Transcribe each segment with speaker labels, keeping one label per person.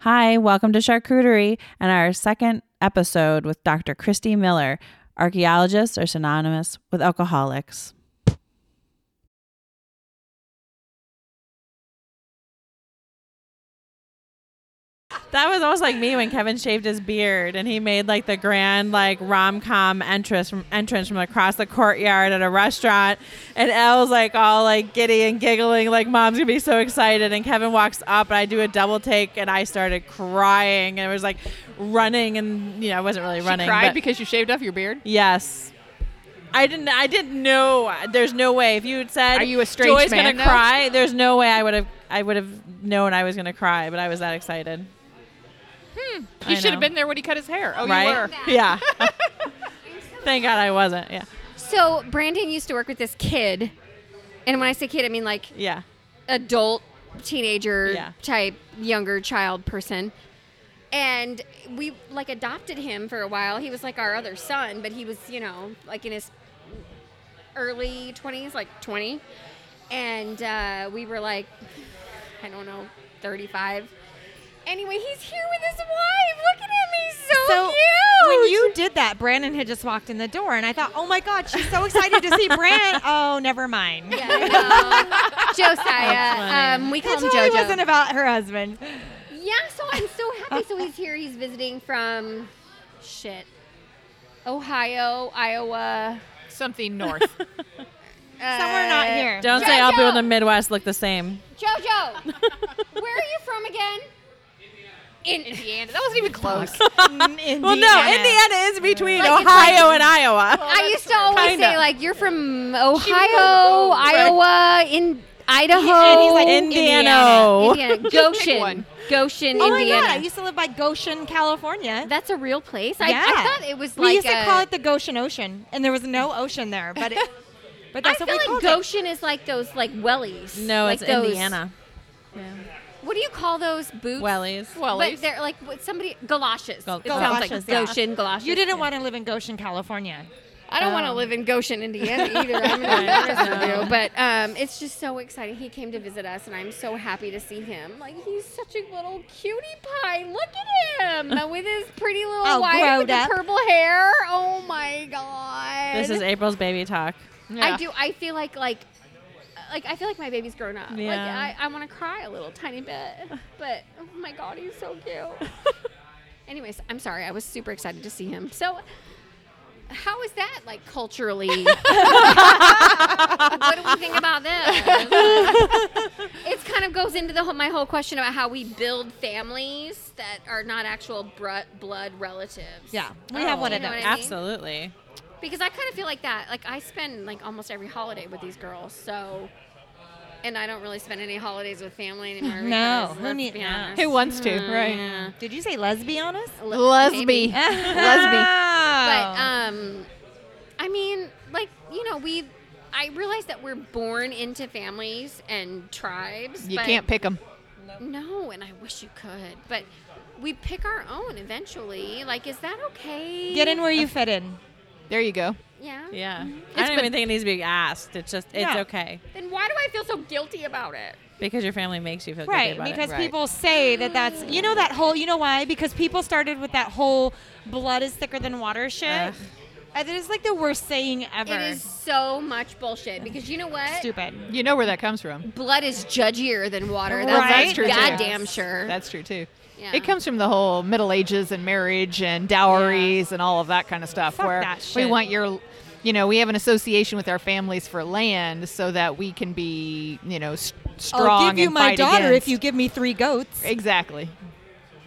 Speaker 1: Hi, welcome to Charcuterie and our second episode with Dr. Christy Miller. Archaeologists are synonymous with alcoholics. That was almost like me when Kevin shaved his beard and he made like the grand like rom com entrance from entrance from across the courtyard at a restaurant, and Elle's like all like giddy and giggling like mom's gonna be so excited, and Kevin walks up and I do a double take and I started crying and it was like running and you know I wasn't really running.
Speaker 2: She cried
Speaker 1: but-
Speaker 2: because you shaved off your beard.
Speaker 1: Yes. I didn't. I didn't know. There's no way. If you had said,
Speaker 2: Are you a strange
Speaker 1: Joy's
Speaker 2: man
Speaker 1: gonna
Speaker 2: now?"
Speaker 1: cry. There's no way I would have. I would have known I was gonna cry, but I was that excited. I
Speaker 2: You should
Speaker 1: know.
Speaker 2: have been there when Hmm. he cut his hair. Oh,
Speaker 1: right?
Speaker 2: you were.
Speaker 1: Yeah. Thank God I wasn't. Yeah.
Speaker 3: So Brandon used to work with this kid, and when I say kid, I mean like
Speaker 1: Yeah.
Speaker 3: adult teenager
Speaker 1: Yeah.
Speaker 3: type younger child person. And we like adopted him for a while. He was like our other son, but he was, you know, like in his early 20s, like 20. And uh, we were like, I don't know, 35. Anyway, he's here with his wife. Look at him. He's so, cute.
Speaker 4: when you did that, Brandon had just walked in the door, and I thought, oh my god, she's so excited to see Brandon. Oh, never mind.
Speaker 3: Yeah, I know. Josiah.
Speaker 1: That's funny.
Speaker 3: Um, we call
Speaker 4: It
Speaker 3: him
Speaker 4: totally
Speaker 3: JoJo.
Speaker 4: wasn't about her husband.
Speaker 3: Yeah, so I'm so happy. So he's here. He's visiting from shit, Ohio, Iowa, uh,
Speaker 2: Something north.
Speaker 4: Somewhere not here.
Speaker 1: Don't say all people in the Midwest look the same.
Speaker 3: JoJo, where are you from again? In Indiana.
Speaker 2: that wasn't even close.
Speaker 1: Well, no, Indiana is between
Speaker 3: Like, it's
Speaker 1: Ohio
Speaker 3: like-
Speaker 1: and Iowa.
Speaker 3: I used to always
Speaker 1: Kinda.
Speaker 3: say like you're from Ohio, Iowa, in Idaho,
Speaker 4: And he's like,
Speaker 1: Indiana.
Speaker 3: Indiana, Goshen,
Speaker 2: one.
Speaker 3: Goshen,
Speaker 4: Oh my god, I
Speaker 3: Indiana.
Speaker 4: used to live by Goshen, California.
Speaker 3: That's a real place. I,
Speaker 4: yeah.
Speaker 3: I thought it was like
Speaker 4: we used
Speaker 3: a-
Speaker 4: to call it the Goshen Ocean, and there was no ocean there, but it, but
Speaker 3: I
Speaker 4: that's
Speaker 3: feel
Speaker 4: what we
Speaker 3: like
Speaker 4: called
Speaker 3: Goshen is like those like wellies.
Speaker 1: No,
Speaker 3: like
Speaker 1: it's
Speaker 3: those-
Speaker 1: Indiana.
Speaker 3: What do you call those boots?
Speaker 1: Wellies.
Speaker 2: Well,
Speaker 3: But they're like what, somebody galoshes.
Speaker 1: Gal-
Speaker 3: it sounds
Speaker 4: galoshes,
Speaker 3: like
Speaker 4: yeah.
Speaker 3: Goshen
Speaker 4: it.
Speaker 3: galoshes.
Speaker 4: You didn't want to live in Goshen, California.
Speaker 3: I don't want to live in Goshen, Indiana either. I'm gonna be honest with you, but um, it's just so exciting. He came to visit us, and I'm so happy to see him. Like he's such a little cutie pie. Look at him with his pretty little
Speaker 4: Oh,
Speaker 3: wife with
Speaker 4: growed
Speaker 3: the
Speaker 4: up.
Speaker 3: purple hair. Oh my god!
Speaker 1: This is April's baby talk.
Speaker 3: I do. I feel like like like I feel like my baby's grown up. Like
Speaker 1: Yeah.
Speaker 3: I, I want to cry a little tiny bit, but oh my god, he's so cute. Anyways, I'm sorry. I was super excited to see him. So. How is that like culturally? what do we think about this? it kind of goes into the whole, my whole question about how we build families that are not actual br- blood relatives.
Speaker 4: Yeah, we have one
Speaker 3: you
Speaker 4: of
Speaker 3: know
Speaker 4: those.
Speaker 3: what I mean?
Speaker 1: Absolutely.
Speaker 3: because I kind of feel like that. Like I spend like almost every holiday with these girls, so and I don't really spend any holidays with family anymore.
Speaker 4: No,
Speaker 3: because,
Speaker 4: who
Speaker 3: let's
Speaker 4: need-
Speaker 3: be
Speaker 4: no.
Speaker 3: honest.
Speaker 2: Who wants to?
Speaker 3: Uh,
Speaker 2: right.
Speaker 3: yeah.
Speaker 4: Did you say lesbianus?
Speaker 3: Le- maybe.
Speaker 2: Lesby.
Speaker 3: But um, I mean, like you know, we. I realize that we're born into families and tribes.
Speaker 2: You
Speaker 3: but
Speaker 2: can't pick them.
Speaker 3: No, and I wish you could, but we pick our own eventually. Like, is that okay?
Speaker 4: Get in where you fit in.
Speaker 2: There you go.
Speaker 3: Yeah.
Speaker 1: Yeah. I don't even think it needs to be asked. It's just, it's
Speaker 4: No.
Speaker 1: okay.
Speaker 3: Then why do I feel so guilty about it?
Speaker 1: Because your family makes you feel guilty
Speaker 4: Right,
Speaker 1: about
Speaker 4: because
Speaker 1: it.
Speaker 2: Right.
Speaker 4: people say that that's you know that whole you know why because people started with that whole blood is thicker than water shit.
Speaker 1: Ugh.
Speaker 4: And It is like the worst saying ever.
Speaker 3: It is so much bullshit because you know what?
Speaker 4: stupid.
Speaker 2: You know where that comes from.
Speaker 3: Blood is judgier than water.
Speaker 4: Right?
Speaker 3: That's,
Speaker 4: That's
Speaker 2: true, too.
Speaker 3: goddamn sure.
Speaker 2: That's true too.
Speaker 3: Yeah.
Speaker 2: It comes from the whole Middle Ages and marriage and dowries and all of that kind of stuff,
Speaker 4: Fuck
Speaker 2: where
Speaker 4: that
Speaker 2: we
Speaker 4: shit.
Speaker 2: want your, you know, we have an association with our families for land, so that we can be, you know, s- strong.
Speaker 4: I'll give you
Speaker 2: and
Speaker 4: my
Speaker 2: fight
Speaker 4: daughter
Speaker 2: against.
Speaker 4: if you give me three goats.
Speaker 2: Exactly.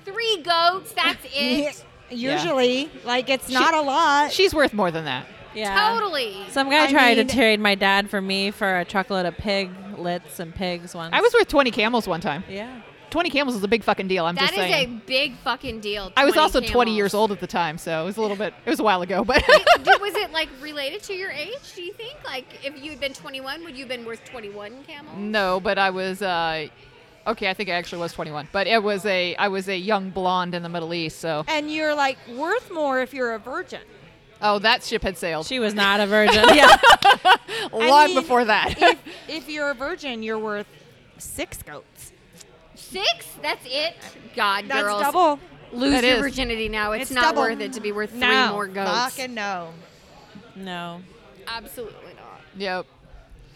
Speaker 3: Three goats. That's it.
Speaker 4: Usually, like it's not a lot.
Speaker 2: She's worth more than that.
Speaker 1: yeah.
Speaker 3: Totally.
Speaker 1: Some guy
Speaker 4: I
Speaker 1: tried
Speaker 4: mean-
Speaker 1: to trade my dad for me for a truckload of piglets and pigs once.
Speaker 2: I was worth 20 camels one time.
Speaker 1: Yeah.
Speaker 2: 20 camels is a big fucking deal. I'm
Speaker 3: That
Speaker 2: just
Speaker 3: is a
Speaker 2: saying.
Speaker 3: big fucking deal.
Speaker 2: I was also 20
Speaker 3: camels.
Speaker 2: years old at the time, so it was a little bit, it was a while ago, but
Speaker 3: Did- was it like related to your age? Do you think like if you had been 21, would you have been worth 21 camels?
Speaker 2: no, but I was, uh, okay, I think I actually was 21, but it was a, I was a young blonde in the Middle East, so,
Speaker 4: and you're like worth more if you're a virgin.
Speaker 2: oh, that ship had sailed
Speaker 1: She was not a virgin. yeah.
Speaker 2: long
Speaker 4: mean,
Speaker 2: before that.
Speaker 4: if, if you're a virgin, you're worth six goats.
Speaker 3: Six? That's it? God,
Speaker 4: That's
Speaker 3: girls.
Speaker 4: double.
Speaker 3: Lose
Speaker 2: That
Speaker 3: your
Speaker 2: is.
Speaker 3: virginity now. It's,
Speaker 4: It's
Speaker 3: not
Speaker 4: double.
Speaker 3: worth it to be worth three
Speaker 4: no.
Speaker 3: more goats.
Speaker 4: Fucking no.
Speaker 1: No.
Speaker 3: Absolutely not.
Speaker 2: Yep.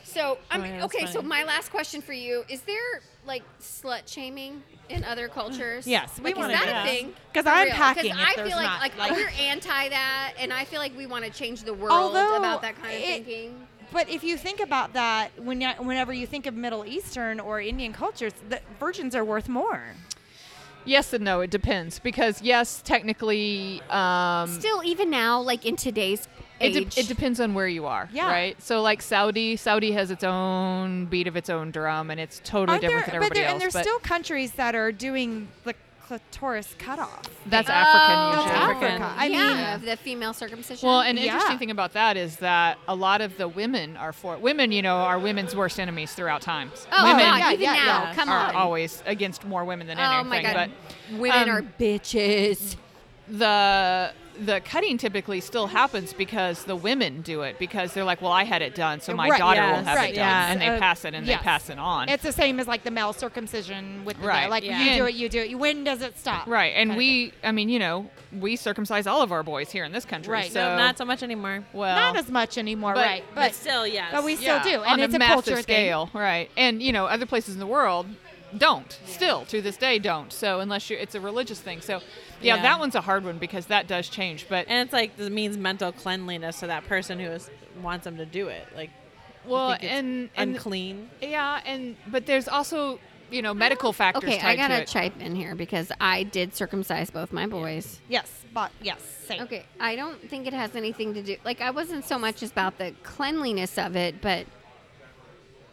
Speaker 3: So I mean,
Speaker 1: yeah, that's
Speaker 3: okay. So
Speaker 1: funny.
Speaker 3: my last question for you is: There like slut shaming in other cultures?
Speaker 1: Yes, we
Speaker 3: like, is
Speaker 1: wanna
Speaker 3: that
Speaker 1: do that.
Speaker 3: a thing?
Speaker 4: 'Cause
Speaker 3: For
Speaker 4: I'm
Speaker 3: real?
Speaker 4: packing if
Speaker 3: I
Speaker 4: there's
Speaker 3: feel like
Speaker 4: not,
Speaker 3: like,
Speaker 4: like-
Speaker 3: we're anti that, and I feel like we want to change the world
Speaker 4: Although,
Speaker 3: about that kind of
Speaker 4: it-
Speaker 3: thinking.
Speaker 4: But if you think about that, when you, whenever you think of Middle Eastern or Indian cultures, the virgins are worth more.
Speaker 2: Yes and no. It depends because yes, technically, um,
Speaker 3: Still, even now, like in today's
Speaker 2: it,
Speaker 3: age,
Speaker 2: de- it depends on where you are.
Speaker 4: Yeah.
Speaker 2: Right. So like Saudi, Saudi has its own beat of its own drum, and it's totally
Speaker 4: Aren't
Speaker 2: different
Speaker 4: there-
Speaker 2: than
Speaker 4: but there,
Speaker 2: everybody
Speaker 4: and
Speaker 2: else.
Speaker 4: there's
Speaker 2: But
Speaker 4: still countries that are doing the clitoris cutoff.
Speaker 2: that's
Speaker 3: Oh,
Speaker 2: African
Speaker 3: that's
Speaker 2: usually.
Speaker 1: African.
Speaker 4: I
Speaker 3: yeah,
Speaker 4: mean,
Speaker 3: the female circumcision.
Speaker 2: Well, an
Speaker 4: Yeah.
Speaker 2: interesting thing about that is that a lot of the women are for women. You know, are women's worst enemies throughout times.
Speaker 3: oh
Speaker 2: women
Speaker 3: God,
Speaker 4: Yeah,
Speaker 3: even
Speaker 4: yeah,
Speaker 3: now,
Speaker 4: yeah.
Speaker 3: come
Speaker 2: are
Speaker 3: on.
Speaker 2: always against more women than
Speaker 3: oh
Speaker 2: anything.
Speaker 3: my God,
Speaker 2: But
Speaker 3: women
Speaker 2: um,
Speaker 3: are bitches.
Speaker 2: the the cutting typically still happens because the women do it because they're like, well, I had it done, so my
Speaker 4: Right,
Speaker 2: daughter will
Speaker 1: yes,
Speaker 2: have
Speaker 1: right,
Speaker 2: it done,
Speaker 1: yes.
Speaker 2: and they
Speaker 4: Uh,
Speaker 2: pass it and
Speaker 4: yes.
Speaker 2: they pass it on.
Speaker 4: It's the same as like the male circumcision with the
Speaker 2: Right.
Speaker 4: male. Like
Speaker 1: Yeah.
Speaker 4: you do
Speaker 2: And-
Speaker 4: it, you do it. When does it stop?
Speaker 2: right, and
Speaker 4: Kinda
Speaker 2: we, I mean, you know, we circumcise all of our boys here in this country.
Speaker 4: Right.
Speaker 2: So
Speaker 1: no, not so much anymore.
Speaker 2: well,
Speaker 4: not as much anymore,
Speaker 2: But-
Speaker 4: right?
Speaker 1: But, still, yes.
Speaker 4: but we still
Speaker 2: Yeah,
Speaker 4: do,
Speaker 2: on
Speaker 4: and it's
Speaker 2: a,
Speaker 4: a
Speaker 2: massive
Speaker 4: culture thing.
Speaker 2: scale, right? And you know, other places in the world don't still to this day don't. So unless you, it's a religious thing. So yeah,
Speaker 1: Yeah.
Speaker 2: that one's a hard one because that does change. But
Speaker 1: and it's like this means mental cleanliness to that person who is, wants them to do it. Like, you
Speaker 2: well,
Speaker 1: think it's
Speaker 2: and and
Speaker 1: unclean.
Speaker 2: yeah, and but there's also you know medical factors.
Speaker 3: Okay,
Speaker 2: tied
Speaker 3: I gotta
Speaker 2: to it.
Speaker 3: chime in here because I did circumcise both my boys.
Speaker 4: Yes, but yes, same.
Speaker 3: Okay, I don't think it has anything to do. Like, I wasn't so much as about the cleanliness of it, but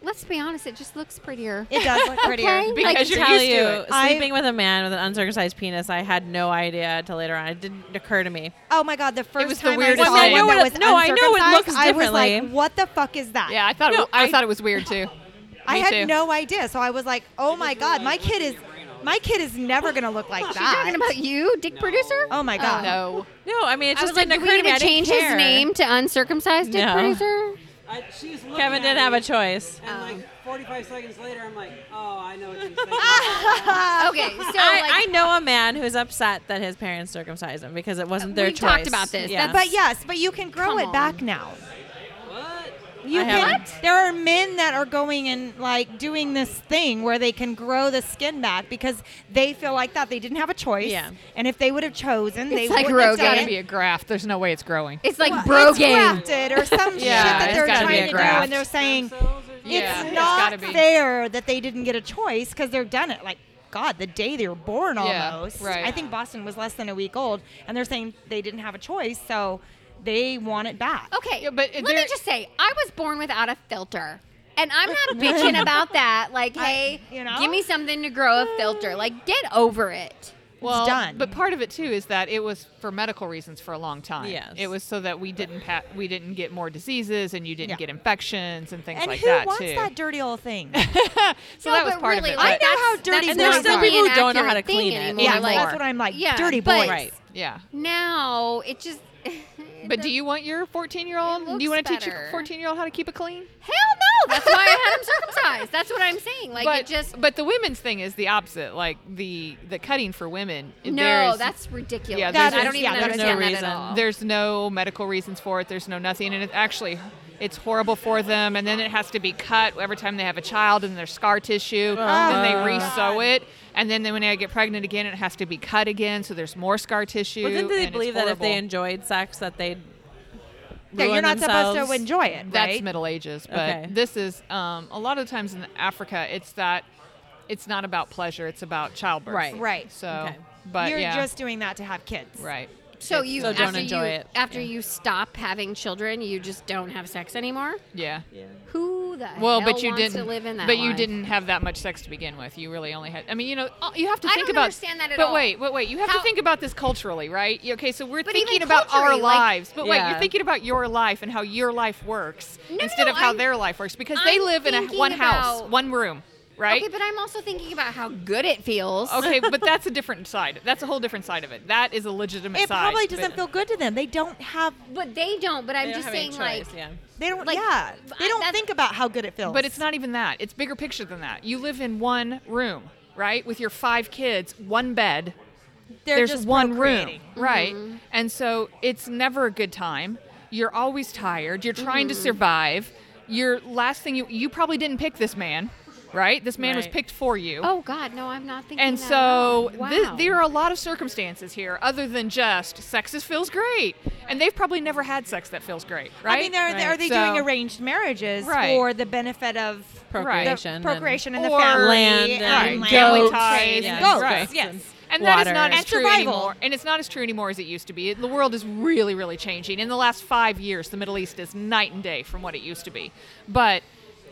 Speaker 3: let's be honest, it just looks prettier.
Speaker 4: It does look prettier.
Speaker 3: Okay.
Speaker 2: because
Speaker 1: I can
Speaker 2: you're
Speaker 1: tell
Speaker 2: used
Speaker 1: you,
Speaker 2: to it.
Speaker 4: I-
Speaker 1: sleeping with a man with an uncircumcised penis, I had no idea until later on. It didn't occur to me.
Speaker 4: Oh my god, the first
Speaker 2: was the
Speaker 4: time
Speaker 2: weirdest
Speaker 4: I saw
Speaker 2: thing.
Speaker 4: one
Speaker 2: No,
Speaker 4: that
Speaker 1: it-
Speaker 4: was
Speaker 1: no, I know it
Speaker 4: uncircumcised,
Speaker 1: looks
Speaker 4: I was like,
Speaker 1: differently.
Speaker 4: what the fuck is that?
Speaker 2: Yeah, I thought
Speaker 1: No,
Speaker 2: it, I,
Speaker 1: I-
Speaker 2: thought it was weird too.
Speaker 4: I
Speaker 2: Me
Speaker 4: had
Speaker 2: too.
Speaker 4: no idea, so I was like, oh my god, my kid is, my kid is never gonna look like
Speaker 3: She's talking
Speaker 4: that.
Speaker 3: about you, dick producer?
Speaker 4: Oh my god.
Speaker 2: No,
Speaker 1: No, I mean, it
Speaker 3: I was
Speaker 1: just
Speaker 3: like, do
Speaker 1: didn't
Speaker 3: we
Speaker 1: occur to
Speaker 3: need
Speaker 1: me. I
Speaker 3: to
Speaker 1: didn't
Speaker 3: change his
Speaker 1: care.
Speaker 3: name to uncircumcised dick
Speaker 1: No.
Speaker 3: producer?
Speaker 5: I, she's looking
Speaker 1: Kevin
Speaker 5: at
Speaker 1: didn't have
Speaker 5: me,
Speaker 1: a choice.
Speaker 5: And
Speaker 3: Oh.
Speaker 5: like 45 seconds later, I'm like, oh, I know what she's thinking.
Speaker 3: Okay, so
Speaker 1: I, I
Speaker 3: like,
Speaker 1: know a man who's upset that his parents circumcised him because it wasn't their
Speaker 3: We've
Speaker 1: choice.
Speaker 3: talked about this.
Speaker 1: Yeah.
Speaker 4: But yes, but you can grow
Speaker 3: Come
Speaker 4: it back
Speaker 3: on.
Speaker 4: now.
Speaker 5: what?
Speaker 4: You
Speaker 1: I
Speaker 4: can.
Speaker 1: haven't.
Speaker 4: There are men that are going and like doing this thing where they can grow the skin back because they feel like that they didn't have a choice.
Speaker 1: Yeah.
Speaker 4: And if they would have chosen, they
Speaker 3: It's like
Speaker 4: would have
Speaker 3: Rogan.
Speaker 4: done
Speaker 2: gotta
Speaker 4: it.
Speaker 2: be a graft. There's no way it's growing.
Speaker 3: it's like
Speaker 4: Well, it's
Speaker 3: Brogan.
Speaker 4: grafted or
Speaker 2: Yeah,
Speaker 4: some shit that
Speaker 2: it's
Speaker 4: they're
Speaker 2: gotta be
Speaker 4: trying
Speaker 2: a
Speaker 4: to do,
Speaker 2: graft.
Speaker 4: and they're saying
Speaker 5: Stem cells or-
Speaker 2: Yeah,
Speaker 4: it's
Speaker 2: it's
Speaker 4: not
Speaker 2: gotta be.
Speaker 4: fair that they didn't get a choice because they're done it like. God, the day they were born
Speaker 2: Yeah,
Speaker 4: almost.
Speaker 2: right.
Speaker 4: I think Boston was less than a week old, and they're saying they didn't have a choice, so they want it back.
Speaker 3: Okay,
Speaker 2: Yeah, but
Speaker 3: let me
Speaker 2: there-
Speaker 3: just say, I was born without a filter. And I'm not bitching about that. Like, hey,
Speaker 4: you know?
Speaker 3: give me something to grow a filter. Like, get over it.
Speaker 2: Well,
Speaker 4: done.
Speaker 2: But part of it too is that it was for medical reasons for a long time.
Speaker 1: Yes.
Speaker 2: It was so that we didn't pa- we didn't get more diseases and you didn't
Speaker 4: Yeah.
Speaker 2: get infections and things
Speaker 4: And
Speaker 2: like
Speaker 4: who
Speaker 2: that
Speaker 4: wants
Speaker 2: too.
Speaker 4: that dirty old thing?
Speaker 2: so
Speaker 3: No,
Speaker 2: that was
Speaker 3: but
Speaker 2: part
Speaker 3: really,
Speaker 2: of it.
Speaker 3: like,
Speaker 2: but-
Speaker 4: I know
Speaker 3: that's-
Speaker 4: how dirty
Speaker 3: that's
Speaker 4: boys
Speaker 3: not
Speaker 4: are. There's still
Speaker 3: really
Speaker 1: people who
Speaker 3: an
Speaker 1: don't know how
Speaker 3: accurate
Speaker 1: to clean
Speaker 3: thing
Speaker 1: it.
Speaker 3: anymore.
Speaker 4: yeah,
Speaker 1: Like-
Speaker 4: that's what I'm like.
Speaker 3: Yeah,
Speaker 4: dirty
Speaker 3: but-
Speaker 4: boys.
Speaker 1: Right.
Speaker 2: yeah.
Speaker 3: Now it just.
Speaker 2: But do you want your 14 year old?
Speaker 3: It
Speaker 2: Do
Speaker 3: looks
Speaker 2: you want to teach your
Speaker 3: better.
Speaker 2: 14 year old how to keep it clean?
Speaker 3: Hell no! That's why I had him circumcised. That's what I'm saying. Like
Speaker 2: but
Speaker 3: it just.
Speaker 2: but the women's thing is the opposite. Like the the cutting for women.
Speaker 3: No,
Speaker 2: there's-
Speaker 3: that's ridiculous.
Speaker 2: Yeah,
Speaker 3: I
Speaker 2: there's-
Speaker 3: don't even
Speaker 4: yeah, there's
Speaker 3: understand
Speaker 1: no
Speaker 3: that
Speaker 1: reason.
Speaker 3: at all.
Speaker 2: there's no medical reasons for it. There's no nothing, and it actually it's horrible for them. And then it has to be cut every time they have a child, and their scar tissue.
Speaker 1: Oh,
Speaker 2: then they re-sew it, and then, then when they get pregnant again, it has to be cut again. So there's more scar tissue.
Speaker 1: But didn't
Speaker 2: and
Speaker 1: they
Speaker 2: it's
Speaker 1: believe that if they
Speaker 2: horrible.
Speaker 1: enjoyed sex, that they'd
Speaker 4: Yeah, you're
Speaker 1: ruin
Speaker 4: not supposed to
Speaker 1: themselves?
Speaker 4: enjoy it,
Speaker 2: That's
Speaker 4: right?
Speaker 2: Middle Ages, but
Speaker 1: Okay.
Speaker 2: this is um, a lot of times in Africa. It's that it's not about pleasure; it's about childbirth.
Speaker 1: Right.
Speaker 4: Right.
Speaker 2: So,
Speaker 1: Okay.
Speaker 2: but
Speaker 4: You're
Speaker 2: yeah,
Speaker 4: just doing that to have kids.
Speaker 2: right.
Speaker 3: so you
Speaker 1: So don't
Speaker 3: after
Speaker 1: enjoy
Speaker 3: you,
Speaker 1: it.
Speaker 3: After you stop having children, you just don't have sex anymore.
Speaker 2: Yeah.
Speaker 3: Who the
Speaker 2: Well,
Speaker 3: hell
Speaker 2: but you
Speaker 3: wants
Speaker 2: didn't.
Speaker 3: to live in that?
Speaker 2: but you
Speaker 3: life?
Speaker 2: didn't have that much sex to begin with. You really only had. I mean, you know, uh, you have to
Speaker 3: I
Speaker 2: think
Speaker 3: don't
Speaker 2: about.
Speaker 3: understand that at
Speaker 2: but
Speaker 3: all.
Speaker 2: wait, wait, wait. You have
Speaker 3: How-
Speaker 2: to think about this culturally, right? You- Okay, so we're
Speaker 3: But even
Speaker 2: thinking about our
Speaker 3: culturally, like-
Speaker 2: lives. But wait,
Speaker 1: Yeah.
Speaker 2: you're thinking about your life and how your life works
Speaker 3: No, no,
Speaker 2: instead
Speaker 3: no,
Speaker 2: of how
Speaker 3: I'm-
Speaker 2: their life works because they
Speaker 3: I'm
Speaker 2: live in a
Speaker 3: thinking
Speaker 2: one house,
Speaker 3: about-
Speaker 2: one room, right?
Speaker 3: Okay, but I'm also thinking about how good it feels.
Speaker 2: Okay, but that's a different side. That's a whole different side of it. That is a legitimate
Speaker 4: It
Speaker 2: side.
Speaker 4: probably
Speaker 2: but-
Speaker 4: doesn't feel good to them. They don't have.
Speaker 3: But they don't. But I'm
Speaker 1: They don't
Speaker 3: just
Speaker 1: have any
Speaker 3: saying, like,
Speaker 1: choice, yeah.
Speaker 4: They don't.
Speaker 3: Like,
Speaker 4: yeah. They
Speaker 3: I-
Speaker 4: don't
Speaker 3: that's-
Speaker 4: think about how good it feels.
Speaker 2: But it's not even that. It's bigger picture than that. You live in one room. right? With your five kids, one bed,
Speaker 4: They're
Speaker 2: there's
Speaker 4: just
Speaker 2: one room,
Speaker 4: procreating.
Speaker 2: right? And so it's never a good time. You're always tired. You're trying to
Speaker 4: Mm-hmm.
Speaker 2: survive. Your last thing you you probably didn't pick this man, right? This man was
Speaker 1: Right.
Speaker 2: picked for you.
Speaker 3: Oh God, no, I'm not thinking.
Speaker 2: And
Speaker 3: that at all.
Speaker 2: so th-
Speaker 3: Wow.
Speaker 2: there are a lot of circumstances here other than just sex is feels great. And they've probably never had sex that feels great, right?
Speaker 4: I mean, they're,
Speaker 1: Right.
Speaker 4: are they
Speaker 2: So-
Speaker 4: doing arranged marriages
Speaker 2: Right.
Speaker 4: for the benefit of
Speaker 1: Procreation
Speaker 4: the
Speaker 1: and-
Speaker 4: procreation and,
Speaker 2: Or
Speaker 4: the family
Speaker 1: land
Speaker 4: and,
Speaker 1: and
Speaker 4: land
Speaker 2: family
Speaker 1: goats
Speaker 2: ties
Speaker 4: and
Speaker 1: and
Speaker 4: goats?
Speaker 2: right.
Speaker 4: Yes.
Speaker 2: and that is not
Speaker 1: water.
Speaker 2: as
Speaker 4: And
Speaker 2: true
Speaker 4: survival.
Speaker 2: anymore. And it's not as true anymore as it used to be. The world is really, really changing. In the last five years, the Middle East is night and day from what it used to be. But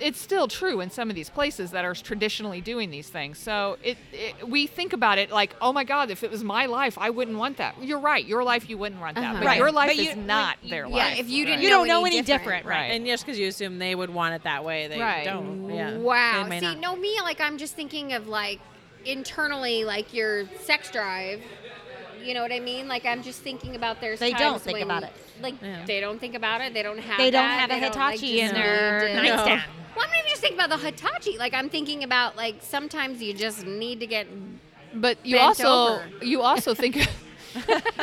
Speaker 2: it's still true in some of these places that are traditionally doing these things. So it, it we think about it like, oh my God, if it was my life, I wouldn't want that. You're right. Your life, you wouldn't want that.
Speaker 3: Uh-huh.
Speaker 2: But
Speaker 4: Right.
Speaker 2: your life
Speaker 4: But you-
Speaker 2: is not
Speaker 4: like,
Speaker 2: their
Speaker 3: yeah,
Speaker 2: life.
Speaker 3: if you didn't,
Speaker 4: You
Speaker 3: know
Speaker 4: don't know
Speaker 3: any
Speaker 4: any different,
Speaker 2: right.
Speaker 1: And yes, because you assume they would want it that way. They
Speaker 2: Right.
Speaker 1: don't. Yeah.
Speaker 3: Wow.
Speaker 1: They may
Speaker 3: See,
Speaker 1: not.
Speaker 3: no, me like I'm just thinking of like internally, like your sex drive. You know what I mean? Like I'm just thinking about their.
Speaker 4: They don't think about it.
Speaker 3: Like
Speaker 1: Yeah.
Speaker 3: they don't think about it. They don't have.
Speaker 4: They don't
Speaker 3: that,
Speaker 4: have a
Speaker 3: they don't, like,
Speaker 4: Hitachi
Speaker 3: just
Speaker 4: in
Speaker 3: need
Speaker 4: their
Speaker 3: to-
Speaker 4: nightstand.
Speaker 3: Well, I'm not even just thinking about the Hitachi. Like I'm thinking about like sometimes you just need to get.
Speaker 2: But you
Speaker 3: bent
Speaker 2: also
Speaker 3: over.
Speaker 2: you also think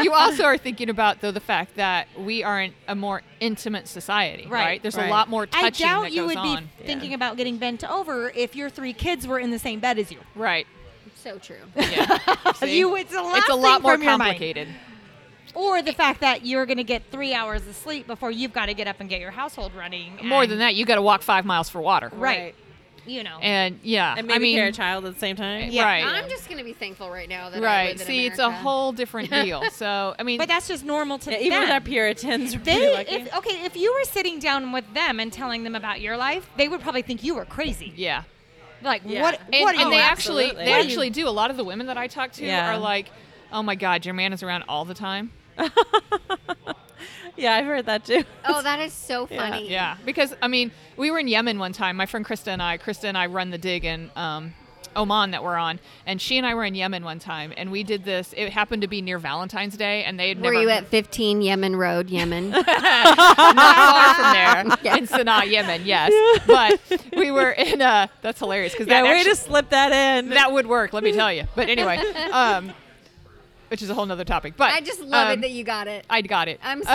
Speaker 2: you also are thinking about though the fact that we are in a more intimate society, right?
Speaker 4: Right.
Speaker 2: There's a
Speaker 1: Right.
Speaker 2: lot more touching
Speaker 4: I doubt
Speaker 2: that
Speaker 4: you
Speaker 2: goes
Speaker 4: would
Speaker 2: on.
Speaker 4: be thinking about getting bent over if your three kids were in the same bed as you.
Speaker 2: Right.
Speaker 3: So true.
Speaker 2: Yeah. See?
Speaker 4: You, it's the last
Speaker 2: it's a
Speaker 4: thing
Speaker 2: lot more
Speaker 4: from your mind.
Speaker 2: complicated.
Speaker 4: Or the fact that you're going to get three hours of sleep before you've got to get up and get your household running.
Speaker 2: More
Speaker 4: and-
Speaker 2: than that, you got to walk five miles for water.
Speaker 4: right? You know,
Speaker 2: And yeah,
Speaker 1: And
Speaker 2: I
Speaker 1: maybe
Speaker 2: mean,
Speaker 1: care a child at the same time.
Speaker 4: Yeah.
Speaker 2: right,
Speaker 3: I'm just gonna be thankful right now that I
Speaker 2: right.
Speaker 3: live in
Speaker 2: See, it's a
Speaker 3: America.
Speaker 2: whole different deal. So I mean,
Speaker 4: but that's just normal to
Speaker 1: Yeah,
Speaker 4: them.
Speaker 1: even with our Puritans, we're
Speaker 4: they,
Speaker 1: lucky.
Speaker 4: if, okay, if you were sitting down with them and telling them about your life, they would probably think you were crazy.
Speaker 2: yeah.
Speaker 4: Like,
Speaker 1: Yeah.
Speaker 4: what?
Speaker 2: and,
Speaker 4: what are
Speaker 2: and
Speaker 4: you
Speaker 2: they
Speaker 4: up to?
Speaker 2: actually
Speaker 1: Absolutely.
Speaker 2: they
Speaker 1: What are you-
Speaker 2: actually do. A lot of the women that I talk to
Speaker 1: Yeah.
Speaker 2: are like, "Oh my God, your man is around all the time."
Speaker 1: yeah, I've heard that too.
Speaker 3: Oh, that is so
Speaker 1: Yeah.
Speaker 3: funny.
Speaker 2: Yeah, because I mean, we were in Yemen one time. My friend Krista and I, Krista and I run the dig in um, Oman that we're on, and she and I were in Yemen one time, and we did this. It happened to be near Valentine's Day, and they had
Speaker 3: Were
Speaker 2: never
Speaker 3: you at 15 Yemen Road, Yemen?
Speaker 2: not far from there in Sana'a, Yemen. Yes, but we were in. Uh, that's hilarious because
Speaker 1: Yeah,
Speaker 2: that
Speaker 1: way
Speaker 2: actually,
Speaker 1: to slip that in.
Speaker 2: that would work. Let me tell you. But anyway, um, which is a whole nother topic. But
Speaker 3: I just love
Speaker 2: um,
Speaker 3: it that you got it.
Speaker 2: I got it. Uh,
Speaker 3: I'm so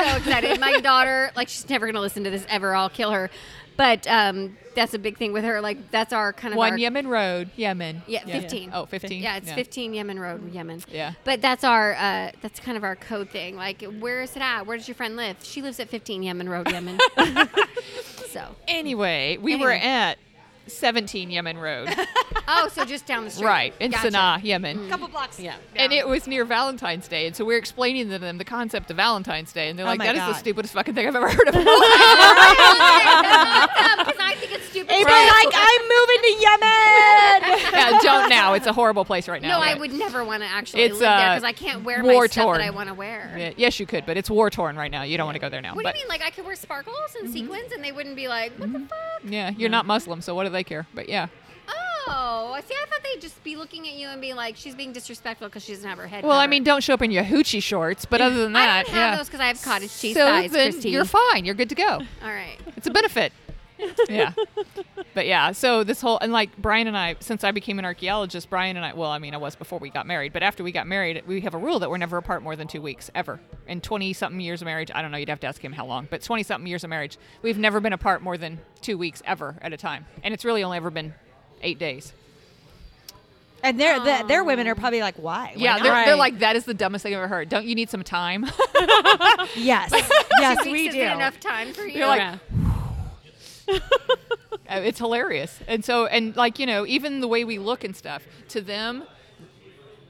Speaker 3: excited. My daughter, like, she's never going to listen to this ever. I'll kill her. But um, that's a big thing with her. Like, that's our kind of our,
Speaker 2: One Yemen Road, Yemen.
Speaker 3: Yeah, 15.
Speaker 2: Oh, 15.
Speaker 3: Yeah, it's 15 Yemen Road, Yemen.
Speaker 2: Yeah.
Speaker 3: But that's our, uh, that's kind of our code thing. Like, where is it at? Where does your friend live? She lives at 15 Yemen Road, Yemen. so,
Speaker 2: Anyway, we were
Speaker 3: Anyway.
Speaker 2: at 17 Yemen Road.
Speaker 3: oh, so just down the street.
Speaker 2: Right, in
Speaker 3: Gotcha. Mm.
Speaker 2: Sana'a, Yemen.
Speaker 4: couple blocks.
Speaker 1: Yeah.
Speaker 2: And it was near Valentine's Day. And so we're explaining to them the concept of Valentine's Day. And they're
Speaker 4: Oh
Speaker 2: like,
Speaker 4: my
Speaker 2: that is the
Speaker 4: God.
Speaker 2: stupidest fucking thing I've ever heard of.
Speaker 3: Because I think it's stupid.
Speaker 4: They were
Speaker 3: too.
Speaker 4: like, I'm moving to Yemen.
Speaker 2: yeah, don't now. It's a horrible place right now.
Speaker 3: No, I
Speaker 2: but-
Speaker 3: would never want to actually
Speaker 2: It's,
Speaker 3: live there
Speaker 2: uh,
Speaker 3: because I can't wear my stuff
Speaker 2: war-torn.
Speaker 3: that I want to wear.
Speaker 2: Yeah, Yes, you could, but it's war torn right now. You don't want to go there now.
Speaker 3: What
Speaker 2: but Mm-hmm.
Speaker 3: do you mean? Like I could wear sparkles and sequins and they wouldn't be like, what the fuck?
Speaker 2: Yeah, you're not Muslim, so what do they care? But yeah.
Speaker 3: Oh, I see. I thought they'd just be looking at you and be like, she's being disrespectful because she doesn't have her head.
Speaker 2: Well, I
Speaker 3: covered."
Speaker 2: mean, don't show up in your hoochie shorts, but other than
Speaker 3: I
Speaker 2: that,
Speaker 3: don't have
Speaker 2: yeah.
Speaker 3: those because I have cottage cheese
Speaker 2: so
Speaker 3: thighs,
Speaker 2: then
Speaker 3: Christine.
Speaker 2: you're fine. You're good to go.
Speaker 3: All right.
Speaker 2: It's a benefit. yeah. But yeah, so this whole and like Brian and I, since I became an archaeologist, Brian and I, well, I mean, I was before we got married, but after we got married, we have a rule that we're never apart more than two weeks ever. In twenty something years of marriage, I don't know, you'd have to ask him how long, but twenty something years of marriage, we've never been apart more than two weeks ever at a time, and it's really only ever been eight days.
Speaker 4: And their the, their women are probably like, why? Why
Speaker 2: yeah,
Speaker 4: not?
Speaker 2: they're, they're
Speaker 1: Right.
Speaker 2: like that is the dumbest thing I've ever heard. Don't you need some time?
Speaker 4: yes, yes, we
Speaker 3: Weeks
Speaker 4: do.
Speaker 3: Isn't enough time for you.
Speaker 2: You're like, Uh, it's hilarious and so and like you know even the way we look and stuff to them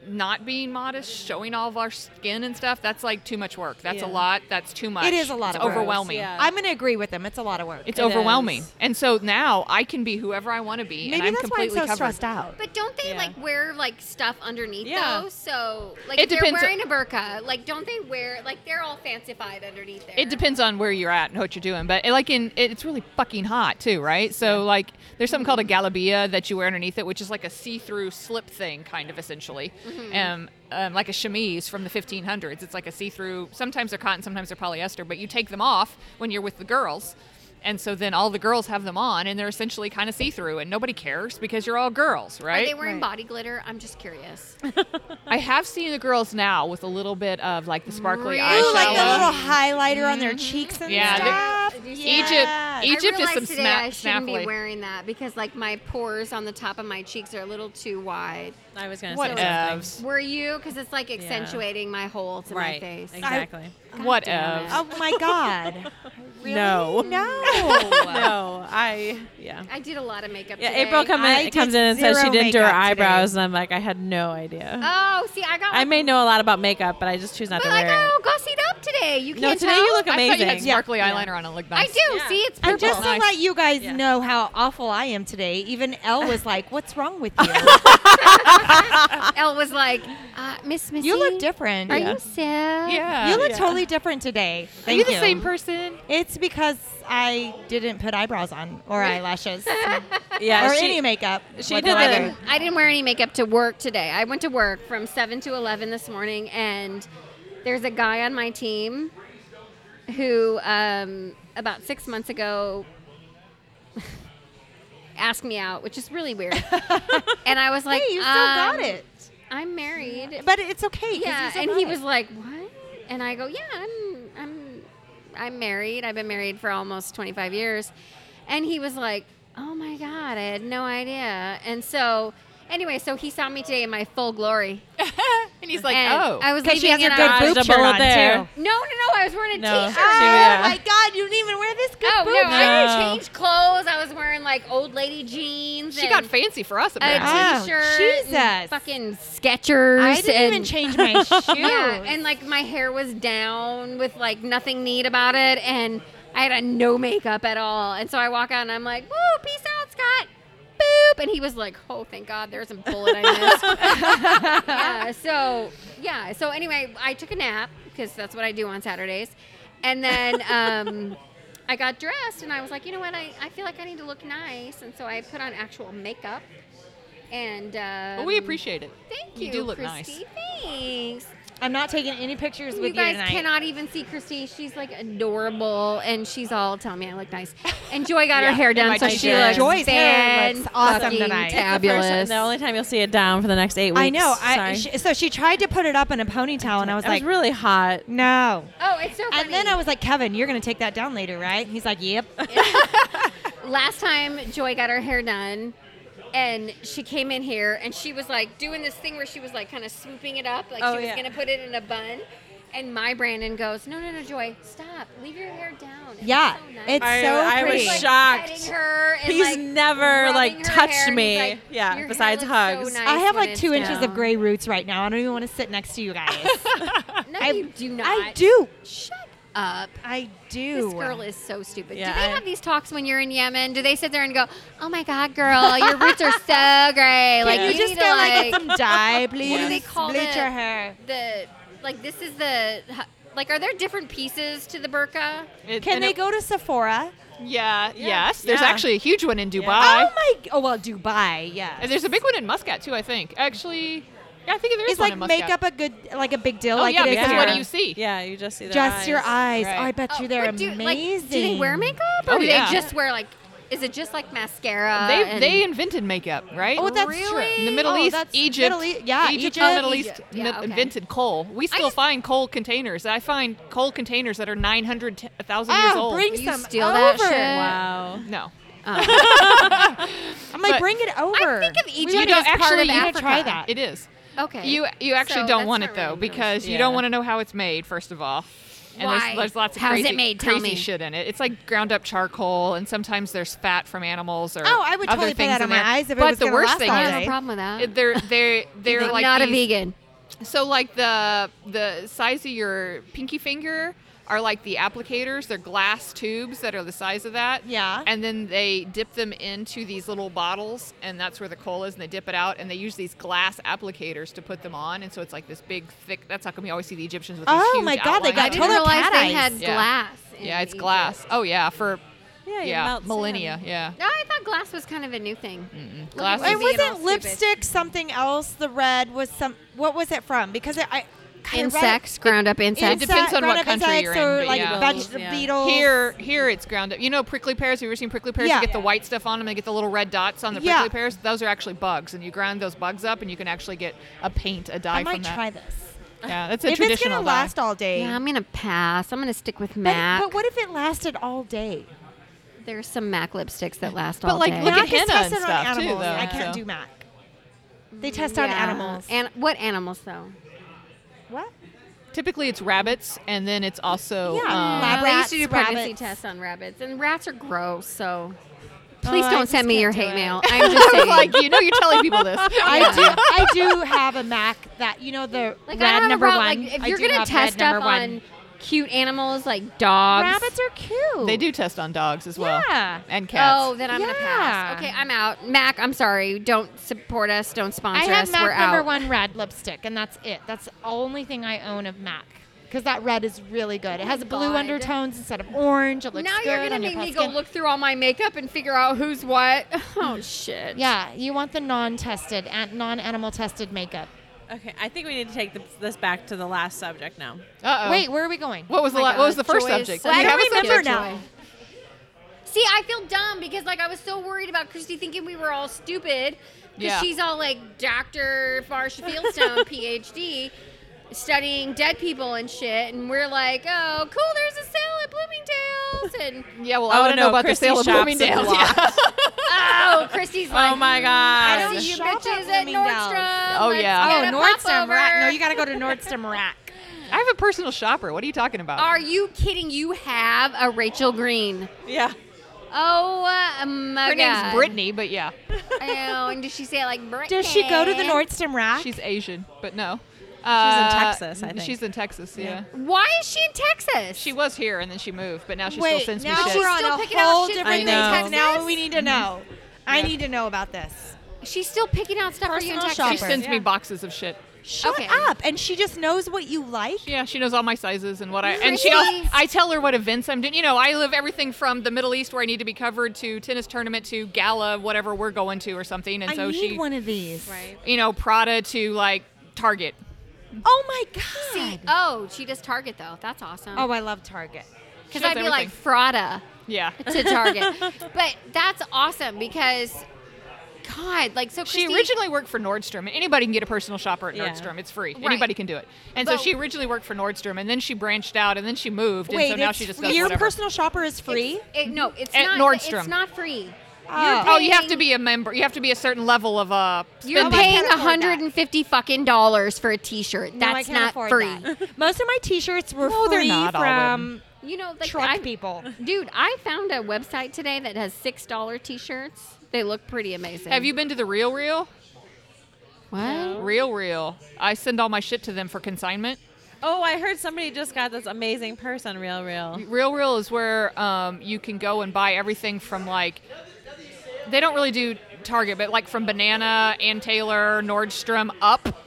Speaker 2: not being modest showing all of our skin and stuff that's like too much work that's a
Speaker 1: Yeah.
Speaker 2: lot that's too much
Speaker 4: It is a
Speaker 2: it's
Speaker 4: lot of work.
Speaker 2: overwhelming
Speaker 1: Yeah.
Speaker 4: I'm going to agree with them. It's a lot of work.
Speaker 2: it's
Speaker 1: It
Speaker 2: overwhelming
Speaker 1: is.
Speaker 2: and so now i can be whoever i want to be and
Speaker 4: Maybe
Speaker 2: i'm
Speaker 4: that's why I'm
Speaker 2: completely
Speaker 4: so
Speaker 2: covered
Speaker 4: stressed out.
Speaker 3: But don't they
Speaker 1: Yeah.
Speaker 3: like wear like stuff underneath
Speaker 1: Yeah.
Speaker 3: though? So like
Speaker 2: It
Speaker 3: if they're
Speaker 2: depends-
Speaker 3: wearing a burqa. Like don't they wear like they're all fancified underneath there?
Speaker 2: it depends on where you're at and what you're doing but like in it- it's really fucking hot too right so like there's something called a galabia that you wear underneath it which is like a see-through slip thing kind of essentially
Speaker 3: Mm-hmm.
Speaker 2: um, um, like a chemise from the 1500s it's like a see-through sometimes they're cotton sometimes they're polyester but you take them off when you're with the girls And so then all the girls have them on, and they're essentially kind of see through, and nobody cares because you're all girls,
Speaker 3: Are
Speaker 2: right?
Speaker 3: they wearing
Speaker 4: Right.
Speaker 3: body glitter? I'm just curious.
Speaker 2: I have seen the girls now with a little bit of like the sparkly
Speaker 3: Really?
Speaker 2: eyeshadow.
Speaker 4: Ooh, like the little highlighter on their cheeks and
Speaker 2: Mm-hmm. Yeah, they're-
Speaker 4: stuff.
Speaker 2: Egypt-
Speaker 4: Yeah.
Speaker 2: Egypt
Speaker 3: I
Speaker 2: is
Speaker 3: realized
Speaker 2: some
Speaker 3: today
Speaker 2: sma-
Speaker 3: I shouldn't
Speaker 2: snaffly.
Speaker 3: be wearing that because like my pores on the top of my cheeks are a little too wide.
Speaker 1: I was gonna
Speaker 4: What
Speaker 1: say something.
Speaker 2: Evs.
Speaker 3: Were you? Because it's like accentuating my hole to my
Speaker 1: Right.
Speaker 3: face.
Speaker 1: Exactly.
Speaker 2: What
Speaker 3: damn
Speaker 2: evs?
Speaker 3: it.
Speaker 4: Oh my god.
Speaker 1: No.
Speaker 4: No.
Speaker 1: no, I yeah.
Speaker 3: I did a lot of makeup.
Speaker 1: Yeah,
Speaker 3: today.
Speaker 1: April come
Speaker 4: I
Speaker 1: in,
Speaker 4: did
Speaker 1: comes in and says she
Speaker 4: zero
Speaker 1: didn't do her
Speaker 4: makeup today.
Speaker 1: eyebrows, and I'm like, I had no idea.
Speaker 3: Oh, see, I got.
Speaker 1: I may know a lot about makeup, but I just choose not
Speaker 3: but
Speaker 1: to
Speaker 3: I
Speaker 1: wear
Speaker 3: got
Speaker 1: it.
Speaker 3: all gussied up today. Oh, You
Speaker 1: No,
Speaker 3: can't
Speaker 1: today
Speaker 3: tell.
Speaker 1: you look
Speaker 2: I thought you had
Speaker 1: amazing.
Speaker 4: Yeah.
Speaker 2: sparkly eyeliner on and looked
Speaker 3: I
Speaker 2: nice.
Speaker 3: do.
Speaker 1: Yeah.
Speaker 3: See, it's purple.
Speaker 4: And just to
Speaker 2: Nice.
Speaker 4: let you guys
Speaker 1: Yeah.
Speaker 4: know how awful I am today, even Elle was like, "What's wrong with you?
Speaker 3: Elle was like, uh, Miss Missy.
Speaker 4: you look different.
Speaker 3: Are
Speaker 4: Yeah.
Speaker 3: you sad?
Speaker 2: Yeah.
Speaker 4: You look
Speaker 1: Yeah.
Speaker 4: totally different today.
Speaker 2: Are
Speaker 4: Thank
Speaker 2: you the same person?
Speaker 4: It's because I didn't put eyebrows on or eyelashes
Speaker 1: Yeah,
Speaker 4: or
Speaker 1: she-
Speaker 4: any makeup.
Speaker 1: she did
Speaker 4: whatsoever.
Speaker 1: the-
Speaker 3: I didn't wear any makeup to work today. I went to work from 7 to 11 this morning, and there's a guy on my team who, um, about six months ago, asked me out, which is really weird. and I was like,
Speaker 4: Hey, you still
Speaker 3: um,
Speaker 4: got it,
Speaker 3: I'm married.
Speaker 4: but it's okay. 'cause you
Speaker 3: yeah,
Speaker 4: still
Speaker 3: and
Speaker 4: got
Speaker 3: he
Speaker 4: it.
Speaker 3: was like, "What?" And I go, "Yeah, I'm I'm I'm married. I've been married for almost 25 years." And he was like, "Oh my god, I had no idea." And so anyway, so he saw me today in my full glory.
Speaker 2: And he's like,
Speaker 3: and
Speaker 2: oh.
Speaker 3: I was
Speaker 4: because
Speaker 3: leaving
Speaker 4: she has
Speaker 3: and
Speaker 4: a
Speaker 3: I
Speaker 1: eyes
Speaker 4: good
Speaker 1: to
Speaker 4: boob shirt
Speaker 1: bullet
Speaker 4: on
Speaker 1: there.
Speaker 4: too.
Speaker 3: no, no, no, I was wearing a
Speaker 1: No.
Speaker 3: t-shirt.
Speaker 1: She-
Speaker 4: Oh
Speaker 1: yeah.
Speaker 4: my god, you didn't even wear this good
Speaker 3: Oh
Speaker 4: boob
Speaker 3: no, I
Speaker 1: No.
Speaker 3: didn't change clothes. I was wearing like old lady jeans.
Speaker 2: she got
Speaker 3: and
Speaker 2: fancy for us about it.
Speaker 4: Oh,
Speaker 3: a t-shirt. and
Speaker 4: Jesus.
Speaker 3: Fucking Skechers.
Speaker 4: I didn't even
Speaker 3: and-
Speaker 4: change my shoes.
Speaker 3: Yeah, and like my hair was down with like nothing neat about it, and I had a no makeup at all. And so I walk out and I'm like, "Woo, peace out, Scott." Boop, and he was like, "Oh, thank God, there's a bullet I missed." yeah, so yeah, so anyway, I took a nap because that's what I do on Saturdays, and then. Um, I got dressed and I was like, you know what? I, I feel like I need to look nice. And so I put on actual makeup. And um,
Speaker 2: But we appreciate it.
Speaker 3: Thank you,
Speaker 2: You do look
Speaker 3: Christy.
Speaker 2: nice.
Speaker 3: Thanks.
Speaker 4: I'm not taking any pictures with
Speaker 3: You
Speaker 4: you
Speaker 3: guys
Speaker 4: tonight.
Speaker 3: cannot even see Christy. She's like adorable, and she's all telling me I look nice. And Joy got her hair
Speaker 2: in
Speaker 3: done,
Speaker 2: my
Speaker 3: so
Speaker 2: t-shirt.
Speaker 3: she looks
Speaker 4: Joy's hair looks awesome
Speaker 3: fan-fucking
Speaker 4: tonight. It's the
Speaker 1: The first-
Speaker 3: Fabulous.
Speaker 1: the only time you'll see it down for the next eight weeks.
Speaker 4: I know. I,
Speaker 1: Sorry.
Speaker 4: sh so she tried to put it up in a ponytail, and I was
Speaker 1: it
Speaker 4: like,
Speaker 1: was really hot.
Speaker 4: no.
Speaker 3: oh, it's so funny.
Speaker 4: And then I was like, Kevin, you're going to take that down later, right? He's like, yep.
Speaker 3: last time Joy got her hair done, and she came in here and she was like doing this thing where she was like kind of swooping it up, like
Speaker 1: Oh,
Speaker 3: she was
Speaker 1: yeah.
Speaker 3: gonna put it in a bun. And my Brandon goes, no, no, no, Joy, stop. Leave your hair down. It's
Speaker 4: Yeah,
Speaker 3: so nice."
Speaker 4: it's
Speaker 1: I-
Speaker 4: so
Speaker 1: I was
Speaker 4: pretty.
Speaker 3: He's, like,
Speaker 1: shocked.
Speaker 3: petting her and,
Speaker 1: He's
Speaker 3: like,
Speaker 1: never, like,
Speaker 3: rubbing her
Speaker 1: touched
Speaker 3: hair, and he's
Speaker 1: me.
Speaker 3: like,
Speaker 1: Yeah,
Speaker 3: "Your hair
Speaker 1: besides
Speaker 3: looks so
Speaker 1: hugs.
Speaker 3: nice
Speaker 4: I have
Speaker 3: when
Speaker 4: like
Speaker 3: it's
Speaker 4: two inches
Speaker 3: down."
Speaker 4: of gray roots right now. I don't even want to sit next to you guys.
Speaker 3: No,
Speaker 4: I-
Speaker 3: you do not.
Speaker 4: I do.
Speaker 3: Shut up.
Speaker 4: I do.
Speaker 3: This girl is so stupid.
Speaker 1: Yeah,
Speaker 3: do they
Speaker 1: I-
Speaker 3: have these talks when you're in Yemen? Do they sit there and go, "Oh my God, girl, your roots are so gray. Like
Speaker 4: Can you, just
Speaker 3: need
Speaker 4: go
Speaker 3: to,
Speaker 4: like,
Speaker 3: like
Speaker 4: get some dye, please?
Speaker 3: do they call
Speaker 4: Bleach
Speaker 3: it?
Speaker 4: your hair.
Speaker 3: the like this is the like are there different pieces to the burqa?
Speaker 2: It-
Speaker 4: Can
Speaker 2: and
Speaker 4: they
Speaker 2: it-
Speaker 4: go to Sephora?
Speaker 2: Yeah, Yes. There's
Speaker 1: yeah.
Speaker 2: actually a huge one in Dubai.
Speaker 4: Oh my! Oh well, Dubai. Yeah.
Speaker 2: And there's a big one in Muscat too, I think. Actually, yeah, I think there is
Speaker 4: Is
Speaker 2: one
Speaker 4: like
Speaker 2: in Muscat.
Speaker 4: makeup a good like a big deal?
Speaker 2: Oh,
Speaker 4: like
Speaker 2: yeah,
Speaker 4: it is
Speaker 2: because
Speaker 4: here.
Speaker 2: what do you see?
Speaker 1: Yeah, you just see their
Speaker 4: Just
Speaker 1: eyes.
Speaker 4: your eyes.
Speaker 2: Right.
Speaker 4: Oh, I bet you they're
Speaker 3: but do,
Speaker 4: amazing.
Speaker 3: Like, do they wear makeup? Or
Speaker 2: Oh,
Speaker 3: do
Speaker 2: yeah.
Speaker 3: they just wear like? Is it just like mascara?
Speaker 2: They,
Speaker 3: and-
Speaker 2: they invented makeup, right?
Speaker 4: Uh, Oh, that's
Speaker 3: Really?
Speaker 4: true.
Speaker 2: In the Middle
Speaker 4: Oh,
Speaker 2: East,
Speaker 4: that's
Speaker 2: Egypt,
Speaker 4: Middle East- yeah,
Speaker 2: Egypt,
Speaker 4: Egypt,
Speaker 2: the Middle East
Speaker 3: Egypt. Yeah,
Speaker 2: mi-
Speaker 3: okay.
Speaker 2: invented coal. We still
Speaker 3: just-
Speaker 2: find coal containers. I find coal containers that are 900,000 years
Speaker 4: Oh,
Speaker 2: old.
Speaker 4: bring
Speaker 3: You
Speaker 4: some
Speaker 3: steal
Speaker 4: over.
Speaker 3: that shit?
Speaker 1: Wow.
Speaker 2: no.
Speaker 4: I'm like,
Speaker 2: But-
Speaker 4: bring it over.
Speaker 3: think of
Speaker 4: We
Speaker 3: Egypt
Speaker 4: wanna
Speaker 2: you
Speaker 4: go
Speaker 2: don't
Speaker 4: to
Speaker 2: actually
Speaker 4: Sparta, you gotta try
Speaker 2: Africa.
Speaker 4: that.
Speaker 2: It is.
Speaker 3: okay.
Speaker 2: You you actually
Speaker 3: So
Speaker 2: don't
Speaker 3: that's
Speaker 2: want
Speaker 3: not
Speaker 2: it though
Speaker 3: really nice.
Speaker 2: because you
Speaker 1: Yeah.
Speaker 2: don't want to know how it's made first of all. And
Speaker 3: Why?
Speaker 2: There's, there's lots of
Speaker 3: How's it
Speaker 2: crazy,
Speaker 3: made? Tell
Speaker 2: crazy
Speaker 3: me.
Speaker 2: shit in it. It's like ground up charcoal, and sometimes there's fat from animals or
Speaker 4: Oh, I would
Speaker 2: other
Speaker 4: totally put
Speaker 2: things
Speaker 4: that
Speaker 2: in
Speaker 4: on my
Speaker 2: there.
Speaker 4: eyes if it
Speaker 2: but
Speaker 4: was
Speaker 2: the
Speaker 4: gonna
Speaker 2: worst
Speaker 4: last
Speaker 2: thing
Speaker 4: all
Speaker 3: I
Speaker 2: is
Speaker 3: don't have
Speaker 4: day.
Speaker 3: a problem with that.
Speaker 2: it- they're they're they're
Speaker 3: Like,
Speaker 2: like
Speaker 3: not a
Speaker 2: these-
Speaker 3: vegan.
Speaker 2: So like the the size of your pinky finger are like the applicators. They're glass tubes that are the size of that.
Speaker 4: Yeah.
Speaker 2: And then they dip them into these little bottles, and that's where the coal is. And they dip it out, and they use these glass applicators to put them on. And so it's like this big, thick. That's how come you always see the Egyptians with these
Speaker 4: Oh
Speaker 2: huge
Speaker 4: my God, they
Speaker 2: outlined-
Speaker 4: got
Speaker 3: I didn't
Speaker 4: total
Speaker 3: realize
Speaker 4: cat
Speaker 3: they
Speaker 4: eyes.
Speaker 3: had
Speaker 2: Yeah.
Speaker 3: glass. in
Speaker 2: Yeah, it's
Speaker 3: Egypt.
Speaker 2: glass. Oh yeah, for
Speaker 1: Yeah, you
Speaker 2: yeah
Speaker 1: melt
Speaker 2: millennia.
Speaker 1: sand.
Speaker 2: Yeah.
Speaker 3: No, I thought glass was kind of a new thing.
Speaker 2: Glass
Speaker 3: Look at
Speaker 2: is-
Speaker 4: And
Speaker 3: me being
Speaker 4: wasn't
Speaker 3: all stupid.
Speaker 4: lipstick something else? The red was some. What was it from? Because it, I, God, I read-
Speaker 3: insects, ground up insects.
Speaker 2: It depends on
Speaker 4: ground
Speaker 2: what
Speaker 4: up
Speaker 2: country
Speaker 4: insects
Speaker 2: you're
Speaker 4: or
Speaker 2: in, but
Speaker 4: like
Speaker 2: yeah.
Speaker 4: veg-
Speaker 1: Yeah.
Speaker 4: beetles.
Speaker 2: Here, here it's ground up. You know prickly pears. Have you ever seen prickly pears?
Speaker 4: Yeah.
Speaker 2: You get the white stuff on them. They get the little red dots on the
Speaker 4: Yeah.
Speaker 2: prickly pears. Those are actually bugs, and you grind those bugs up, and you can actually get a paint, a dye
Speaker 4: I might
Speaker 2: from that.
Speaker 4: try this.
Speaker 2: Yeah, that's a
Speaker 4: If it's
Speaker 2: traditional
Speaker 4: gonna
Speaker 2: dye.
Speaker 4: last all day.
Speaker 3: Yeah, I'm gonna pass. I'm gonna stick with
Speaker 4: but,
Speaker 3: Mac.
Speaker 4: but what if it lasted all day?
Speaker 3: There's some Mac lipsticks that last
Speaker 2: But,
Speaker 3: all
Speaker 2: like,
Speaker 3: day.
Speaker 2: look at
Speaker 4: Mac is
Speaker 2: henna and
Speaker 4: tested on
Speaker 2: stuff, too,
Speaker 4: animals.
Speaker 2: though,
Speaker 4: I can't
Speaker 2: so.
Speaker 4: do Mac. They test on
Speaker 3: Yeah.
Speaker 4: animals.
Speaker 3: And what animals though?
Speaker 4: what?
Speaker 2: Typically, it's rabbits, and then it's also
Speaker 4: Yeah.
Speaker 2: um,
Speaker 4: Lab-
Speaker 3: they
Speaker 4: rats,
Speaker 3: used to do pregnancy
Speaker 4: rabbits.
Speaker 3: tests on rabbits, and rats are gross. So please
Speaker 4: Oh, I
Speaker 3: don't
Speaker 4: just
Speaker 3: send me
Speaker 4: can't
Speaker 3: your
Speaker 4: do
Speaker 3: hate
Speaker 4: it.
Speaker 3: mail. I'm just saying.
Speaker 2: like you know, you're telling people this.
Speaker 4: I do. I do have a Mac that you know the
Speaker 3: like I
Speaker 4: red
Speaker 3: don't have
Speaker 4: number
Speaker 3: a problem.
Speaker 4: one.
Speaker 3: Like, if
Speaker 4: I
Speaker 3: you're
Speaker 4: do
Speaker 3: gonna
Speaker 4: have
Speaker 3: test
Speaker 4: red number
Speaker 3: stuff
Speaker 4: one.
Speaker 3: on cute animals like dogs,
Speaker 4: rabbits are cute.
Speaker 2: They do test on dogs as well.
Speaker 4: Yeah.
Speaker 2: And cats.
Speaker 3: Oh, then I'm gonna pass.
Speaker 4: Yeah.
Speaker 3: Okay, I'm out. Mac, I'm sorry. Don't support us. Don't
Speaker 6: I
Speaker 3: sponsor
Speaker 6: have
Speaker 3: us.
Speaker 6: Mac
Speaker 3: We're
Speaker 6: number
Speaker 3: out.
Speaker 6: one red lipstick, and that's it. That's the only thing I own of Mac. Because that red is really good. It
Speaker 4: Oh,
Speaker 6: has blue
Speaker 3: God.
Speaker 6: undertones instead of orange. It looks
Speaker 3: now
Speaker 6: good
Speaker 3: you're gonna
Speaker 6: on your
Speaker 3: make me
Speaker 6: pale
Speaker 3: go
Speaker 6: skin. Hmm.
Speaker 3: look through all my makeup and figure out who's what. Oh shit.
Speaker 6: Yeah, you want the non-tested, an- non-animal tested makeup.
Speaker 1: Okay, I think we need to take th- this back to the last subject now.
Speaker 4: Oh.
Speaker 2: Uh-oh.
Speaker 6: Wait, where are we going?
Speaker 2: What was the
Speaker 3: Oh my
Speaker 2: la- what was
Speaker 3: God,
Speaker 2: the first
Speaker 3: Joy is
Speaker 2: subject?
Speaker 3: so
Speaker 2: Did we
Speaker 4: I don't
Speaker 2: have a subject?
Speaker 4: remember now.
Speaker 3: See, I feel dumb because like I was so worried about Christy thinking we were all stupid because
Speaker 2: Yeah.
Speaker 3: she's all like Dr. Farsha Fieldstone, PhD, studying dead people and shit, and we're like, oh, cool, there's a sale at Bloomingdale's, and
Speaker 2: Yeah, well, I want to know about
Speaker 1: Oh, Christy
Speaker 2: the sale of
Speaker 1: shops
Speaker 2: Bloomingdale's.
Speaker 1: a lot.
Speaker 2: Yeah.
Speaker 3: oh, Christy's like,
Speaker 1: Oh my
Speaker 3: I
Speaker 1: god!
Speaker 3: don't see you
Speaker 4: Shop at
Speaker 3: bitches at
Speaker 4: Bloomingdale's.
Speaker 3: Nordstrom.
Speaker 2: Oh,
Speaker 3: Let's
Speaker 2: yeah.
Speaker 3: get
Speaker 4: Oh,
Speaker 3: a
Speaker 4: Nordstrom
Speaker 3: popover."
Speaker 4: Rack. No, you got to go to Nordstrom Rack.
Speaker 2: I have a personal shopper. What are you talking about?
Speaker 3: Are you kidding? You have a Rachel Green.
Speaker 1: Yeah.
Speaker 3: Oh uh, my
Speaker 2: Her
Speaker 3: god.
Speaker 2: name's Brittany, but yeah,
Speaker 3: Oh, and does she say it like Brittany?
Speaker 4: Does she go to the Nordstrom Rack?
Speaker 2: she's Asian, but no. Uh,
Speaker 1: Texas, I think.
Speaker 2: She's in Texas, yeah.
Speaker 3: Why is she in Texas?
Speaker 2: She was here and then she moved, but now she
Speaker 4: Wait,
Speaker 2: still sends me
Speaker 4: now
Speaker 2: shit.
Speaker 4: we're on
Speaker 3: Still
Speaker 4: a
Speaker 3: picking out
Speaker 4: whole
Speaker 3: shit
Speaker 4: different
Speaker 1: from
Speaker 4: thing.
Speaker 1: you in Texas?
Speaker 4: Now we need to know. I need to know about this.
Speaker 3: She's still picking out stuff for you in
Speaker 4: Personal
Speaker 3: Texas.
Speaker 2: she
Speaker 4: shopper.
Speaker 2: sends me boxes of shit.
Speaker 4: Shut
Speaker 3: Okay.
Speaker 4: up. And she just knows what you like.
Speaker 2: Yeah, she knows all my sizes and what I and she.
Speaker 3: Really?
Speaker 2: al- I tell her what events I'm doing. You know, I live everything from the Middle East where I need to be covered to tennis tournament to gala, whatever we're going to or something. And
Speaker 4: I
Speaker 2: so
Speaker 4: need
Speaker 2: she,
Speaker 4: one of these.
Speaker 3: Right.
Speaker 2: you know, Prada to like Target.
Speaker 4: Oh my god.
Speaker 3: Oh, she does Target though. That's awesome.
Speaker 4: oh, I love Target.
Speaker 3: because
Speaker 2: she
Speaker 3: I'd
Speaker 2: does
Speaker 3: be
Speaker 2: everything.
Speaker 3: like Frada
Speaker 2: Yeah.
Speaker 3: to Target. but that's awesome because, God, like so.
Speaker 2: She
Speaker 3: Christy-
Speaker 2: originally worked for Nordstrom, and anybody can get a personal shopper at
Speaker 1: Yeah.
Speaker 2: Nordstrom. It's free.
Speaker 3: Right.
Speaker 2: Anybody can do it. And
Speaker 3: But-
Speaker 2: so she originally worked for Nordstrom, and then she branched out, and then she moved, and
Speaker 4: Wait,
Speaker 2: so now
Speaker 4: it's
Speaker 2: she just
Speaker 4: free.
Speaker 2: does
Speaker 4: your
Speaker 2: whatever.
Speaker 4: personal shopper is free.
Speaker 3: It- no, it's
Speaker 2: At
Speaker 3: not. It's
Speaker 2: Nordstrom.
Speaker 3: not free.
Speaker 4: Oh.
Speaker 2: oh, you have to be a member. You have to be a certain level of uh.
Speaker 3: You're
Speaker 2: spending.
Speaker 3: paying
Speaker 4: afford that.
Speaker 3: 150 fucking dollars for a T-shirt.
Speaker 4: No, I
Speaker 3: That's
Speaker 4: can't
Speaker 3: not
Speaker 4: afford
Speaker 3: free.
Speaker 4: that. Most of my T-shirts were
Speaker 2: No, they're
Speaker 4: free
Speaker 2: not all
Speaker 4: from
Speaker 3: You know, like
Speaker 4: truck
Speaker 3: I,
Speaker 4: people.
Speaker 3: dude, I found a website today that has six dollar T-shirts. They look pretty amazing.
Speaker 2: Have you been to the Real Real?
Speaker 3: What?
Speaker 2: Real Real. I send all my shit to them for consignment.
Speaker 1: Oh, I heard somebody just got this amazing purse on Real Real.
Speaker 2: Real Real is where um, you can go and buy everything from like. They don't really do Target, but like from Banana, Ann Taylor, Nordstrom up,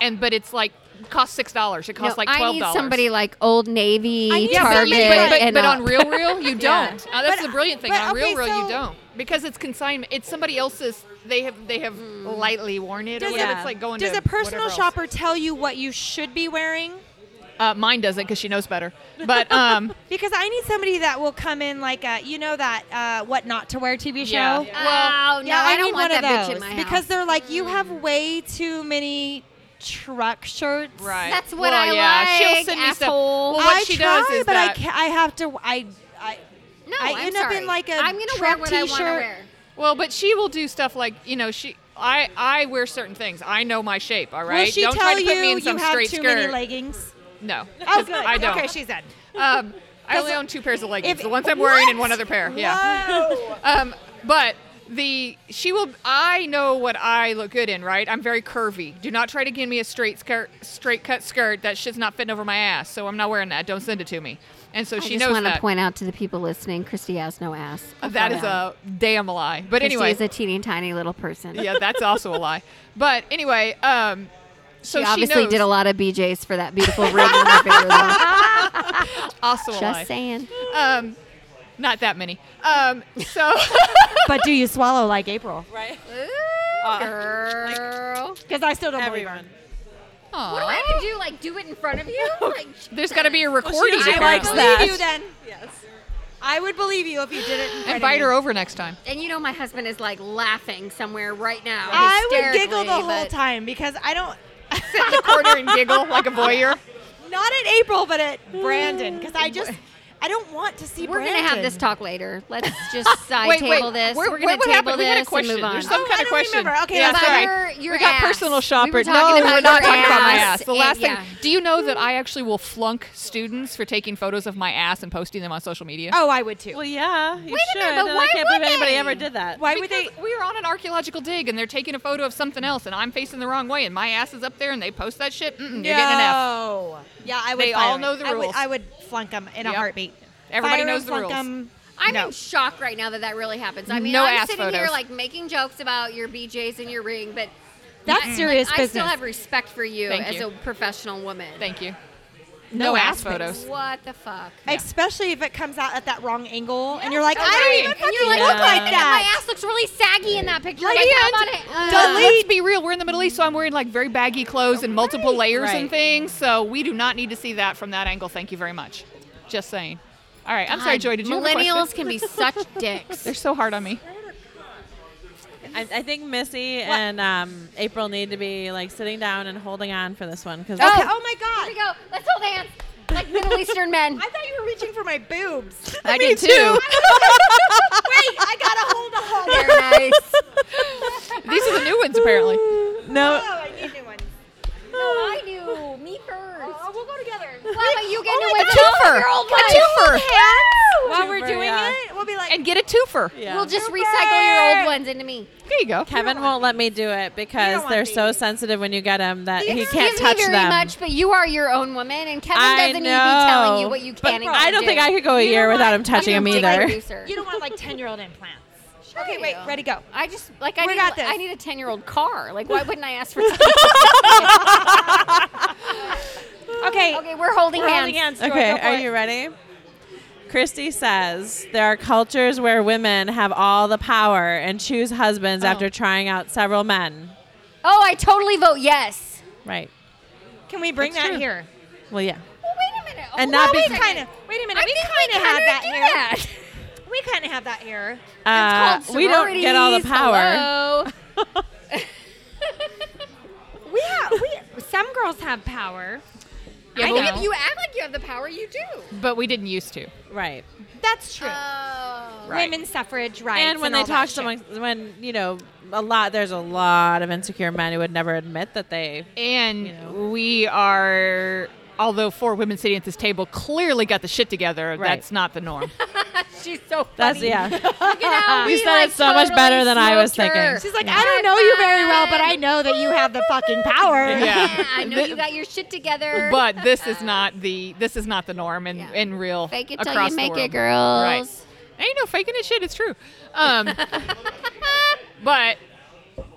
Speaker 2: and but it's like costs six dollars. It
Speaker 3: No,
Speaker 2: costs like
Speaker 3: I
Speaker 2: twelve
Speaker 3: need
Speaker 2: dollars.
Speaker 3: somebody like Old Navy,
Speaker 4: I need
Speaker 3: Target,
Speaker 2: but, you- but, but,
Speaker 3: and
Speaker 2: but
Speaker 3: up.
Speaker 2: on Real Real you
Speaker 3: Yeah.
Speaker 2: don't. Now, that's the brilliant thing.
Speaker 4: but
Speaker 2: On Real
Speaker 4: okay,
Speaker 2: Real
Speaker 4: so-
Speaker 2: you don't because it's consignment. It's somebody else's. They have they have lightly worn it or
Speaker 4: Mm. Does
Speaker 2: whatever.
Speaker 1: it-
Speaker 2: It's like going
Speaker 4: Does
Speaker 2: to
Speaker 4: a personal
Speaker 2: whatever else.
Speaker 4: shopper tell you what you should be wearing?
Speaker 2: Uh, mine doesn't because she knows better. But um,
Speaker 4: Because I need somebody that will come in like a, you know that uh, what not to wear TV show.
Speaker 2: Yeah.
Speaker 3: Wow, no,
Speaker 4: yeah,
Speaker 3: I,
Speaker 4: Oh, I,
Speaker 3: don't
Speaker 4: need
Speaker 3: want
Speaker 4: one
Speaker 3: that
Speaker 4: of
Speaker 3: bitch
Speaker 4: those
Speaker 3: in my house.
Speaker 4: because they're like you have
Speaker 2: Mm.
Speaker 4: way too many truck shirts.
Speaker 2: right,
Speaker 3: That's what
Speaker 2: well,
Speaker 3: I
Speaker 2: yeah. She'll
Speaker 3: like,
Speaker 2: send me stuff.
Speaker 3: asshole.
Speaker 2: Well, what
Speaker 4: I
Speaker 2: she
Speaker 4: try,
Speaker 2: does is
Speaker 4: but
Speaker 2: that
Speaker 4: I ca I have to. I. I
Speaker 3: no,
Speaker 4: I
Speaker 3: I'm
Speaker 4: end up
Speaker 3: sorry.
Speaker 4: in, like, a
Speaker 3: I'm gonna wear
Speaker 4: truck
Speaker 3: what I want to
Speaker 4: t-shirt.
Speaker 3: wear.
Speaker 2: Well, but she will do stuff like you know she. I, I wear certain things. I know my shape. All right.
Speaker 4: Will she
Speaker 2: Don't
Speaker 4: tell
Speaker 2: try to put
Speaker 4: you
Speaker 2: me in some
Speaker 4: you have
Speaker 2: straight
Speaker 4: too
Speaker 2: skirt.
Speaker 4: many leggings?
Speaker 2: no.
Speaker 4: Oh,
Speaker 2: 'cause
Speaker 4: good.
Speaker 2: I don't.
Speaker 4: Okay, she's dead.
Speaker 2: um, I only own two pairs of leggings. the ones I'm wearing and one other pair. Yeah. Um, but the she will. I know what I look good in. Right. I'm very curvy. Do not try to give me a straight skirt, straight cut skirt. That shit's not fitting over my ass. So I'm not wearing that. Don't send it to me. And so
Speaker 3: I
Speaker 2: she
Speaker 3: just
Speaker 2: knows
Speaker 3: want to
Speaker 2: that.
Speaker 3: point out to the people listening, Christy has no ass.
Speaker 2: that is a damn lie. But
Speaker 3: Christy
Speaker 2: anyway,
Speaker 3: is a teeny tiny little person.
Speaker 2: yeah, that's also a lie. But anyway, um, so
Speaker 3: she
Speaker 2: she,
Speaker 3: obviously
Speaker 2: knows.
Speaker 3: did a lot of BJ's for that beautiful ring on her finger. though.
Speaker 2: Also a lie.
Speaker 3: Just saying.
Speaker 2: Um, not that many. Um, so
Speaker 4: but do you swallow like April?
Speaker 1: Right.
Speaker 3: Girl.
Speaker 4: Because I still don't believe her.
Speaker 1: Everyone.
Speaker 3: What do I have to do? Like, do it in front of you? Like,
Speaker 2: There's got to be a recording.
Speaker 1: she likes
Speaker 2: apparently.
Speaker 1: that.
Speaker 4: believe you then. Yes. I would believe you if you did it. In front of
Speaker 2: Invite
Speaker 4: me.
Speaker 2: her over next time.
Speaker 3: and you know, my husband is like laughing somewhere right now.
Speaker 4: I would giggle the
Speaker 3: hysterically,
Speaker 4: whole
Speaker 3: but-
Speaker 4: time because I don't.
Speaker 2: Sit in the corner and giggle like a voyeur.
Speaker 4: Not at April, but at
Speaker 2: Mm.
Speaker 4: Brandon because I just I don't want to see.
Speaker 3: We're
Speaker 4: Brandon.
Speaker 3: gonna have this talk later. Let's just side
Speaker 2: Wait, wait.
Speaker 3: table this.
Speaker 2: Where-
Speaker 3: We're
Speaker 2: what
Speaker 3: gonna
Speaker 2: happened?
Speaker 3: table
Speaker 2: We
Speaker 3: this
Speaker 2: had a
Speaker 3: and
Speaker 2: question.
Speaker 3: move on.
Speaker 2: There's some
Speaker 4: Oh,
Speaker 2: kind
Speaker 4: I
Speaker 2: of
Speaker 4: don't
Speaker 2: question.
Speaker 4: remember. Okay,
Speaker 2: yeah,
Speaker 4: that's
Speaker 2: sorry.
Speaker 4: fine.
Speaker 3: Your- your
Speaker 2: we got
Speaker 3: ass.
Speaker 2: personal
Speaker 3: We
Speaker 2: shopper.
Speaker 3: were
Speaker 2: no,
Speaker 3: talking about
Speaker 2: we're not
Speaker 3: your
Speaker 2: talking about my
Speaker 3: ass.
Speaker 2: ass. The last
Speaker 3: Yeah.
Speaker 2: thing. Do you know that I actually will flunk students for taking photos of my ass and posting them on social media?
Speaker 4: Oh, I would too.
Speaker 1: Well, yeah, you
Speaker 3: Wait a
Speaker 1: should.
Speaker 3: minute, but
Speaker 1: and
Speaker 3: why
Speaker 1: I can't
Speaker 3: would
Speaker 1: believe anybody
Speaker 3: they?
Speaker 1: ever did that.
Speaker 4: Why would they?
Speaker 2: Because we were on an archaeological dig and they're taking a photo of something else and I'm facing the wrong way and my ass is up there and they post that shit. Mm-mm, You're getting an F.
Speaker 4: no. Yeah, I would.
Speaker 2: They
Speaker 4: fire
Speaker 2: all know
Speaker 4: him.
Speaker 2: the
Speaker 4: I would-
Speaker 2: rules.
Speaker 4: I would, flunk them in a
Speaker 2: Yep.
Speaker 4: heartbeat.
Speaker 2: Everybody
Speaker 4: Fire
Speaker 2: knows
Speaker 4: him,
Speaker 2: the
Speaker 4: flunk
Speaker 2: rules.
Speaker 4: 'em.
Speaker 3: I'm
Speaker 2: No.
Speaker 3: in shock right now that that really happens. I mean,
Speaker 2: No
Speaker 3: I'm
Speaker 2: ass
Speaker 3: sitting here
Speaker 2: photos.
Speaker 3: like making jokes about your BJ's and your ring, but
Speaker 4: That's
Speaker 3: I- like,
Speaker 4: serious
Speaker 3: I still
Speaker 4: business.
Speaker 3: have respect for you
Speaker 2: Thank
Speaker 3: as
Speaker 2: you.
Speaker 3: a professional woman.
Speaker 2: Thank you.
Speaker 4: No
Speaker 2: No,
Speaker 4: ass
Speaker 2: ass photos.
Speaker 3: What the fuck?
Speaker 4: Especially if it comes out at that wrong angle, and you're like, I
Speaker 2: right.
Speaker 4: don't even
Speaker 2: And
Speaker 4: fucking
Speaker 3: You're like,
Speaker 4: look
Speaker 3: "Oh, I
Speaker 4: like
Speaker 3: think
Speaker 4: that.
Speaker 3: My ass looks really saggy in that picture.
Speaker 4: Like,
Speaker 3: Like, how
Speaker 4: and
Speaker 3: about it? Uh,
Speaker 2: Uh, let's be real. We're in the Middle East, so I'm wearing like very baggy clothes and multiple layers and
Speaker 1: Right.
Speaker 2: things. So we do not need to see that from that angle. Thank you very much. Just saying. All right. I'm sorry,
Speaker 3: God,
Speaker 2: Joy. Did you have a question?
Speaker 3: Millennials can be such dicks.
Speaker 2: They're so hard on me.
Speaker 1: I, I think Missy and um, April need to be like sitting down and holding on for this one because
Speaker 4: Okay. Oh my
Speaker 3: Here we
Speaker 4: god!
Speaker 3: go. Let's hold hands like Middle Eastern men.
Speaker 4: I thought you were reaching for my boobs.
Speaker 2: I did too.
Speaker 4: Wait, I gotta hold the whole.
Speaker 3: They're nice.
Speaker 2: These are the new ones, apparently.
Speaker 1: no,
Speaker 4: Oh, I need new ones.
Speaker 3: No, I do. Me first.
Speaker 4: Oh, we'll go together.
Speaker 3: Why are you getting
Speaker 4: Oh
Speaker 3: away
Speaker 4: my
Speaker 3: with
Speaker 4: God.
Speaker 3: all of your old life?
Speaker 2: Twofer.
Speaker 4: While we're
Speaker 1: Super,
Speaker 4: doing
Speaker 1: yeah.
Speaker 4: it, we'll be like,
Speaker 2: Uh, And get a twofer.
Speaker 1: yeah.
Speaker 3: We'll just recycle your old ones into me.
Speaker 2: There you go.
Speaker 1: Kevin won't let me do it because
Speaker 4: want
Speaker 1: they're
Speaker 4: me.
Speaker 1: so sensitive when you get them that he
Speaker 3: Excuse
Speaker 1: can't
Speaker 3: me
Speaker 1: touch
Speaker 3: very
Speaker 1: them.
Speaker 3: much, but you are your own woman, and Kevin
Speaker 1: I
Speaker 3: doesn't need to be
Speaker 1: know,
Speaker 3: telling you what you
Speaker 1: but
Speaker 3: can and can't
Speaker 1: I don't
Speaker 3: do.
Speaker 1: think I could go a
Speaker 4: You know
Speaker 1: year without
Speaker 4: what?
Speaker 1: him touching
Speaker 3: I'm
Speaker 1: him
Speaker 3: your
Speaker 1: either.
Speaker 3: producer.
Speaker 4: you don't want like 10 year old implants.
Speaker 3: Sure
Speaker 4: Okay,
Speaker 3: I
Speaker 4: wait,
Speaker 3: do.
Speaker 4: ready, go.
Speaker 3: I just like I
Speaker 4: We
Speaker 3: need
Speaker 4: got this.
Speaker 3: I need a ten year old car. Like why wouldn't I ask for?
Speaker 4: Okay,
Speaker 3: okay, we're holding
Speaker 4: we're
Speaker 3: hands.
Speaker 4: holding hands. Joy,
Speaker 1: Okay,
Speaker 4: go for
Speaker 1: are
Speaker 4: it.
Speaker 1: you ready? Christy says there are cultures where women have all the power and choose husbands after trying out several men.
Speaker 3: Oh, I totally vote yes.
Speaker 1: Right.
Speaker 4: Can we bring that here?
Speaker 1: Well, yeah.
Speaker 3: Well, Oh, wait a minute.
Speaker 1: And
Speaker 3: Hold
Speaker 1: not
Speaker 3: on
Speaker 1: be-
Speaker 3: a
Speaker 4: We
Speaker 3: second.
Speaker 4: kind of. Wait a minute.
Speaker 3: I
Speaker 4: we
Speaker 3: think
Speaker 4: kind of
Speaker 3: kinda
Speaker 4: had that
Speaker 3: do
Speaker 4: here.
Speaker 3: that.
Speaker 4: We kind of have that here.
Speaker 1: Uh,
Speaker 3: It's called
Speaker 1: we don't get all the
Speaker 3: sororities.
Speaker 1: power.
Speaker 3: Hello.
Speaker 4: We have. We, some girls have power.
Speaker 2: Yeah,
Speaker 3: I
Speaker 2: but,
Speaker 3: think if
Speaker 2: we,
Speaker 3: you act like you have the power, you do.
Speaker 2: but we didn't used to.
Speaker 1: Right.
Speaker 4: That's true.
Speaker 3: Oh.
Speaker 2: Right.
Speaker 4: Uh, Women's suffrage rights.
Speaker 1: and when they
Speaker 4: all that
Speaker 1: talk
Speaker 4: shit.
Speaker 1: to among, when you know a lot, there's a lot of insecure men who would never admit that they.
Speaker 2: And
Speaker 1: You know.
Speaker 2: we are, although four women sitting at this table clearly got the shit together,
Speaker 1: Right.
Speaker 2: that's not the norm.
Speaker 3: She's so
Speaker 1: That's
Speaker 3: funny.
Speaker 1: yeah.
Speaker 3: Look at how
Speaker 1: You
Speaker 3: we,
Speaker 1: said
Speaker 3: like,
Speaker 1: it so much
Speaker 3: totally
Speaker 1: better than I was
Speaker 3: smoked
Speaker 1: thinking.
Speaker 3: her.
Speaker 4: She's like, I don't know you very well, but I know that you have the fucking power.
Speaker 2: Yeah.
Speaker 3: Yeah, I know you got your shit together.
Speaker 2: but this is not the this is not the norm in,
Speaker 3: Um, Yeah.
Speaker 2: in real
Speaker 3: fake it till
Speaker 2: across
Speaker 3: you
Speaker 2: the
Speaker 3: make
Speaker 2: world.
Speaker 3: it, girls.
Speaker 2: Right. Ain't no faking this shit. It's true. Um, but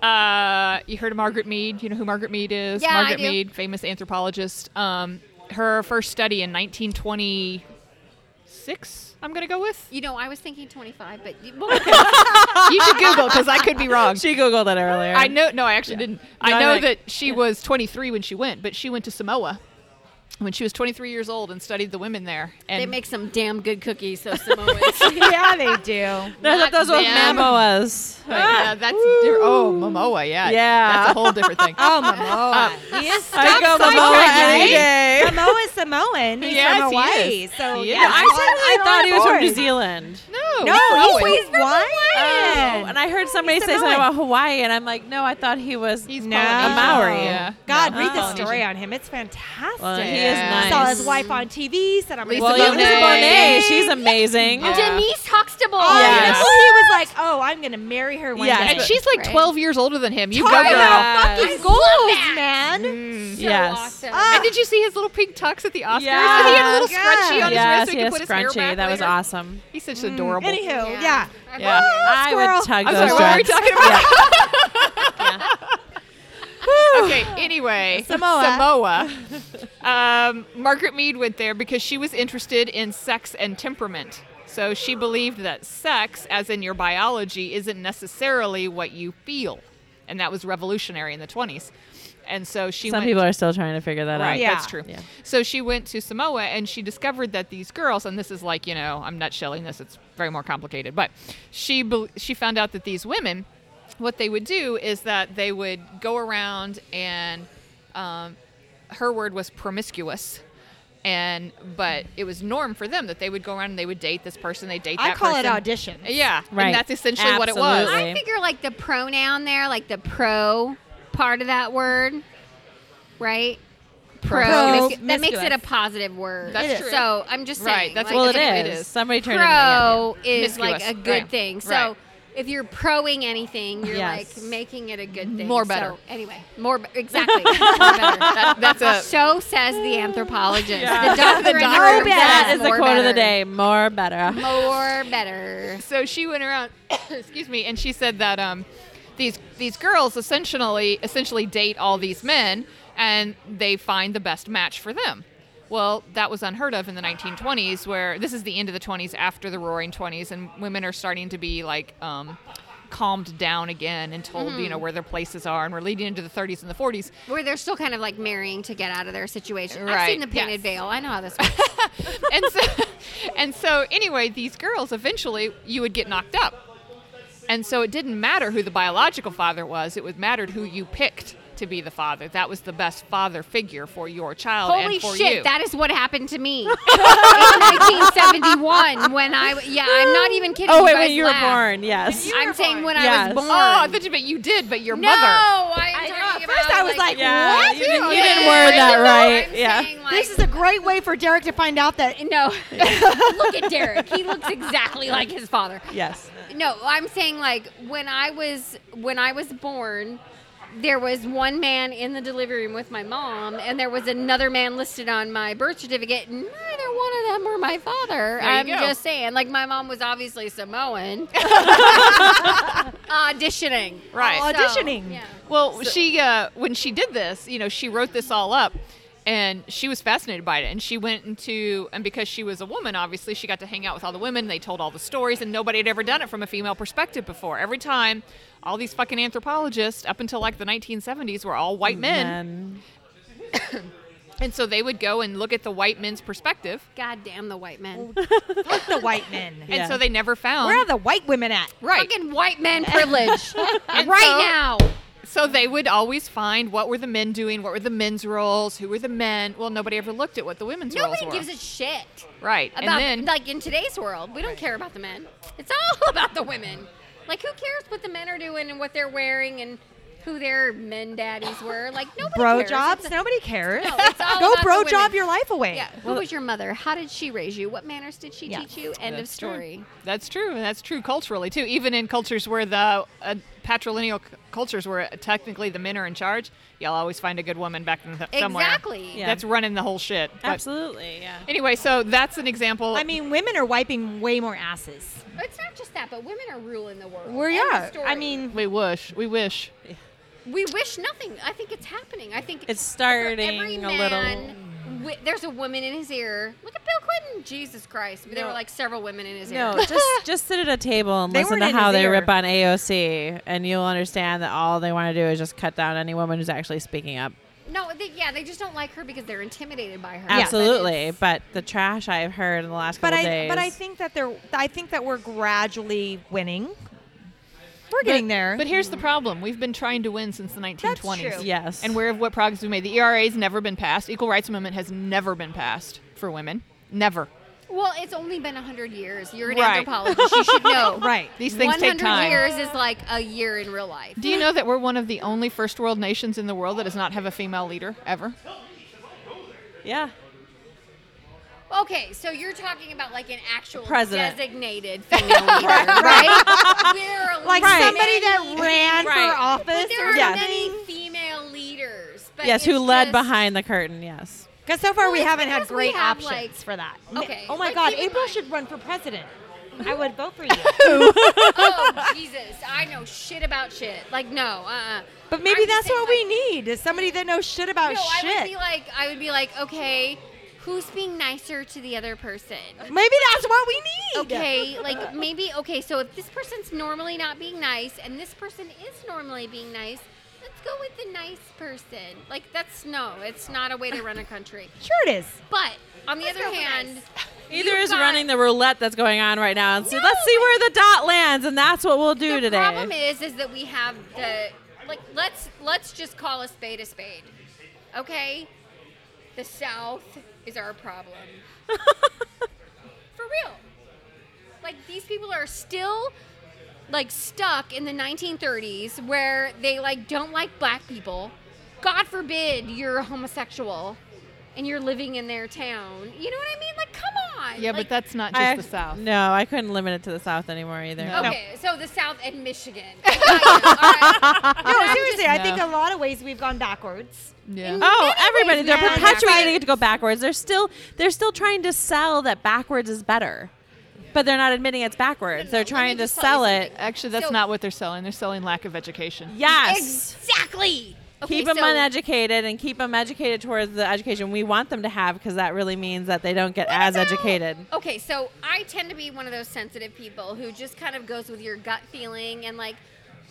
Speaker 2: uh, you heard of Margaret Mead. You know who Margaret Mead is?
Speaker 3: Yeah, I
Speaker 2: Margaret
Speaker 3: do.
Speaker 2: Mead, famous anthropologist. Um, her first study in 1926. I'm gonna go with.
Speaker 3: You know, I was thinking 25, but you-
Speaker 2: You should Google because I could be wrong.
Speaker 1: She googled it earlier.
Speaker 2: I know. No, I actually didn't. I
Speaker 1: No, I
Speaker 2: know
Speaker 1: like-
Speaker 2: that she was 23 when she went, but she went to Samoa when she was 23 years old and studied the women there. And
Speaker 3: they make some damn good cookies, those Samoans.
Speaker 4: yeah, they do.
Speaker 1: No, I thought those were
Speaker 2: them.
Speaker 1: Mamoas.
Speaker 2: Like,
Speaker 4: Ah,
Speaker 2: yeah, that's di- oh Momoa, yeah,
Speaker 1: Yeah.
Speaker 2: that's a whole different thing. Um,
Speaker 4: Oh, Momoa.
Speaker 1: I go Mamoa any day.
Speaker 4: Samoa is Samoan. He's
Speaker 2: Yes,
Speaker 4: from
Speaker 2: he
Speaker 4: Hawaii.
Speaker 2: is.
Speaker 4: So
Speaker 2: He
Speaker 4: yeah,
Speaker 2: is.
Speaker 1: I, said- I
Speaker 4: I'm
Speaker 1: thought
Speaker 4: on
Speaker 1: he was from
Speaker 4: board.
Speaker 1: New Zealand. Oh,
Speaker 2: no,
Speaker 4: No,
Speaker 2: Samoan.
Speaker 4: he's, from Hawaiian.
Speaker 1: and I heard somebody say something
Speaker 4: Samoan.
Speaker 1: about Hawaii, and I'm like, no, I thought he was.
Speaker 2: He's
Speaker 4: No.
Speaker 2: Polynesian.
Speaker 1: A Maori.
Speaker 2: Yeah.
Speaker 4: God,
Speaker 2: No,
Speaker 4: read
Speaker 2: he's
Speaker 4: the
Speaker 2: Polynesian.
Speaker 4: story on him. It's fantastic.
Speaker 1: Well, he
Speaker 2: is
Speaker 4: I Saw
Speaker 1: nice.
Speaker 4: his wife on TV. Said I'm
Speaker 2: Lisa
Speaker 1: well,
Speaker 4: gonna
Speaker 1: yeah,
Speaker 2: Bonet.
Speaker 4: support
Speaker 1: Lisa
Speaker 4: him.
Speaker 1: Bonet, she's amazing.
Speaker 2: Yeah.
Speaker 3: Denise Huxtable.
Speaker 4: Oh,
Speaker 1: Yes.
Speaker 4: I know he was like, oh, I'm gonna marry her one
Speaker 1: Yes.
Speaker 4: day.
Speaker 2: And she's like
Speaker 3: Right.
Speaker 2: 12 years older than him. You
Speaker 4: Talk
Speaker 2: go, girl.
Speaker 1: about-
Speaker 4: about fucking
Speaker 1: Yes.
Speaker 4: goals, man.
Speaker 3: So
Speaker 1: Yes.
Speaker 3: awesome.
Speaker 4: Ah.
Speaker 2: And did you see his little pink tux at the Oscars?
Speaker 1: Yeah.
Speaker 2: he had a little
Speaker 4: Yeah.
Speaker 2: scrunchie on
Speaker 1: yes,
Speaker 2: his wrist so he
Speaker 1: he
Speaker 2: could
Speaker 1: has
Speaker 2: put his hair
Speaker 1: scrunchie.
Speaker 2: back
Speaker 1: That was
Speaker 2: later.
Speaker 1: awesome.
Speaker 2: He's such
Speaker 4: Mm.
Speaker 2: adorable.
Speaker 4: Anywho, Oh, yeah.
Speaker 2: Yeah.
Speaker 1: I would
Speaker 4: squirrel.
Speaker 1: tug
Speaker 2: I'm
Speaker 1: those
Speaker 2: sorry, what were we
Speaker 1: drugs.
Speaker 2: talking about?
Speaker 4: Whew.
Speaker 2: Okay, anyway,
Speaker 4: Samoa.
Speaker 2: Samoa. Um, Margaret Mead went there because she was interested in sex and temperament. So she believed that sex, as in your biology, isn't necessarily what you feel. And that was revolutionary in the 20s. And so she
Speaker 1: Some
Speaker 2: went
Speaker 1: people are still trying to figure that out.
Speaker 2: Right,
Speaker 4: Yeah.
Speaker 2: that's true.
Speaker 1: Yeah.
Speaker 2: So she went to Samoa and she discovered that these girls, and this is like you know, I'm not shelling this; it's very more complicated. But she bel she found out that these women, what they would do is that they would go around and, um, her word was promiscuous. And but it was norm for them that they would go around and they would date this person, they date that
Speaker 4: I call it
Speaker 2: person.
Speaker 4: audition.
Speaker 2: Yeah,
Speaker 1: Right.
Speaker 2: And that's essentially what it was.
Speaker 1: Absolutely.
Speaker 3: I figure like the pronoun there, like the pro part of that word, right? Pro.
Speaker 4: Pro-
Speaker 3: That makes- That makes it a positive word.
Speaker 2: That's It is. true.
Speaker 3: So I'm just saying.
Speaker 2: Right, that's
Speaker 3: like,
Speaker 1: Well, it
Speaker 2: It
Speaker 1: is.
Speaker 2: is.
Speaker 1: Somebody turned
Speaker 3: pro is like a
Speaker 2: Promiscuous.
Speaker 3: good
Speaker 2: Right.
Speaker 3: thing. So
Speaker 2: Right.
Speaker 3: if you're proing anything, you're
Speaker 1: Yes.
Speaker 3: like making it a good thing.
Speaker 2: More better.
Speaker 3: So, anyway, more be- exactly. more better.
Speaker 2: That- that's a
Speaker 3: So says the anthropologist.
Speaker 1: uh, Yeah.
Speaker 3: The doctor in the
Speaker 2: doctor.
Speaker 3: room
Speaker 1: That
Speaker 3: says
Speaker 1: is the
Speaker 3: more
Speaker 1: quote of the
Speaker 3: better.
Speaker 1: day. More better.
Speaker 3: More better.
Speaker 2: so she went around excuse me and she said that um these these girls essentially essentially date all these men and they find the best match for them well that was unheard of in the 1920s where this is the end of the 20s after the roaring 20s and women are starting to be like um calmed down again and told you know where their places are and we're leading into the 30s and the 40s
Speaker 3: Where they're still kind of like marrying to get out of their situation. I've
Speaker 2: Right,
Speaker 3: seen the painted
Speaker 2: yes.
Speaker 3: veil. I know how this works.
Speaker 2: and so and so anyway these girls eventually you would get knocked up and so it didn't matter who the biological father was it would mattered who you picked to be the father that was the best father figure for your child
Speaker 3: Holy
Speaker 2: and for
Speaker 3: shit,
Speaker 2: you
Speaker 3: that is what happened to me in 1971 when I yeah, I'm not even kidding.
Speaker 1: Oh wait,
Speaker 3: guys
Speaker 1: when you were
Speaker 3: laugh.
Speaker 1: born, yes.
Speaker 3: I'm saying when I
Speaker 1: Yes.
Speaker 3: was born.
Speaker 2: oh i thought you but you did but your
Speaker 3: no,
Speaker 2: mother
Speaker 3: I'm talking
Speaker 4: first
Speaker 3: about
Speaker 4: I was like,
Speaker 1: Yeah,
Speaker 4: what?
Speaker 1: you didn't- you
Speaker 3: Yeah,
Speaker 1: didn't word that
Speaker 3: no,
Speaker 1: right.
Speaker 3: I'm
Speaker 1: Yeah.
Speaker 3: saying, like,
Speaker 4: This is a great way for Derek to find out that
Speaker 3: no. Look at Derek. He looks exactly like his father.
Speaker 1: Yes.
Speaker 3: No, I'm saying like when I was when I was born, there was one man in the delivery room with my mom, and there was another man listed on my birth certificate. Neither one of them were my father.
Speaker 2: you
Speaker 3: I'm
Speaker 2: go.
Speaker 3: just saying, like my mom was obviously Samoan, auditioning,
Speaker 2: Right.
Speaker 3: So,
Speaker 4: Auditioning.
Speaker 3: yeah.
Speaker 2: Well, she uh, when she did this, you know, she wrote this all up, and she was fascinated by it. And she went into and because she was a woman, obviously, she got to hang out with all the women. They told all the stories, and nobody had ever done it from a female perspective before. Every time, all these fucking anthropologists up until like the 1970s were all white men,
Speaker 1: Men.
Speaker 3: Mm-hmm.
Speaker 2: and so they would go and look at the white men's perspective,
Speaker 3: God damn the white men.
Speaker 4: fuck the white men.
Speaker 1: Yeah.
Speaker 2: and so they never found
Speaker 4: Where are the white women at?
Speaker 2: right.
Speaker 3: Fucking white men privilege right
Speaker 2: And so-
Speaker 3: now.
Speaker 2: So they would always find what were the men doing, what were the men's roles, who were the men. Well, nobody ever looked at what the women's roles
Speaker 3: Nobody
Speaker 2: were.
Speaker 3: gives a shit.
Speaker 2: right,
Speaker 3: about
Speaker 2: and then
Speaker 3: like in today's world we don't care about the men it's all about the women like who cares what the men are doing and what they're wearing and who their men daddies were like nobody
Speaker 4: Bro
Speaker 3: cares.
Speaker 4: jobs?
Speaker 3: It's-
Speaker 4: Nobody cares.
Speaker 3: No, it's all
Speaker 4: Go
Speaker 3: about the
Speaker 4: bro
Speaker 3: women.
Speaker 4: job your life away.
Speaker 3: yeah who was your mother how did she raise you what manners did she
Speaker 4: Yeah.
Speaker 3: teach you end of
Speaker 2: That's true.
Speaker 3: story
Speaker 2: That's true, and that's true culturally too. Even in cultures where the uh, patrilineal c- cultures where technically the men are in charge, you'll always find a good woman back in the, somewhere.
Speaker 3: Exactly. Yeah.
Speaker 2: That's running the whole shit. But
Speaker 1: Absolutely. Yeah.
Speaker 2: Anyway, so that's an example.
Speaker 4: I mean, women are wiping way more asses.
Speaker 3: it's not just that but women are ruling the world
Speaker 4: Well,
Speaker 3: End of
Speaker 4: yeah. I
Speaker 3: story.
Speaker 4: mean,
Speaker 2: we wish, we wish.
Speaker 3: we wish nothing i think it's happening i think
Speaker 1: It's
Speaker 3: for
Speaker 1: starting
Speaker 3: every
Speaker 1: a little.
Speaker 3: man, wi- there's a woman in his ear look at bill clinton jesus christ there
Speaker 1: No.
Speaker 3: were like several women in his
Speaker 1: No,
Speaker 3: ear
Speaker 1: just just sit at a table and
Speaker 4: They
Speaker 1: listen to
Speaker 4: weren't in
Speaker 1: how
Speaker 4: his
Speaker 1: they
Speaker 4: ear.
Speaker 1: rip on AOC, and you'll understand that all they want to do is just cut down any woman who's actually speaking up.
Speaker 3: No, they, yeah, they just don't like her because they're intimidated by her.
Speaker 1: Absolutely, but the trash I've heard in the last
Speaker 4: but
Speaker 1: couple
Speaker 4: I
Speaker 1: days.
Speaker 4: but I think that they're I think that we're gradually winning. We're getting there.
Speaker 2: But here's the problem: we've been trying to win since the 1920s.
Speaker 4: true.
Speaker 1: yes,
Speaker 2: And where have what progress we made? The ERA's never been passed. Equal rights amendment has never been passed for women. Never.
Speaker 3: Well, it's only been 100 years. You're an
Speaker 2: Right.
Speaker 3: anthropologist. You should know.
Speaker 4: right.
Speaker 2: These things
Speaker 3: 100
Speaker 2: take time.
Speaker 3: years is like a year in real life.
Speaker 2: Do you know that we're one of the only first world nations in the world that does not have a female leader ever?
Speaker 1: yeah,
Speaker 3: Okay, so you're talking about like an actual
Speaker 1: President.
Speaker 3: designated female leader, right? We're
Speaker 4: Like
Speaker 3: many-
Speaker 4: somebody that ran
Speaker 1: Right.
Speaker 4: for office
Speaker 3: But there
Speaker 4: or
Speaker 3: are
Speaker 1: Yes.
Speaker 3: many female leaders. But
Speaker 1: yes, who
Speaker 3: it's
Speaker 1: led
Speaker 3: just-
Speaker 1: behind the curtain? Yes,
Speaker 4: Because so far
Speaker 3: Well,
Speaker 4: we
Speaker 3: it's
Speaker 4: haven't had
Speaker 3: because we
Speaker 4: great
Speaker 3: have,
Speaker 4: options
Speaker 3: like-
Speaker 4: for that.
Speaker 3: Okay,
Speaker 4: Oh my
Speaker 3: like,
Speaker 4: God,
Speaker 3: keep in
Speaker 4: April
Speaker 3: mind-
Speaker 4: should run for president. I would vote for you.
Speaker 3: Oh Jesus, I know shit about shit. Like no, uh. uh
Speaker 4: But maybe that's what we need is somebody that knows shit about
Speaker 3: No,
Speaker 4: shit.
Speaker 3: I would be like, I would be like, okay, who's being nicer to the other person?
Speaker 4: maybe that's what we need.
Speaker 3: okay, like maybe okay, so if this person's normally not being nice and this person is normally being nice, let's go with the nice person. Like that's no, it's not a way to run a country.
Speaker 4: Sure it is.
Speaker 3: But on the other
Speaker 6: go with
Speaker 3: hand,
Speaker 1: Either
Speaker 3: you've
Speaker 1: is
Speaker 3: got-
Speaker 1: running the roulette that's going on right now, and so
Speaker 3: No,
Speaker 1: let's see where the dot lands, and that's what we'll do
Speaker 3: the
Speaker 1: today.
Speaker 3: problem is is that we have the like let's let's just call a spade a spade. Okay? The South is our problem. For real. Like these people are still like stuck in the 1930s where they like don't like black people. God forbid you're homosexual and you're living in their town. You know what I mean? Like come on.
Speaker 2: Yeah,
Speaker 3: Like,
Speaker 2: but that's not just
Speaker 1: I
Speaker 2: the
Speaker 1: act-
Speaker 2: South.
Speaker 1: No, I couldn't limit it to the South anymore either.
Speaker 2: No.
Speaker 3: Okay, so the South and Michigan. I got you. All right.
Speaker 4: No, seriously, I
Speaker 2: no.
Speaker 4: think a lot of ways we've gone backwards.
Speaker 2: Yeah.
Speaker 1: Oh, everybody! They're
Speaker 4: man.
Speaker 1: perpetuating it to go backwards. They're still they're still trying to sell that backwards is better, but they're not admitting it's backwards.
Speaker 3: no,
Speaker 1: they're
Speaker 3: let me
Speaker 1: trying to
Speaker 3: just tell you
Speaker 1: sell it.
Speaker 2: Actually, that's
Speaker 3: So-
Speaker 2: not what they're selling. They're selling lack of education.
Speaker 1: Yes.
Speaker 3: Exactly. Okay,
Speaker 1: keep them
Speaker 3: so
Speaker 1: uneducated and keep them educated towards the education we want them to have because that really means that they don't get as
Speaker 3: No.
Speaker 1: educated.
Speaker 3: Okay, so I tend to be one of those sensitive people who just kind of goes with your gut feeling and like,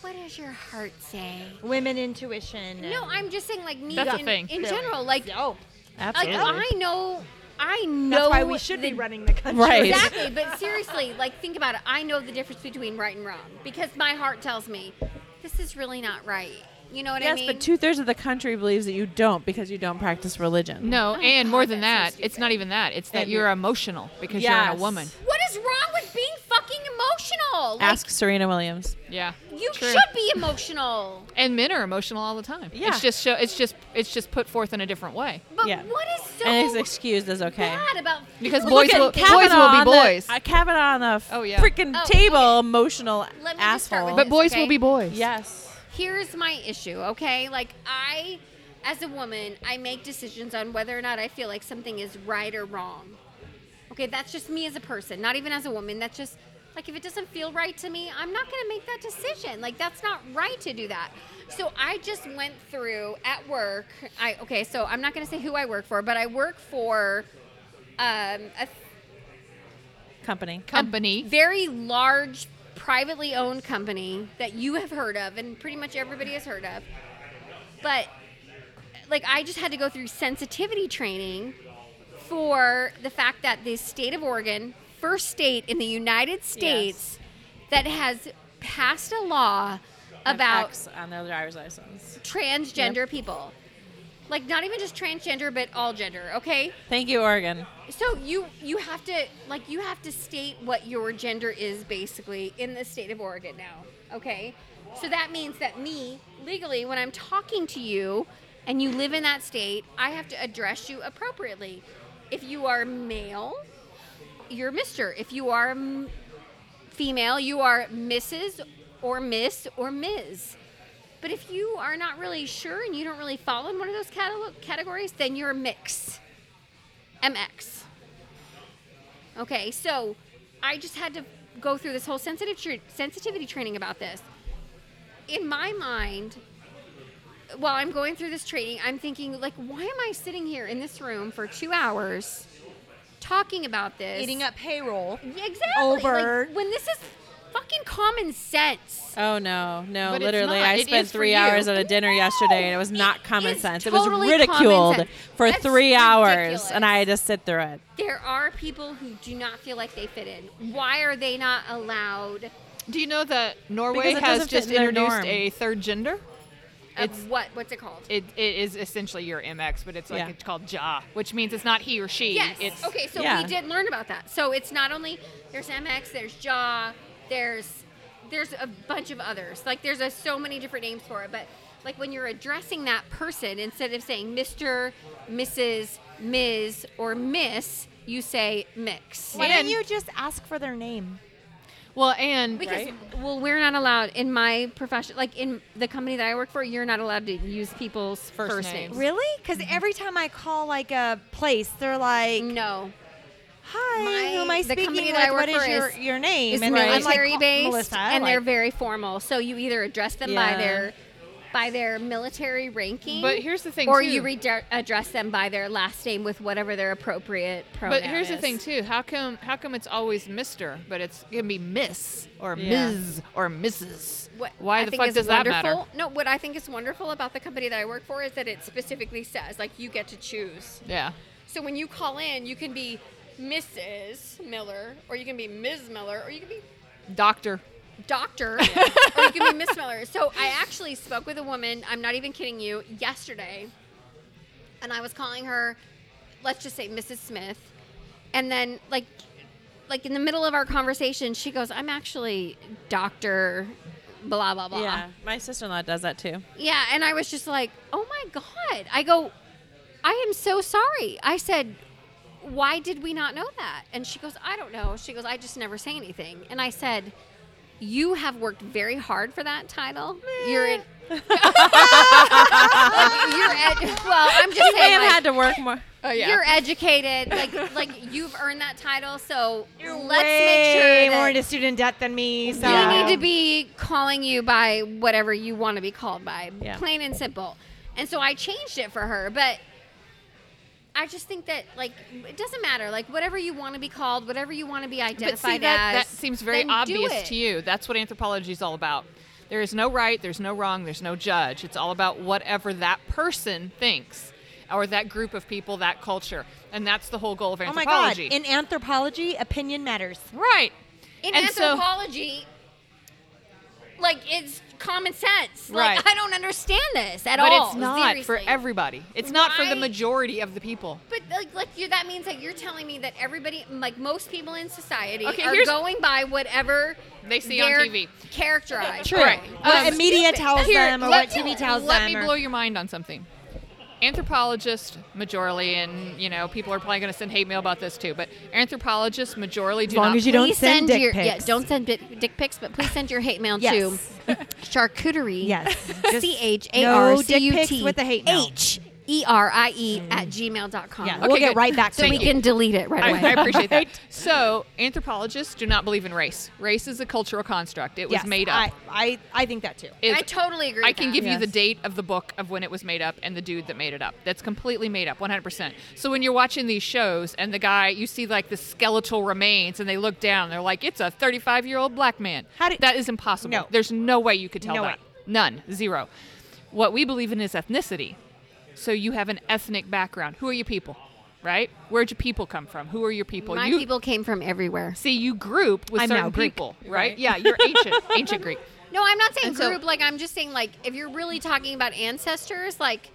Speaker 3: what does your heart say?
Speaker 4: Women intuition.
Speaker 3: No, I'm just saying like me
Speaker 2: That's a
Speaker 3: in,
Speaker 2: thing.
Speaker 3: in general, like,
Speaker 4: Oh,
Speaker 3: like
Speaker 1: Absolutely.
Speaker 3: I know, I know.
Speaker 4: that's why we should be
Speaker 3: the-
Speaker 4: running the country.
Speaker 1: Right.
Speaker 3: Exactly, but seriously, like think about it. I know the difference between right and wrong because my heart tells me this is really not right. You know what I
Speaker 1: yes,
Speaker 3: mean?
Speaker 1: but two thirds of the country believes that you don't because you don't practice religion.
Speaker 2: No, and
Speaker 3: God,
Speaker 2: more than that,
Speaker 3: that's so
Speaker 2: it's
Speaker 3: stupid.
Speaker 2: not even that. It's that
Speaker 1: And-
Speaker 2: you're emotional because you're
Speaker 1: Yes.
Speaker 2: a woman.
Speaker 3: What is wrong with being fucking emotional? Like,
Speaker 1: Ask Serena Williams.
Speaker 2: Yeah.
Speaker 3: you
Speaker 2: True.
Speaker 3: should be emotional.
Speaker 2: And men are emotional all the time.
Speaker 1: Yeah.
Speaker 2: It's just show, it's just it's just put forth in a different way.
Speaker 3: But
Speaker 1: Yeah.
Speaker 3: what is so
Speaker 1: and it's excused as okay.
Speaker 3: bad about
Speaker 2: Because
Speaker 3: people-
Speaker 1: Look
Speaker 2: boys
Speaker 1: at
Speaker 2: will
Speaker 1: Kavanaugh
Speaker 2: boys will be
Speaker 1: on the-
Speaker 2: boys.
Speaker 1: uh, Kavanaugh on the
Speaker 2: Oh, yeah.
Speaker 1: freaking
Speaker 3: Oh,
Speaker 1: table,
Speaker 3: okay.
Speaker 1: emotional
Speaker 3: Let me just start
Speaker 1: asshole.
Speaker 3: with
Speaker 2: but
Speaker 3: this,
Speaker 2: boys
Speaker 3: okay?
Speaker 2: will be boys.
Speaker 1: yes,
Speaker 3: here's my issue, okay? Like I as a woman, I make decisions on whether or not I feel like something is right or wrong. Okay, that's just me as a person, not even as a woman. That's just like if it doesn't feel right to me, I'm not going to make that decision. Like that's not right to do that. So I just went through at work. I okay, so I'm not going to say who I work for, but I work for um, a
Speaker 1: company.
Speaker 2: Company.
Speaker 3: very large privately owned company that you have heard of and pretty much everybody has heard of but like i just had to go through sensitivity training for the fact that the state of oregon first state in the united states that has passed a law about
Speaker 1: X on their driver's license.
Speaker 3: transgender people like not even just transgender but all gender okay
Speaker 1: Thank you, Oregon.
Speaker 3: so you you have to like you have to state what your gender is basically in the state of Oregon now. Okay? So that means that me legally when I'm talking to you and you live in that state, I have to address you appropriately. If you are male, you're Mr. If you are mm, female, you are Mrs. or Miss or Ms. But if you are not really sure and you don't really fall in one of those catalog- categories, then you're a mix. MX. Okay, so I just had to go through this whole sensitive tr- sensitivity training about this. In my mind, while I'm going through this training, I'm thinking like, why am I sitting here in this room for two hours talking about this?
Speaker 4: Eating up payroll.
Speaker 3: exactly
Speaker 4: over-
Speaker 3: Like, when this is fucking common sense.
Speaker 1: Oh no, no!
Speaker 2: But it's
Speaker 1: literally,
Speaker 2: not.
Speaker 1: I
Speaker 2: It
Speaker 1: spent
Speaker 2: is for
Speaker 1: three
Speaker 2: you.
Speaker 1: hours at a dinner
Speaker 3: No,
Speaker 1: yesterday, and it was not
Speaker 3: it
Speaker 1: common
Speaker 3: is
Speaker 1: sense.
Speaker 3: totally
Speaker 1: it was
Speaker 3: common
Speaker 1: ridiculed
Speaker 3: sense.
Speaker 1: for
Speaker 3: That's
Speaker 1: three hours,
Speaker 3: ridiculous.
Speaker 1: and I had to sit through it.
Speaker 3: There are people who do not feel like they fit in. Why are they not allowed?
Speaker 2: Do you know that Norway
Speaker 1: Because it
Speaker 2: has
Speaker 1: doesn't fit
Speaker 2: just
Speaker 1: in their
Speaker 2: introduced
Speaker 1: norm.
Speaker 2: a third gender?
Speaker 3: Uh,
Speaker 2: It's-
Speaker 3: what? What's it called?
Speaker 2: It, it is essentially your MX, but it's like
Speaker 1: Yeah.
Speaker 2: it's called Ja, which means it's not he or she.
Speaker 3: Yes.
Speaker 2: It's
Speaker 3: okay, so
Speaker 1: yeah.
Speaker 3: we did learn about that. So it's not only there's MX, there's Jaw, there's there's a bunch of others. Like there's a, so many different names for it, but like when you're addressing that person, instead of saying Mr., Mrs., Ms., or Miss, you say mix.
Speaker 4: Why don't
Speaker 2: And-
Speaker 4: you just ask for their name?
Speaker 2: well, and
Speaker 3: Because well, we're not allowed in my profession, like in the company that I work for, you're not allowed to use people's first,
Speaker 2: First
Speaker 3: names.
Speaker 2: names.
Speaker 4: Really? Because every time I call like a place, they're like,
Speaker 3: No,
Speaker 4: "Hi,
Speaker 3: My-
Speaker 4: who am I
Speaker 3: the
Speaker 4: speaking
Speaker 3: company
Speaker 4: with?
Speaker 3: that I
Speaker 4: What
Speaker 3: work
Speaker 4: is
Speaker 3: for
Speaker 4: your
Speaker 3: is-
Speaker 4: your name?"
Speaker 3: is
Speaker 4: And I'm like,
Speaker 3: military
Speaker 4: "Oh,
Speaker 3: based,
Speaker 4: Melissa,
Speaker 3: and
Speaker 4: like,
Speaker 3: they're very formal. So you either address them
Speaker 1: Yeah.
Speaker 3: by their by their military ranking.
Speaker 2: But here's the thing,
Speaker 3: or
Speaker 2: too.
Speaker 3: you redar- address them by their last name with whatever their appropriate pronoun.
Speaker 2: But here's the
Speaker 3: is.
Speaker 2: thing too. How come how come it's always Mister, but it's it can be Miss or
Speaker 1: Yeah.
Speaker 2: Ms or Mrs.
Speaker 3: What
Speaker 2: Why
Speaker 3: I
Speaker 2: the
Speaker 3: think
Speaker 2: fuck
Speaker 3: is
Speaker 2: does that matter?
Speaker 3: wonderful- No, what I think is wonderful about the company that I work for is that it specifically says like you get to choose.
Speaker 2: Yeah.
Speaker 3: So when you call in, you can be Mrs. Miller, or you can be Ms. Miller, or you can be
Speaker 2: Doctor.
Speaker 3: doctor or you can be Miss Miller. So I actually spoke with a woman, I'm not even kidding you, yesterday, and I was calling her, let's just say Mrs. Smith, and then like like in the middle of our conversation, she goes, I'm actually Doctor blah blah blah.
Speaker 1: Yeah, my sister in law does that too.
Speaker 3: Yeah, and I was just like, "Oh my god." I go, "I am so sorry." I said, "Why did we not know that?" And she goes, "I don't know." She goes, "I just never say anything." And I said, "You have worked very hard for that title. You're in Like, you're ed- well, I'm just
Speaker 1: You may
Speaker 3: saying
Speaker 1: have
Speaker 3: like,
Speaker 1: had to work more.
Speaker 2: Oh yeah.
Speaker 3: you're educated. Like like you've earned that title, so
Speaker 4: You're
Speaker 3: let's
Speaker 4: way
Speaker 3: make sure
Speaker 4: more
Speaker 3: that
Speaker 4: into student debt than me. So
Speaker 1: Yeah.
Speaker 3: we need to be calling you by whatever you want to be called by,
Speaker 1: Yeah.
Speaker 3: plain and simple. And so I changed it for her, but I just think that like it doesn't matter, like whatever you want to be called, whatever you want to be
Speaker 2: But
Speaker 3: identified
Speaker 2: see that, that
Speaker 3: as.
Speaker 2: seems very
Speaker 3: then do
Speaker 2: obvious
Speaker 3: it.
Speaker 2: to you. That's what anthropology is all about. There is no right, there's no wrong, there's no judge. It's all about whatever that person thinks or that group of people, that culture. And that's the whole goal of
Speaker 4: oh my god!
Speaker 2: anthropology.
Speaker 4: In anthropology, opinion matters.
Speaker 2: right.
Speaker 3: In
Speaker 2: and so-
Speaker 3: anthropology, like it's common sense. Like
Speaker 2: Right.
Speaker 3: I don't understand this at
Speaker 2: but
Speaker 3: all.
Speaker 2: it's not for
Speaker 3: seriously.
Speaker 2: everybody. It's not for the
Speaker 3: Right?
Speaker 2: majority of the people.
Speaker 3: But like, like you, that means that you're telling me that everybody, like most people in society,
Speaker 2: Okay,
Speaker 3: are
Speaker 2: here's-
Speaker 3: going by whatever
Speaker 2: They see on
Speaker 3: they're
Speaker 2: TV.
Speaker 3: Characterized.
Speaker 2: True.
Speaker 3: by.
Speaker 2: Right.
Speaker 4: What
Speaker 2: Um,
Speaker 4: the media
Speaker 3: stupid.
Speaker 4: tells
Speaker 3: Oh, Here,
Speaker 4: them, or
Speaker 3: let-
Speaker 4: what TV tells
Speaker 2: Let
Speaker 4: them.
Speaker 2: me
Speaker 4: or-
Speaker 2: blow your mind on something. Anthropologists majorly, and you know, people are probably going to send hate mail about this too. But anthropologists majorily do
Speaker 4: long
Speaker 2: not
Speaker 4: as you don't
Speaker 3: Please
Speaker 4: send dick
Speaker 3: your, Yeah,
Speaker 4: pics.
Speaker 3: don't send bit, dick pics, but please send your hate mail
Speaker 4: Yes.
Speaker 3: to charcuterie.
Speaker 4: Yes. Just
Speaker 3: C H A R
Speaker 4: no
Speaker 3: C
Speaker 4: dick
Speaker 3: U
Speaker 4: pics
Speaker 3: T
Speaker 4: with the hate mail.
Speaker 3: H E R I E at gmail.com.
Speaker 4: Yeah,
Speaker 2: Okay,
Speaker 4: we'll get
Speaker 2: good.
Speaker 4: right back to
Speaker 3: So we
Speaker 4: it.
Speaker 3: can delete it right away.
Speaker 2: I, I appreciate that. So anthropologists do not believe in race. Race is a cultural construct. It was
Speaker 4: Yes,
Speaker 2: made up.
Speaker 4: I, I, I think that too.
Speaker 2: It's-
Speaker 3: I totally agree.
Speaker 2: I
Speaker 3: with
Speaker 2: can
Speaker 3: that.
Speaker 2: give you the
Speaker 4: Yes.
Speaker 2: date of the book of when it was made up and the dude that made it up. That's completely made up, 100%. So when you're watching these shows and the guy, you see like the skeletal remains and they look down, they're like, it's a 35 year old black man.
Speaker 4: How do-
Speaker 2: that is impossible.
Speaker 4: No.
Speaker 2: There's no way you could tell
Speaker 4: No
Speaker 2: that.
Speaker 4: way.
Speaker 2: None. Zero. What we believe in is ethnicity. So you have an ethnic background. Who are your people? Right? Where'd your people come from? Who are your people?
Speaker 3: My
Speaker 2: you,
Speaker 3: people came from everywhere.
Speaker 2: See, you group with
Speaker 4: I'm now
Speaker 2: certain
Speaker 4: Greek,
Speaker 2: people, right? Yeah, you're ancient, ancient Greek.
Speaker 3: No, I'm not saying
Speaker 2: And so-
Speaker 3: group. like, I'm just saying, like, if you're really talking about ancestors, like,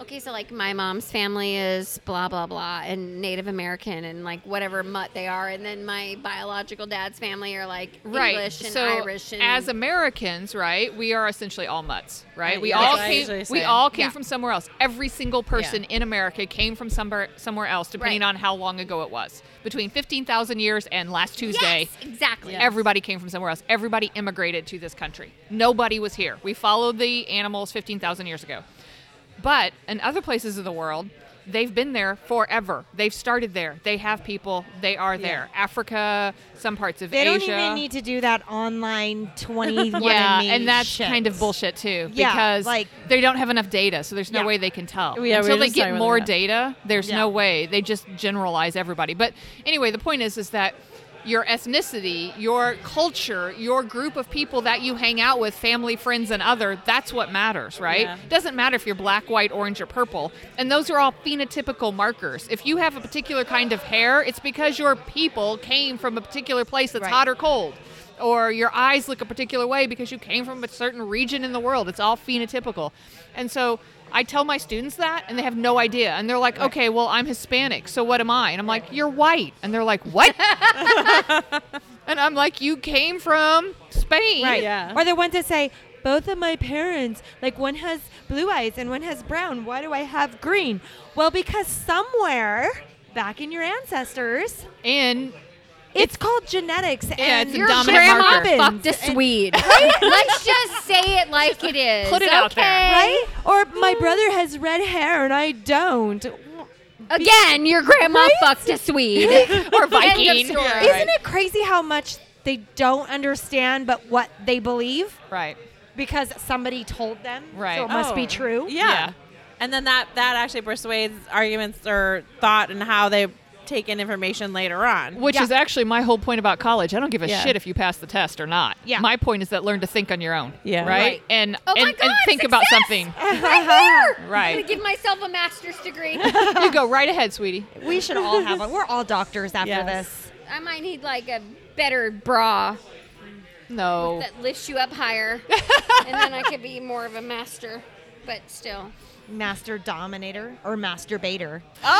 Speaker 3: okay, so, like, my mom's family is blah, blah, blah, and Native American and, like, whatever mutt they are. And then my biological dad's family are, like, English and
Speaker 2: so
Speaker 3: Irish. And
Speaker 2: as Americans, right, we are essentially all mutts, right?
Speaker 1: Right,
Speaker 2: We
Speaker 1: yeah,
Speaker 2: all
Speaker 1: that's what I
Speaker 2: came,
Speaker 1: usually
Speaker 2: we
Speaker 1: say.
Speaker 2: all came
Speaker 3: Yeah.
Speaker 2: from somewhere else. Every single person in America came from somewhere somewhere else, depending
Speaker 3: Right.
Speaker 2: on how long ago it was. Between fifteen thousand years and last Tuesday,
Speaker 3: Yes, exactly.
Speaker 2: everybody came from somewhere else. Everybody immigrated to this country. Nobody was here. We followed the animals fifteen thousand years ago. But in other places of the world, they've been there forever. They've started there. They have people. They are there. Africa, some parts of
Speaker 4: They
Speaker 2: Asia.
Speaker 4: don't even need to do that online 21
Speaker 2: Yeah,
Speaker 4: me
Speaker 2: and that's
Speaker 4: shit.
Speaker 2: kind of bullshit too
Speaker 4: Yeah,
Speaker 2: because
Speaker 4: like-
Speaker 2: they don't have enough data, so there's no
Speaker 4: Yeah.
Speaker 2: way they can tell.
Speaker 1: Yeah, we
Speaker 2: Until
Speaker 1: were
Speaker 2: they
Speaker 1: just talking
Speaker 2: get
Speaker 1: about
Speaker 2: more
Speaker 1: that.
Speaker 2: data, there's no
Speaker 4: Yeah.
Speaker 2: way. They just generalize everybody. But anyway, the point is is that your ethnicity, your culture, your group of people that you hang out with, family, friends and other, that's what matters, right?
Speaker 1: Yeah.
Speaker 2: Doesn't matter if you're black, white, orange or purple. And those are all phenotypical markers. If you have a particular kind of hair, it's because your people came from a particular place that's
Speaker 4: Right.
Speaker 2: hot or cold or your eyes look a particular way because you came from a certain region in the world. It's all phenotypical. And so I tell my students that and they have no idea. And they're like, okay, well, I'm Hispanic. So what am I? And I'm like, you're white. And they're like, what? and I'm like, you came from Spain.
Speaker 4: Right.
Speaker 1: Yeah.
Speaker 4: Or the ones that say, both of my parents, like one has blue eyes and one has brown. Why do I have green? Well, because somewhere back in your ancestors,
Speaker 2: And
Speaker 4: it's, called genetics. and
Speaker 2: it's a
Speaker 3: Your
Speaker 2: dominant
Speaker 3: grandma
Speaker 2: marker.
Speaker 4: happens.
Speaker 3: fucked a Swede. Let's just say it like it is.
Speaker 2: Put it out there.
Speaker 3: okay?
Speaker 4: Right? Or my brother has red hair and I don't.
Speaker 3: Again, your grandma
Speaker 4: Right?
Speaker 3: fucked a Swede.
Speaker 2: or
Speaker 3: End
Speaker 2: Viking.
Speaker 3: of story.
Speaker 2: Yeah,
Speaker 4: Isn't it crazy how much they don't understand but what they believe?
Speaker 2: Right.
Speaker 4: because somebody told them.
Speaker 2: Right.
Speaker 4: So it must
Speaker 1: Oh.
Speaker 4: be true.
Speaker 1: Yeah.
Speaker 2: Yeah.
Speaker 1: And then that that actually persuades arguments or thought and how they take in information later on.
Speaker 2: Which is actually my whole point about college. I don't give a
Speaker 1: Yeah.
Speaker 2: shit if you pass the test or not.
Speaker 6: Yeah.
Speaker 2: My point is that learn to think on your own.
Speaker 1: Yeah.
Speaker 2: Right?
Speaker 1: Right.
Speaker 2: And,
Speaker 3: Oh my
Speaker 2: and, and
Speaker 3: God,
Speaker 2: think about
Speaker 3: success!
Speaker 2: something.
Speaker 3: right there.
Speaker 2: Right.
Speaker 3: I'm gonna give myself a master's degree.
Speaker 2: you go right ahead, sweetie.
Speaker 6: We should all have it. We're all doctors after
Speaker 1: Yes.
Speaker 6: this.
Speaker 3: I might need like a better bra
Speaker 2: No.
Speaker 3: that lifts you up higher, and then I could be more of a master. But still,
Speaker 6: Master dominator or masturbator.
Speaker 1: Oh,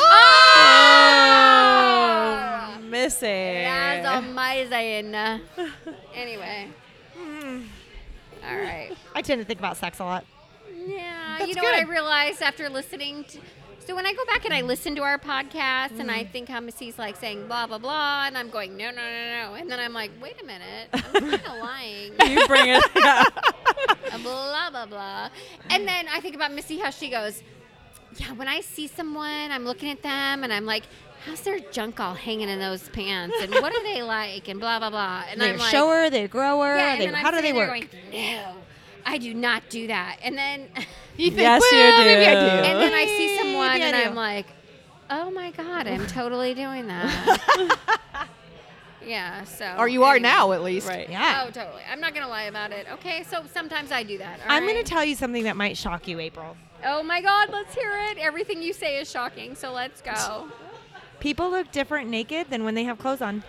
Speaker 1: missing.
Speaker 3: Ah! that's amazing. anyway, all right.
Speaker 6: I tend to think about sex a lot.
Speaker 3: Yeah, you
Speaker 6: That's
Speaker 3: know what I
Speaker 6: good.
Speaker 3: realized after listening to. So when I go back and I listen to our podcast and I think how Missy's like saying blah blah blah and I'm going no no no no and then I'm like wait a minute I'm kind of lying
Speaker 1: you bring it. Yeah.
Speaker 3: Uh, blah blah blah. And then I think about Missy how she goes, Yeah, when I see someone, I'm looking at them and I'm like, How's their junk all hanging in those pants? And what are they like? And blah blah blah. And
Speaker 4: They're
Speaker 3: I'm
Speaker 4: a
Speaker 3: like,
Speaker 4: shower, they're a grower.
Speaker 3: yeah, and
Speaker 4: they,
Speaker 3: then I'm
Speaker 4: how do they
Speaker 3: sitting there
Speaker 4: work?
Speaker 3: Going, no, I do not do that. And then
Speaker 2: You think,
Speaker 1: Yes, you
Speaker 2: well, maybe I
Speaker 1: do.
Speaker 2: do.
Speaker 3: and then I see
Speaker 4: Maybe
Speaker 3: someone and
Speaker 4: I do.
Speaker 3: I'm like, Oh my god, I'm totally doing that. yeah. So
Speaker 2: or you are
Speaker 3: anyway.
Speaker 2: now, at least.
Speaker 1: Right.
Speaker 6: Yeah.
Speaker 3: Oh, totally. I'm not gonna lie about it. Okay, so sometimes I do that. all
Speaker 4: I'm going
Speaker 3: right?
Speaker 4: to tell you something that might shock you, April.
Speaker 3: Oh my God, let's hear it. Everything you say is shocking, so let's go.
Speaker 4: People look different naked than when they have clothes on.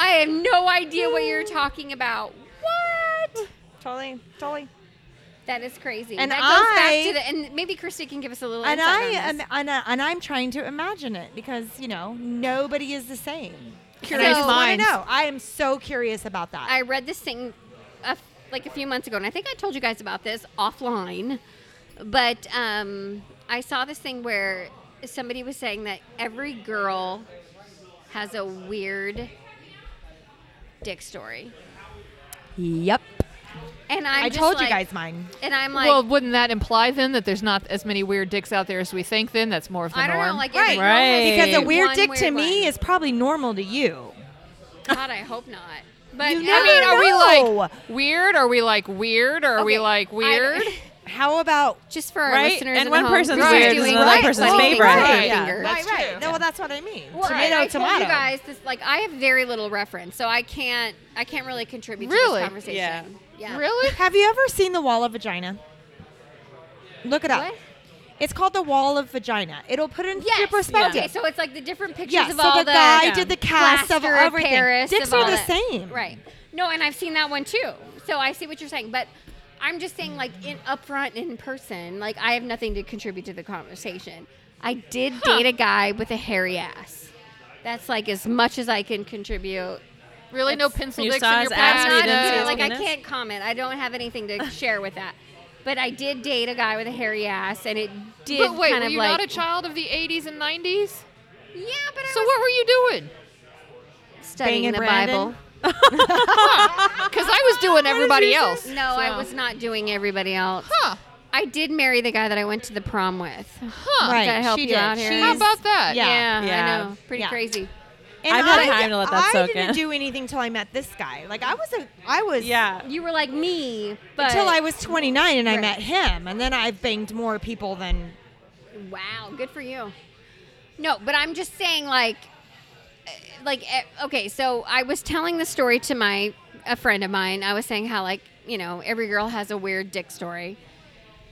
Speaker 3: I have no idea what you're talking about. What?
Speaker 4: Totally, totally.
Speaker 3: That is crazy.
Speaker 4: And
Speaker 3: that goes
Speaker 4: I-
Speaker 3: back to the. And maybe Christy can give us a little
Speaker 4: And
Speaker 3: insight
Speaker 4: I
Speaker 3: on
Speaker 4: am,
Speaker 3: this.
Speaker 4: and, I, and I'm trying to imagine it because you know nobody is the same. And I
Speaker 2: Curious
Speaker 4: just wanna
Speaker 2: minds.
Speaker 4: know. I am so curious about that.
Speaker 3: I read this thing a f like a few months ago, and I think I told you guys about this offline. But um, I saw this thing where somebody was saying that every girl has a weird dick story.
Speaker 4: yep.
Speaker 3: And I'm
Speaker 4: I
Speaker 3: just
Speaker 4: told you
Speaker 3: like-
Speaker 4: guys mine.
Speaker 3: And I'm like,
Speaker 2: well, wouldn't that imply then that there's not as many weird dicks out there as we think? Then that's more of the
Speaker 3: I don't
Speaker 2: norm.
Speaker 3: know, like
Speaker 4: Right.
Speaker 3: every girl has
Speaker 1: Right.
Speaker 4: Because a
Speaker 1: Hey.
Speaker 4: weird
Speaker 3: one
Speaker 4: dick to
Speaker 3: weird
Speaker 4: me
Speaker 3: one.
Speaker 4: is probably normal to you.
Speaker 3: God, I hope not. But
Speaker 4: You
Speaker 3: I mean,
Speaker 4: never
Speaker 3: are we
Speaker 2: are we
Speaker 4: know.
Speaker 2: like weird? Are we like weird? Are we
Speaker 3: Okay,
Speaker 2: like
Speaker 3: I-
Speaker 2: weird?
Speaker 4: How about
Speaker 3: just for our
Speaker 1: Right?
Speaker 3: listeners?
Speaker 1: And
Speaker 3: at
Speaker 1: one
Speaker 3: home,
Speaker 1: person's
Speaker 3: who's
Speaker 2: weird is
Speaker 3: doing
Speaker 2: another
Speaker 3: what?
Speaker 2: person's
Speaker 3: What do you
Speaker 1: favorite.
Speaker 3: think?
Speaker 1: Right.
Speaker 2: Yeah.
Speaker 3: Finger.
Speaker 2: That's
Speaker 4: right,
Speaker 2: true.
Speaker 4: right. No, well, that's what I mean.
Speaker 3: Well, I,
Speaker 4: tomato,
Speaker 3: I told
Speaker 4: tomato.
Speaker 3: you guys this. Like, I have very little reference, so I can't. I can't really contribute to
Speaker 2: Really?
Speaker 3: this conversation.
Speaker 1: Yeah.
Speaker 3: Yeah.
Speaker 2: Really?
Speaker 4: Have you ever seen the wall of vagina? Look it up.
Speaker 3: What?
Speaker 4: It's called the wall of vagina. It'll put it into
Speaker 3: Yes.
Speaker 4: your perspective.
Speaker 3: Okay, so it's like the different pictures
Speaker 4: Yeah,
Speaker 3: of
Speaker 4: so
Speaker 3: all
Speaker 4: the guy
Speaker 1: Yeah.
Speaker 4: did the cast of
Speaker 3: Plaster of
Speaker 4: everything.
Speaker 3: Paris,
Speaker 4: Dicks
Speaker 3: of
Speaker 4: are
Speaker 3: all
Speaker 4: the
Speaker 3: that.
Speaker 4: same.
Speaker 3: Right. No, and I've seen that one too. So I see what you're saying, but I'm just saying, like in upfront in person, like I have nothing to contribute to the conversation. I did date a guy with a hairy ass. That's like as much as I can contribute.
Speaker 2: Really? No pencil
Speaker 1: You
Speaker 2: dicks
Speaker 1: saw
Speaker 2: in
Speaker 1: his
Speaker 2: your
Speaker 1: ass,
Speaker 2: pants?
Speaker 1: you
Speaker 3: I'm
Speaker 1: didn't see
Speaker 3: not
Speaker 1: his
Speaker 3: like I
Speaker 1: penis?
Speaker 3: can't comment. I don't have anything to share with that. But I did date a guy with a hairy ass, and it did
Speaker 2: But wait,
Speaker 3: kind
Speaker 2: were
Speaker 3: of
Speaker 2: you
Speaker 3: like
Speaker 2: not a child of the 80s and 90s?
Speaker 3: yeah. But I
Speaker 2: So
Speaker 3: was
Speaker 2: what were you doing?
Speaker 3: studying
Speaker 4: Banging
Speaker 3: the
Speaker 4: Brandon?
Speaker 3: Bible. Uh-huh.
Speaker 2: Because I was doing everybody else.
Speaker 3: No, I was not doing everybody else.
Speaker 2: Huh.
Speaker 3: I did marry the guy that I went to the prom with.
Speaker 2: Huh.
Speaker 3: Does that
Speaker 4: Right.
Speaker 3: help
Speaker 4: she
Speaker 3: you
Speaker 4: did.
Speaker 3: out here?
Speaker 2: How
Speaker 4: She's-
Speaker 2: about that?
Speaker 4: Yeah.
Speaker 3: Yeah,
Speaker 1: Yeah.
Speaker 3: I know. Pretty
Speaker 4: Yeah.
Speaker 3: crazy.
Speaker 4: And
Speaker 1: I've had
Speaker 4: I-
Speaker 1: time to let that
Speaker 4: I
Speaker 1: soak
Speaker 4: didn't
Speaker 1: in.
Speaker 4: do anything till I met this guy. Like I was a, I was
Speaker 1: Yeah.
Speaker 3: You were like me, but
Speaker 4: until I was 29 and I
Speaker 3: Right.
Speaker 4: met him, and then I banged more people than
Speaker 3: wow, good for you. No, but I'm just saying, like, eh, like eh, okay. So I was telling the story to my a friend of mine. I was saying how like you know every girl has a weird dick story,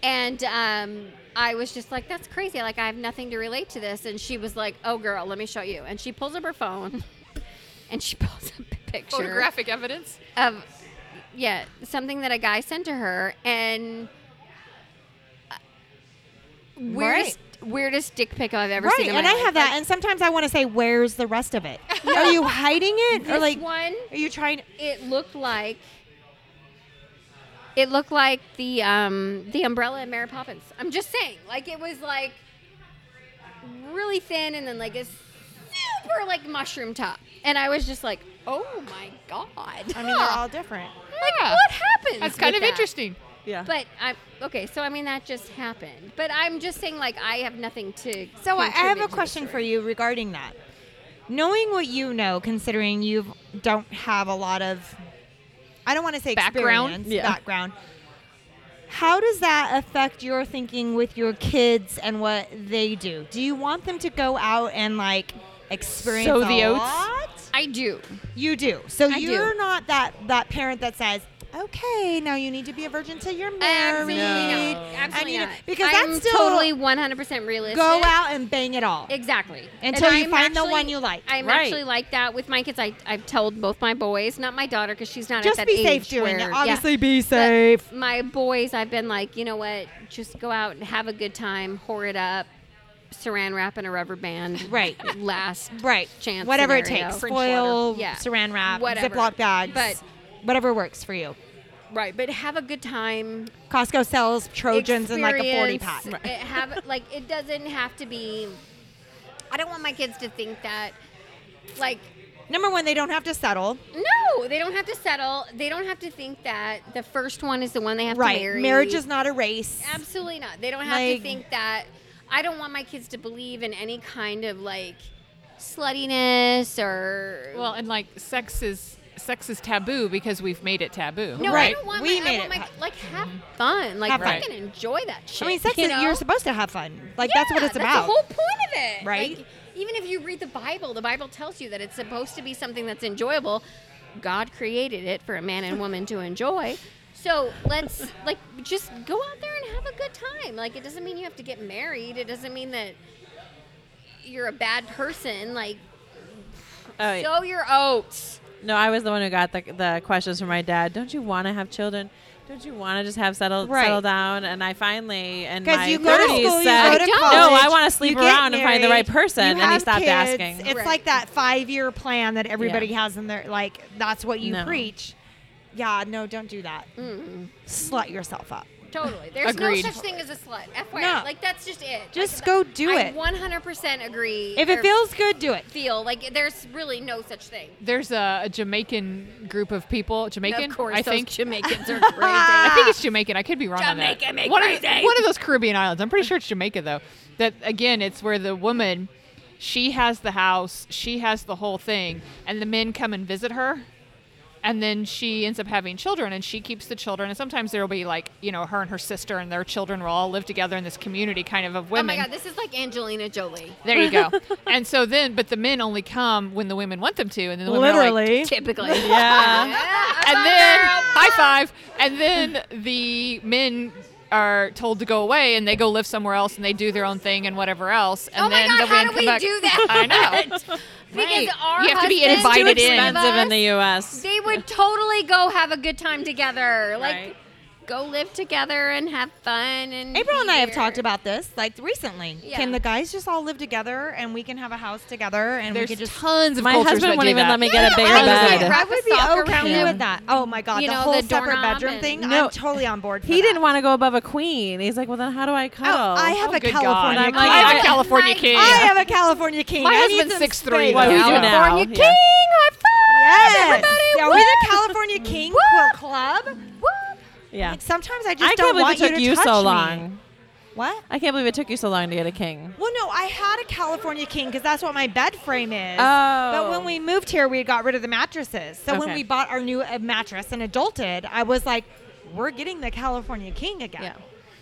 Speaker 3: and um, I was just like, that's crazy. Like I have nothing to relate to this. And she was like, oh girl, let me show you. And she pulls up her phone, and she pulls up a picture.
Speaker 2: Photographic evidence?
Speaker 3: of yeah something that a guy sent to her and uh, weirdest weirdest dick pic I've ever
Speaker 4: right.
Speaker 3: seen. in my
Speaker 4: And I
Speaker 3: life.
Speaker 4: have that,
Speaker 3: Like,
Speaker 4: and sometimes I want to say, "Where's the rest of it? Are you hiding it, or
Speaker 3: this
Speaker 4: like,
Speaker 3: one,
Speaker 4: are you trying?"
Speaker 3: it looked like it looked like the um the umbrella in Mary Poppins. I'm just saying, like it was like really thin and then like a super like mushroom top, and I was just like, oh my god.
Speaker 4: I mean, they're all different.
Speaker 2: Yeah.
Speaker 3: what happens?
Speaker 2: That's kind
Speaker 3: with
Speaker 2: of
Speaker 3: that?
Speaker 2: interesting.
Speaker 1: Yeah.
Speaker 3: But I'm okay. So I mean, that just happened. But I'm just saying, like, I have nothing to.
Speaker 4: So I I have a
Speaker 3: contribute to the
Speaker 4: question for
Speaker 3: story.
Speaker 4: you regarding that. Knowing what you know, considering you don't have a lot of I don't want to say
Speaker 2: Background?
Speaker 4: experience,
Speaker 1: Yeah.
Speaker 4: background. How does that affect your thinking with your kids and what they do? Do you want them to go out and like experience
Speaker 2: Sow the
Speaker 4: a
Speaker 2: oats?
Speaker 4: lot?
Speaker 3: I do.
Speaker 4: You do. So
Speaker 3: I do.
Speaker 4: you're not that that parent that says, "Okay, now you need to be a virgin till you're married."
Speaker 3: Absolutely not. Absolutely
Speaker 4: you know,
Speaker 3: not.
Speaker 4: because
Speaker 3: I'm
Speaker 4: that's still-
Speaker 3: totally 100% realistic.
Speaker 4: Go out and bang it all.
Speaker 3: Exactly.
Speaker 4: Until you find the
Speaker 3: actually-
Speaker 4: one you like.
Speaker 3: I'm
Speaker 1: Right.
Speaker 3: actually like that with my kids. I, I've told both my boys, not my daughter, because she's not
Speaker 4: Just
Speaker 3: at that
Speaker 4: be
Speaker 3: age.
Speaker 4: safe doing
Speaker 3: where-
Speaker 4: it.
Speaker 3: yeah.
Speaker 4: Obviously, be
Speaker 3: But
Speaker 4: safe.
Speaker 3: My boys, I've been like, you know what? Just go out and have a good time, whore it up, saran wrap and a rubber band.
Speaker 4: Right.
Speaker 3: Last
Speaker 4: right
Speaker 3: chance
Speaker 4: whatever it
Speaker 3: scenario.
Speaker 4: takes
Speaker 2: Fridge
Speaker 4: foil
Speaker 3: water. Yeah.
Speaker 4: saran wrap
Speaker 3: Whatever.
Speaker 4: ziploc bags
Speaker 3: But-
Speaker 4: whatever works for you
Speaker 3: Right, but have a good time.
Speaker 4: costco sells trojans in like a 40 pack
Speaker 3: Experience It have like it doesn't have to be. I don't want my kids to think that, like,
Speaker 4: number one they don't have to settle
Speaker 3: no, they don't have to settle. They don't have to think that the first one is the one they have
Speaker 4: right
Speaker 3: to marry.
Speaker 4: marriage is not a race
Speaker 3: Absolutely not. They don't have
Speaker 4: Like-
Speaker 3: to think that. I don't want my kids to believe in any kind of like sluttiness or.
Speaker 2: Well, and like sex is sex is taboo because we've made it taboo.
Speaker 3: no,
Speaker 4: right.
Speaker 3: I don't want
Speaker 4: We
Speaker 3: my.
Speaker 4: made
Speaker 3: I want
Speaker 4: it
Speaker 3: my like have fun. Like
Speaker 4: Have
Speaker 2: fun.
Speaker 3: fucking enjoy that shit.
Speaker 4: i mean sex
Speaker 3: you
Speaker 4: is
Speaker 3: know?
Speaker 4: you're supposed to have fun like that's what
Speaker 3: Yeah,
Speaker 4: it's about
Speaker 3: the whole point of it,
Speaker 4: Right?
Speaker 3: Like, even if you read the Bible, the Bible tells you that it's supposed to be something that's enjoyable. God created it for a man and woman to enjoy. So let's like just go out there and have a good time. Like it doesn't mean you have to get married. It doesn't mean that you're a bad person. Like
Speaker 1: Oh,
Speaker 4: Uh,
Speaker 1: yeah.
Speaker 3: sow your oats.
Speaker 1: No, I was the one who got the, the questions from my dad. Don't you want to have children? Don't you want to just have settle
Speaker 4: Right.
Speaker 1: settle down? And I finally and my
Speaker 4: because you go to
Speaker 1: 30s
Speaker 4: school, you
Speaker 1: said,
Speaker 4: go to
Speaker 3: don't.
Speaker 4: college,
Speaker 1: no, I want to sleep
Speaker 4: you get
Speaker 1: around and find the right
Speaker 4: married, you
Speaker 1: person. And he
Speaker 4: have
Speaker 1: stopped
Speaker 4: kids.
Speaker 1: asking.
Speaker 4: It's
Speaker 3: Right.
Speaker 4: like that five-year plan that everybody has in their like. That's what you
Speaker 1: No.
Speaker 4: preach. Yeah, no, don't do that. Slut yourself up.
Speaker 3: Totally. There's
Speaker 2: Agreed.
Speaker 3: no such thing as a slut. FYI.
Speaker 4: No.
Speaker 3: Like that's just it.
Speaker 4: Just
Speaker 3: Like,
Speaker 4: go do
Speaker 3: I
Speaker 4: it.
Speaker 3: 100% agree.
Speaker 4: If it
Speaker 3: or
Speaker 4: feels good, do it.
Speaker 3: feel like there's really no such thing.
Speaker 2: There's a, a Jamaican group of people. Jamaican,
Speaker 3: Of course,
Speaker 2: I
Speaker 3: those
Speaker 2: think.
Speaker 3: Jamaicans are crazy.
Speaker 2: I think it's Jamaican. I could be wrong
Speaker 3: Jamaica
Speaker 2: on
Speaker 3: make
Speaker 2: that. One
Speaker 3: my
Speaker 2: of,
Speaker 3: day.
Speaker 2: one of those Caribbean islands. I'm pretty sure it's Jamaica though. That again, it's where the woman, she has the house, she has the whole thing, and the men come and visit her. And then she ends up having children, and she keeps the children. And sometimes there will be like, you know, her and her sister and their children will all live together in this community, kind of of women.
Speaker 3: Oh my god, this is like Angelina Jolie.
Speaker 2: There you go. and so then, but the men only come when the women want them to, and then the women are like,
Speaker 3: Typically.
Speaker 1: yeah.
Speaker 2: and then high five, and then the men are told to go away, and they go live somewhere else, and they do their own thing and whatever else, and
Speaker 3: oh my
Speaker 2: then
Speaker 3: god,
Speaker 2: the
Speaker 3: how
Speaker 2: women
Speaker 3: do
Speaker 2: come
Speaker 3: we
Speaker 2: back.
Speaker 3: do that?
Speaker 2: I know.
Speaker 3: Because
Speaker 2: Right.
Speaker 3: our
Speaker 2: You have to be
Speaker 3: husbands,
Speaker 1: Too
Speaker 2: invited It is.
Speaker 1: expensive in the U.S.
Speaker 3: They would totally go have a good time together. Like
Speaker 1: Right.
Speaker 3: go live together and have fun and
Speaker 4: April
Speaker 3: be
Speaker 4: and I have
Speaker 3: here.
Speaker 4: talked about this like recently.
Speaker 3: Yeah.
Speaker 4: Can the guys just all live together and we can have a house together and
Speaker 2: There's
Speaker 4: we can just
Speaker 2: tons of
Speaker 1: My
Speaker 2: cultures
Speaker 1: husband
Speaker 2: that
Speaker 1: won't
Speaker 2: do
Speaker 1: even
Speaker 2: that.
Speaker 1: let me get a bigger
Speaker 3: I was like,
Speaker 1: bed.
Speaker 3: right-
Speaker 4: I
Speaker 3: wrap a
Speaker 4: would be
Speaker 3: sock
Speaker 4: okay
Speaker 3: around
Speaker 4: with
Speaker 3: him.
Speaker 4: that. Oh my god,
Speaker 3: You
Speaker 4: the
Speaker 3: know,
Speaker 4: whole
Speaker 3: the
Speaker 4: separate
Speaker 3: doorknob
Speaker 4: bedroom
Speaker 3: and-
Speaker 4: thing.
Speaker 1: No.
Speaker 4: I'm totally on board. For
Speaker 1: He
Speaker 4: that.
Speaker 1: didn't want to go above a queen. He's like, well, then how do I cuddle?
Speaker 4: Oh, I have
Speaker 2: Oh,
Speaker 4: a
Speaker 2: good
Speaker 4: California
Speaker 2: God.
Speaker 4: king.
Speaker 1: like,
Speaker 2: I have
Speaker 1: I-
Speaker 2: a California
Speaker 3: my-
Speaker 2: king.
Speaker 4: I have a California king.
Speaker 2: My
Speaker 4: I need
Speaker 2: husband's
Speaker 4: some
Speaker 2: 6'3"
Speaker 4: space.
Speaker 2: though. What
Speaker 1: we do
Speaker 2: Yeah.
Speaker 1: now.
Speaker 3: California
Speaker 1: Yeah.
Speaker 3: King, high five!
Speaker 4: Yes.
Speaker 3: Everybody,
Speaker 4: Are we the California king quilt club?
Speaker 3: whoop.
Speaker 1: Yeah.
Speaker 4: Like, sometimes I just
Speaker 1: I can't
Speaker 4: don't
Speaker 1: believe
Speaker 4: want
Speaker 1: it took
Speaker 4: to
Speaker 1: you,
Speaker 4: touch
Speaker 1: so
Speaker 4: me.
Speaker 1: long.
Speaker 4: What?
Speaker 1: I can't believe it took you so long to get a king.
Speaker 4: Well, no, I had a California king because that's what my bed frame is.
Speaker 1: Oh.
Speaker 4: But when we moved here, we got rid of the mattresses. So when
Speaker 1: Okay.
Speaker 4: we bought our new uh, mattress and adulted, I was like, we're getting the California king again.
Speaker 1: Yeah.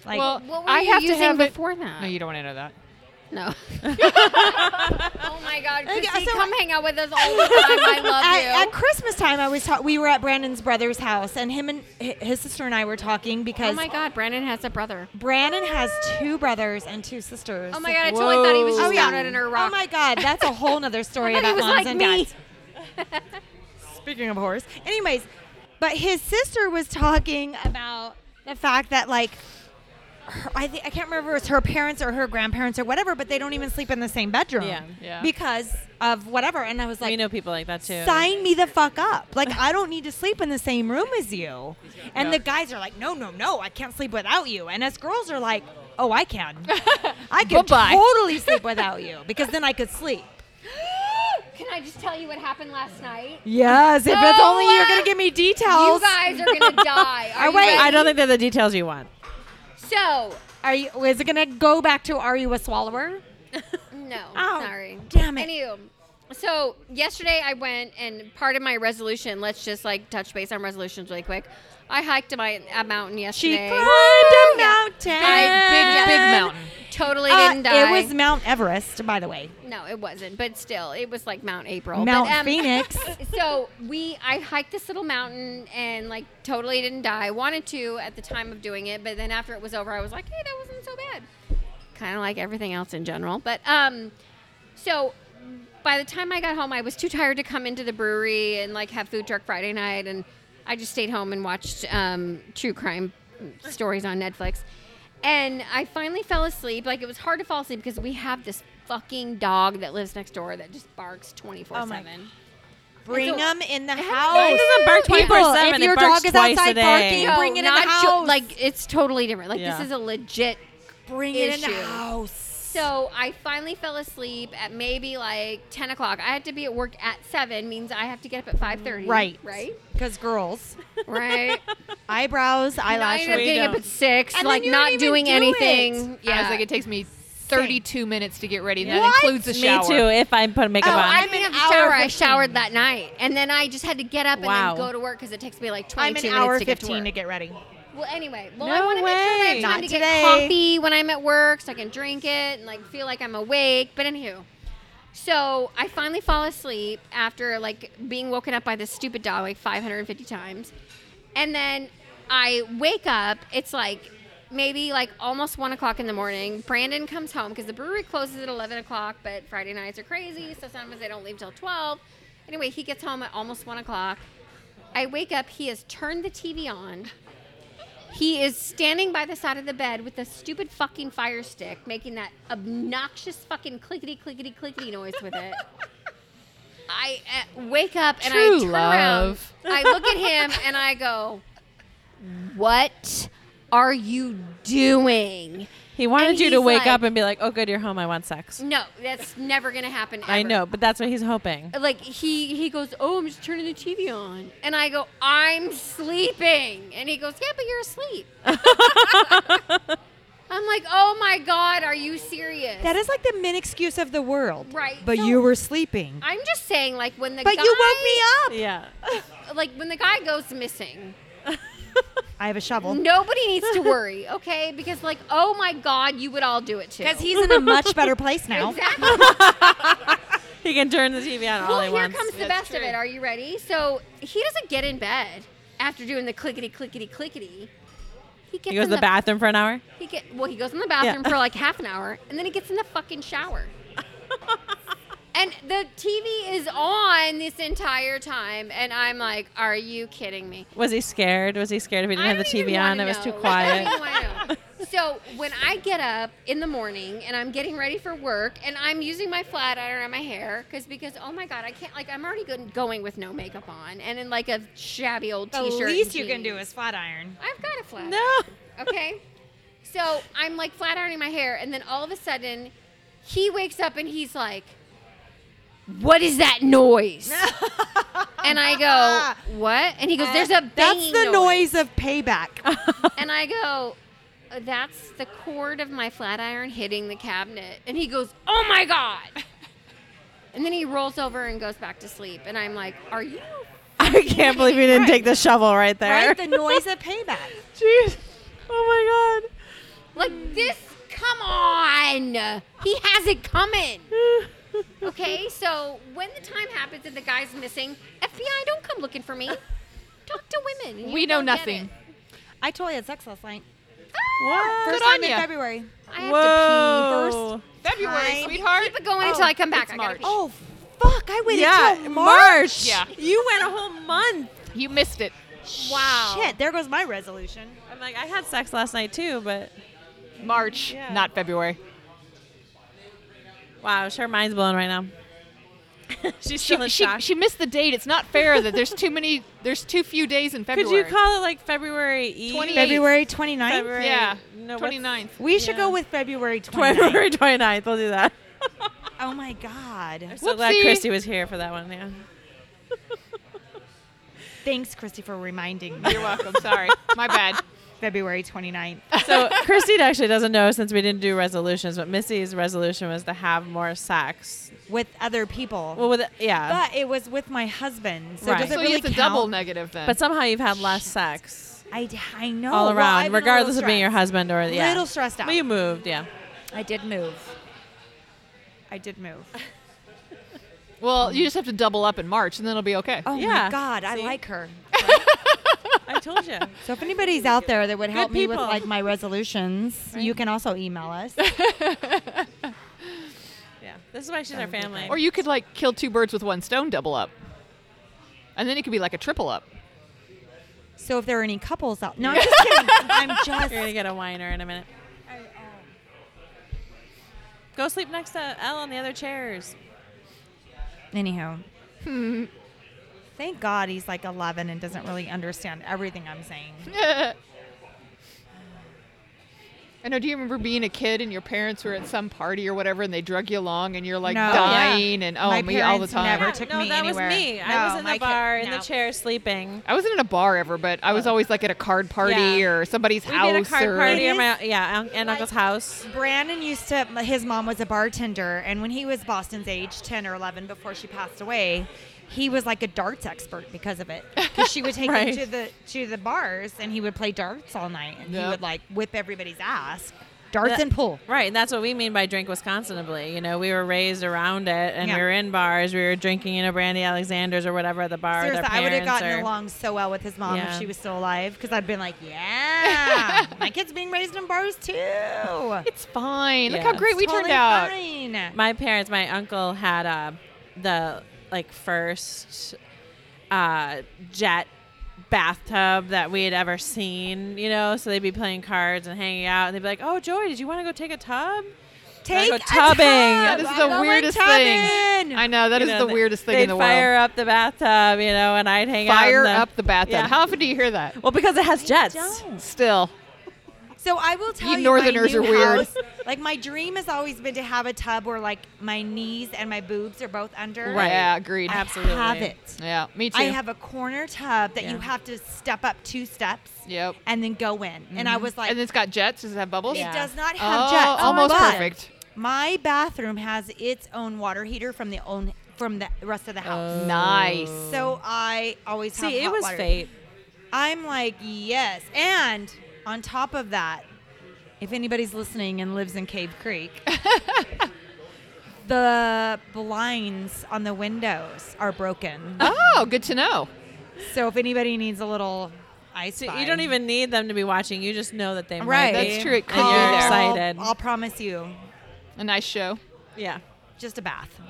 Speaker 4: Like,
Speaker 2: Well,
Speaker 3: What were
Speaker 2: I
Speaker 3: you
Speaker 2: have to
Speaker 3: using
Speaker 2: have it-
Speaker 3: before that?
Speaker 2: No, you don't want to know that.
Speaker 3: No. oh my God,
Speaker 4: Okay,
Speaker 3: Chrissy,
Speaker 4: so-
Speaker 3: come hang out with us all the time. I love
Speaker 4: at,
Speaker 3: you.
Speaker 4: at Christmas time, I was ta- we were at Brandon's brother's house, and him and hi- his sister and I were talking
Speaker 3: oh
Speaker 4: because
Speaker 3: my God, Brandon has a brother.
Speaker 4: Brandon has two brothers and two sisters.
Speaker 3: Oh my God, I totally thought he was just down at her rock.
Speaker 4: Oh my god, that's a whole nother story
Speaker 3: I thought he
Speaker 4: about
Speaker 3: was
Speaker 4: moms
Speaker 3: like
Speaker 4: and
Speaker 3: me.
Speaker 4: dads. Speaking of horse, anyways, but his sister was talking about the fact that like. Her, I, think I can't remember if it was her parents or her grandparents or whatever, but they don't even sleep in the same bedroom
Speaker 1: Yeah.
Speaker 2: Yeah.
Speaker 4: because of whatever. And I was like,
Speaker 1: we know people like that too.
Speaker 4: sign me the fuck up. Like, I don't need to sleep in the same room as you. And
Speaker 2: Yeah.
Speaker 4: the guys are like, no, no, no, I can't sleep without you. And us girls are like, oh, I can. I can
Speaker 2: Bye-bye.
Speaker 4: totally sleep without you because then I could sleep.
Speaker 3: Can I just tell you what happened last night?
Speaker 4: Yes, if it's
Speaker 3: No
Speaker 4: only you're
Speaker 3: way.
Speaker 4: going to give me
Speaker 3: You
Speaker 4: details.
Speaker 3: guys are gonna die. Are you
Speaker 4: wait,
Speaker 3: ready?
Speaker 1: I don't think they're the details you want.
Speaker 3: so.
Speaker 4: Are you, is it going to go back to are you a swallower?
Speaker 3: No,
Speaker 4: Oh,
Speaker 3: sorry.
Speaker 4: damn it.
Speaker 3: Anywho, So yesterday I went and part of my resolution. Let's just like touch base on resolutions really quick. I hiked a, mi- a mountain
Speaker 4: She
Speaker 3: yesterday.
Speaker 4: climbed a mountain.
Speaker 3: I-
Speaker 2: Big, big mountain.
Speaker 3: Totally
Speaker 4: Uh,
Speaker 3: didn't die.
Speaker 4: It was Mount Everest, by the way.
Speaker 3: no, it wasn't. But still, it was like Mount April.
Speaker 4: Mount
Speaker 3: but, um,
Speaker 4: Phoenix.
Speaker 3: so we I hiked this little mountain and like totally didn't die. Wanted to at the time of doing it, but then after it was over, I was like, hey, that wasn't so bad. Kind of like everything else in general, but um, so by the time I got home, I was too tired to come into the brewery and like have food truck Friday night, and I just stayed home and watched um, true crime stories on Netflix. And I finally fell asleep. Like it was hard to fall asleep because we have this fucking dog that lives next door that just barks twenty
Speaker 4: Oh,
Speaker 3: four seven.
Speaker 4: Bring them in the
Speaker 1: Well, it
Speaker 4: house.
Speaker 1: doesn't bark
Speaker 4: Oh, People,
Speaker 1: 24/7,
Speaker 4: If
Speaker 1: it
Speaker 4: your
Speaker 1: barks
Speaker 4: dog is
Speaker 1: twice a
Speaker 4: outside
Speaker 1: day.
Speaker 4: barking,
Speaker 1: No,
Speaker 4: bring it in the house.
Speaker 3: like it's totally different. Like
Speaker 1: Yeah.
Speaker 3: this is a legit.
Speaker 4: bring it in the
Speaker 3: issue.
Speaker 4: house.
Speaker 3: So I finally fell asleep at maybe like ten o'clock. I had to be at work at seven, means I have to get up at five thirty.
Speaker 4: Right.
Speaker 3: Right.
Speaker 4: Because girls,
Speaker 3: Right.
Speaker 4: eyebrows,
Speaker 3: I ended up
Speaker 4: eyelashes.
Speaker 3: getting up
Speaker 1: don't.
Speaker 3: at six,
Speaker 4: And then
Speaker 3: like
Speaker 4: you don't
Speaker 3: not
Speaker 4: even
Speaker 3: doing
Speaker 4: do
Speaker 3: anything.
Speaker 2: I
Speaker 3: Yeah.
Speaker 2: was like, it takes me 32 minutes to get ready. And that
Speaker 4: What?
Speaker 2: includes the
Speaker 1: Me
Speaker 2: shower.
Speaker 1: too. If I put makeup
Speaker 4: Oh,
Speaker 1: on,
Speaker 3: I
Speaker 4: I'm
Speaker 3: didn't have
Speaker 4: an
Speaker 3: a
Speaker 4: hour
Speaker 3: shower. I
Speaker 4: 15.
Speaker 3: showered that night, and then I just had to get up and
Speaker 1: Wow.
Speaker 3: then go to work because it takes me like 22
Speaker 4: I'm an
Speaker 3: minutes
Speaker 4: hour
Speaker 3: to get to
Speaker 4: 15
Speaker 3: work.
Speaker 4: to get ready.
Speaker 3: well, anyway, well, I
Speaker 1: No
Speaker 3: want to make sure that I
Speaker 1: way.
Speaker 3: have time
Speaker 4: Not
Speaker 3: to
Speaker 4: today.
Speaker 3: get coffee when I'm at work, so I can drink it and like feel like I'm awake. But anywho, so I finally fall asleep after like being woken up by this stupid dog like 550 times, and then I wake up. It's like maybe like almost one o'clock in the morning. Brandon comes home because the brewery closes at 11 o'clock, but Friday nights are crazy, so sometimes they don't leave till 12. Anyway, he gets home at almost one o'clock. I wake up. He has turned the TV on. He is standing by the side of the bed with a stupid fucking fire stick, making that obnoxious fucking clickety clickety clickety noise with it. I uh, wake up and I
Speaker 2: True
Speaker 3: turn
Speaker 2: love.
Speaker 3: around. I look at him and I go, "What are you doing?"
Speaker 1: he wanted
Speaker 3: and
Speaker 1: you to
Speaker 3: he's
Speaker 1: wake
Speaker 3: like-
Speaker 1: up and be like, "Oh, good, you're home. I want sex."
Speaker 3: No, that's never gonna happen.
Speaker 1: I
Speaker 3: ever.
Speaker 1: know, but that's what he's hoping.
Speaker 3: like he he goes, "Oh, I'm just turning the TV on," and I go, "I'm sleeping," and he goes, "Yeah, but you're asleep." I'm like, "Oh my god, are you serious?"
Speaker 4: That is like the min excuse of the world.
Speaker 3: Right.
Speaker 4: But
Speaker 3: So-
Speaker 4: you were sleeping.
Speaker 3: I'm just saying, like when the
Speaker 4: But
Speaker 3: guy,
Speaker 4: you woke me up.
Speaker 1: Yeah.
Speaker 3: like when the guy goes missing,
Speaker 4: I have a shovel.
Speaker 3: nobody needs to worry, okay? Because like, oh my god, you would all do it too.
Speaker 4: Because he's in a much better place now.
Speaker 3: exactly.
Speaker 1: He can turn the TV on all
Speaker 3: well,
Speaker 1: he
Speaker 3: here
Speaker 1: wants.
Speaker 3: comes the
Speaker 2: That's
Speaker 3: best of
Speaker 2: true.
Speaker 3: it. Are you ready? So he doesn't get in bed after doing the clickety clickety clickety. He gets
Speaker 1: he goes
Speaker 3: in
Speaker 1: to the bathroom for an hour.
Speaker 3: He get well. He goes in the bathroom
Speaker 1: Yeah.
Speaker 3: for like half an hour, and then he gets in the fucking shower. and the TV is on this entire time, and I'm like, "Are you kidding me?"
Speaker 1: Was he scared? Was he scared if he didn't have the
Speaker 3: I don't even
Speaker 1: TV on?
Speaker 3: wanna
Speaker 1: It was too
Speaker 3: know.
Speaker 1: quiet.
Speaker 3: I don't even wanna know. so when I get up in the morning and I'm getting ready for work, and I'm using my flat iron on my hair because because oh my god, I can't like I'm already good, going with no makeup on and in like a shabby old
Speaker 4: The
Speaker 3: t-shirt. and
Speaker 4: least you can do
Speaker 3: jeans.
Speaker 4: is flat iron.
Speaker 3: I've got a flat.
Speaker 1: no.
Speaker 3: Okay. So I'm like flat ironing my hair, and then all of a sudden, he wakes up and he's like, "What is that noise?" and I go, "What?" And he goes, "There's a banging
Speaker 4: That's the
Speaker 3: noise."
Speaker 4: noise of payback.
Speaker 3: And I go, "Uh, "That's the cord of my flat iron hitting the cabinet." And he goes, "Oh my god!" And then he rolls over and goes back to sleep. And I'm like, "Are you?"
Speaker 1: I can't believe you didn't
Speaker 4: Right.
Speaker 1: take the shovel right there.
Speaker 4: right? The noise of payback.
Speaker 1: Jeez. Oh my
Speaker 3: Like this, come on. He has it coming. Okay, so when the time happens and the guy's missing, FBI, don't come looking for me. Talk to women.
Speaker 2: We
Speaker 3: You
Speaker 2: know
Speaker 3: go get
Speaker 2: nothing.
Speaker 3: it.
Speaker 4: I totally had sex last night.
Speaker 1: god.
Speaker 4: First
Speaker 2: Good on
Speaker 4: time in
Speaker 2: ya.
Speaker 4: February.
Speaker 3: Ah! I have to pee first.
Speaker 1: Whoa.
Speaker 2: February,
Speaker 4: Time.
Speaker 2: sweetheart.
Speaker 3: Keep it going until I come back. I gotta
Speaker 2: March.
Speaker 3: pee.
Speaker 4: Oh, fuck. I waited
Speaker 1: Yeah,
Speaker 4: till March.
Speaker 1: March.
Speaker 2: Yeah.
Speaker 1: You went a whole month.
Speaker 2: You missed it.
Speaker 3: wow.
Speaker 4: Shit, there goes my resolution.
Speaker 1: I'm like, I had sex last night too, but
Speaker 2: March,
Speaker 1: Yeah.
Speaker 2: not February.
Speaker 1: wow, sure, mind's blown right now. She's still
Speaker 2: She,
Speaker 1: in
Speaker 2: she,
Speaker 1: shock.
Speaker 2: she missed the date. It's not fair that there's too many. There's too few days in
Speaker 1: Could
Speaker 2: February.
Speaker 1: you call it like February Eve?
Speaker 2: 28th.
Speaker 4: February 29th.
Speaker 1: February.
Speaker 2: Yeah,
Speaker 1: No, what's-
Speaker 2: 29th.
Speaker 4: We
Speaker 1: Yeah.
Speaker 4: should go with February 29th.
Speaker 1: February 29th. We'll do that.
Speaker 4: Oh my God.
Speaker 1: I'm so glad
Speaker 2: Whoopsie.
Speaker 1: Christy was here for that one. Yeah.
Speaker 4: Thanks, Christy, for reminding me.
Speaker 2: You're welcome. Sorry, my bad.
Speaker 4: February 29th.
Speaker 1: So Christine actually doesn't know since we didn't do resolutions, but Missy's resolution was to have more sex.
Speaker 4: with other people.
Speaker 1: Well, with yeah,
Speaker 4: but it was with my husband. So
Speaker 1: Right.
Speaker 4: does it
Speaker 2: so
Speaker 4: really
Speaker 2: it's a
Speaker 4: count?
Speaker 2: double negative then.
Speaker 1: but, somehow you've had less sex
Speaker 4: I, I know.
Speaker 1: all
Speaker 4: Oh,
Speaker 1: around,
Speaker 4: Well, I've been a little
Speaker 1: regardless of being your
Speaker 4: stressed.
Speaker 1: husband or yeah.
Speaker 4: Little stressed out.
Speaker 1: Well, you moved, yeah.
Speaker 4: I did move. I did move.
Speaker 2: well, you just have to double up in March, and then it'll be okay.
Speaker 4: Oh my
Speaker 1: Yeah.
Speaker 4: God, I like her.
Speaker 1: I told you.
Speaker 4: So if anybody's out there that would help me with
Speaker 1: people.
Speaker 4: like my resolutions, you can also email us.
Speaker 1: Yeah, this is why she's our family.
Speaker 2: Or you could like kill two birds with one stone, double up, and then it could be like a triple up.
Speaker 4: So if there are any couples out, no, I'm just kidding. I'm
Speaker 1: You're
Speaker 4: just.
Speaker 1: gonna get a whiner in a minute. Go sleep next to Elle on the other chairs.
Speaker 4: Anyhow,
Speaker 1: Hmm.
Speaker 4: thank God he's like 11 and doesn't really understand everything I'm saying.
Speaker 2: I know. Do you remember being a kid and your parents were at some party or whatever, and they drug you along, and you're like
Speaker 4: No.
Speaker 2: dying, and oh
Speaker 4: My
Speaker 2: me all the
Speaker 4: parents
Speaker 2: time.
Speaker 4: never took
Speaker 1: no,
Speaker 4: me
Speaker 1: that
Speaker 4: anywhere.
Speaker 1: was me.
Speaker 4: No,
Speaker 1: I was in
Speaker 4: my
Speaker 1: the
Speaker 4: kid-
Speaker 1: bar in
Speaker 4: no.
Speaker 1: the chair sleeping.
Speaker 2: I wasn't in a bar ever, but I was always like at a card party
Speaker 1: Yeah.
Speaker 2: or somebody's
Speaker 1: We
Speaker 2: house.
Speaker 1: did a card
Speaker 2: or,
Speaker 1: party at
Speaker 4: It
Speaker 1: my yeah un- and uncle's house.
Speaker 4: Brandon used to, his mom was a bartender, and when he was Boston's age, 10 or 11, before she passed away, he was like a darts expert because of it. Because she would take
Speaker 1: Right.
Speaker 4: him to the to the bars, and he would play darts all night, and he
Speaker 2: Yep.
Speaker 4: would like whip everybody's ass. Darts and pool.
Speaker 1: Right, and that's what we mean by drink Wisconsinably. You know, we were raised around it, and
Speaker 4: Yeah.
Speaker 1: we were in bars. We were drinking, you know, Brandy Alexander's or whatever at the bar. with our
Speaker 4: Seriously, I would have
Speaker 1: parents
Speaker 4: gotten
Speaker 1: or-
Speaker 4: along so well with his mom if
Speaker 1: Yeah.
Speaker 4: she was still alive, because I'd been like, yeah, my kid's being raised in bars too.
Speaker 2: It's fine. Look
Speaker 1: Yeah.
Speaker 2: how great we
Speaker 4: Totally
Speaker 2: turned out.
Speaker 4: fine.
Speaker 1: My parents, my uncle had uh, the like first uh, jet bathtub that we had ever seen. You know, so they'd be playing cards and hanging out, and they'd be like, "Oh, Joy, did you want to go take a tub?"
Speaker 4: Take
Speaker 1: go
Speaker 4: a
Speaker 1: tubbing.
Speaker 4: tub.
Speaker 2: That is
Speaker 4: I
Speaker 2: the
Speaker 4: don't like
Speaker 2: weirdest thing.
Speaker 4: tubbing.
Speaker 2: I know that is
Speaker 1: You know,
Speaker 2: the
Speaker 1: they-
Speaker 2: weirdest thing
Speaker 1: they'd
Speaker 2: in the
Speaker 1: Fire up the bathtub, you know, and I'd hang
Speaker 2: world. Fire
Speaker 1: out. in
Speaker 2: up the bathtub.
Speaker 1: Yeah.
Speaker 2: How often do you hear that?
Speaker 1: well, because it has jets.
Speaker 2: Still,
Speaker 4: So I will tell
Speaker 2: You
Speaker 4: you,
Speaker 2: northerners
Speaker 4: my
Speaker 2: are
Speaker 4: new
Speaker 2: weird.
Speaker 4: house- like my dream has always been to have a tub where like my knees and my boobs are both under.
Speaker 1: Right.
Speaker 2: yeah, agreed.
Speaker 4: I
Speaker 1: Absolutely.
Speaker 4: have it.
Speaker 2: Yeah, me too.
Speaker 4: I have a corner tub that you
Speaker 1: Yeah.
Speaker 4: have to step up two steps
Speaker 2: Yep. Mm-hmm.
Speaker 4: and then go in. And I was like,
Speaker 2: and it's got jets. Does it have bubbles?
Speaker 4: it
Speaker 1: Yeah.
Speaker 4: does not have
Speaker 2: Oh,
Speaker 4: jets.
Speaker 2: almost
Speaker 4: but
Speaker 2: perfect.
Speaker 4: My bathroom has its own water heater from the own from the rest of the house.
Speaker 2: Oh. Nice.
Speaker 4: So I always have
Speaker 1: See, it
Speaker 4: hot
Speaker 1: was
Speaker 4: water.
Speaker 1: fate.
Speaker 4: I'm like, yes. And on top of that, if anybody's listening and lives in Cave Creek, the blinds on the windows are broken.
Speaker 2: Oh, good to know.
Speaker 4: So if anybody needs a little ice,
Speaker 1: So you don't even need them to be watching. You just know that they
Speaker 4: Right.
Speaker 1: might be.
Speaker 2: That's true. It could
Speaker 1: and
Speaker 2: be
Speaker 1: you're
Speaker 2: there.
Speaker 1: excited.
Speaker 4: I'll promise you,
Speaker 2: A nice show.
Speaker 1: yeah.
Speaker 4: just a bath.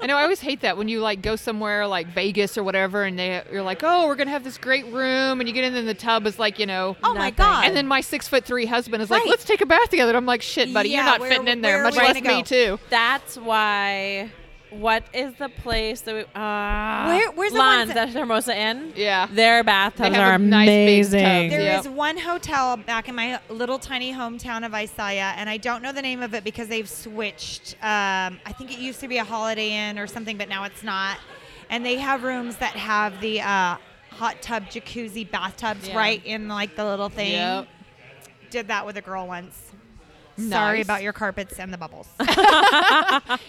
Speaker 2: I know. I always hate that when you like go somewhere like Vegas or whatever, and they you're like, oh, we're gonna have this great room, and you get in, and the tub is like, you know.
Speaker 4: Oh my
Speaker 1: Nothing.
Speaker 4: god!
Speaker 2: And then my six foot three husband is like,
Speaker 4: Right.
Speaker 2: let's take a bath together. And I'm like, shit, buddy, you're
Speaker 4: Yeah,
Speaker 2: not
Speaker 4: where-
Speaker 2: fitting in there.
Speaker 4: where
Speaker 2: Much
Speaker 4: are we
Speaker 2: less
Speaker 4: gonna
Speaker 2: me
Speaker 4: go?
Speaker 2: too.
Speaker 1: That's why. What is the place that we? Uh,
Speaker 4: Where- where's the ones
Speaker 1: Lons,
Speaker 4: that-
Speaker 1: that's Hermosa Inn.
Speaker 2: Yeah.
Speaker 1: Their bathtubs
Speaker 2: They have
Speaker 1: are
Speaker 2: a nice big tub.
Speaker 1: amazing.
Speaker 4: There is
Speaker 2: Yep.
Speaker 4: one hotel back in my little tiny hometown of Isaiah, and I don't know the name of it because they've switched. Um, I think it used to be a Holiday Inn or something, but now it's not. And they have rooms that have the uh, hot tub, jacuzzi, bathtubs
Speaker 1: Yeah.
Speaker 4: right in like the little thing.
Speaker 2: Yep.
Speaker 4: Did that with a girl once. Sorry
Speaker 2: Nice.
Speaker 4: about your carpets and the bubbles.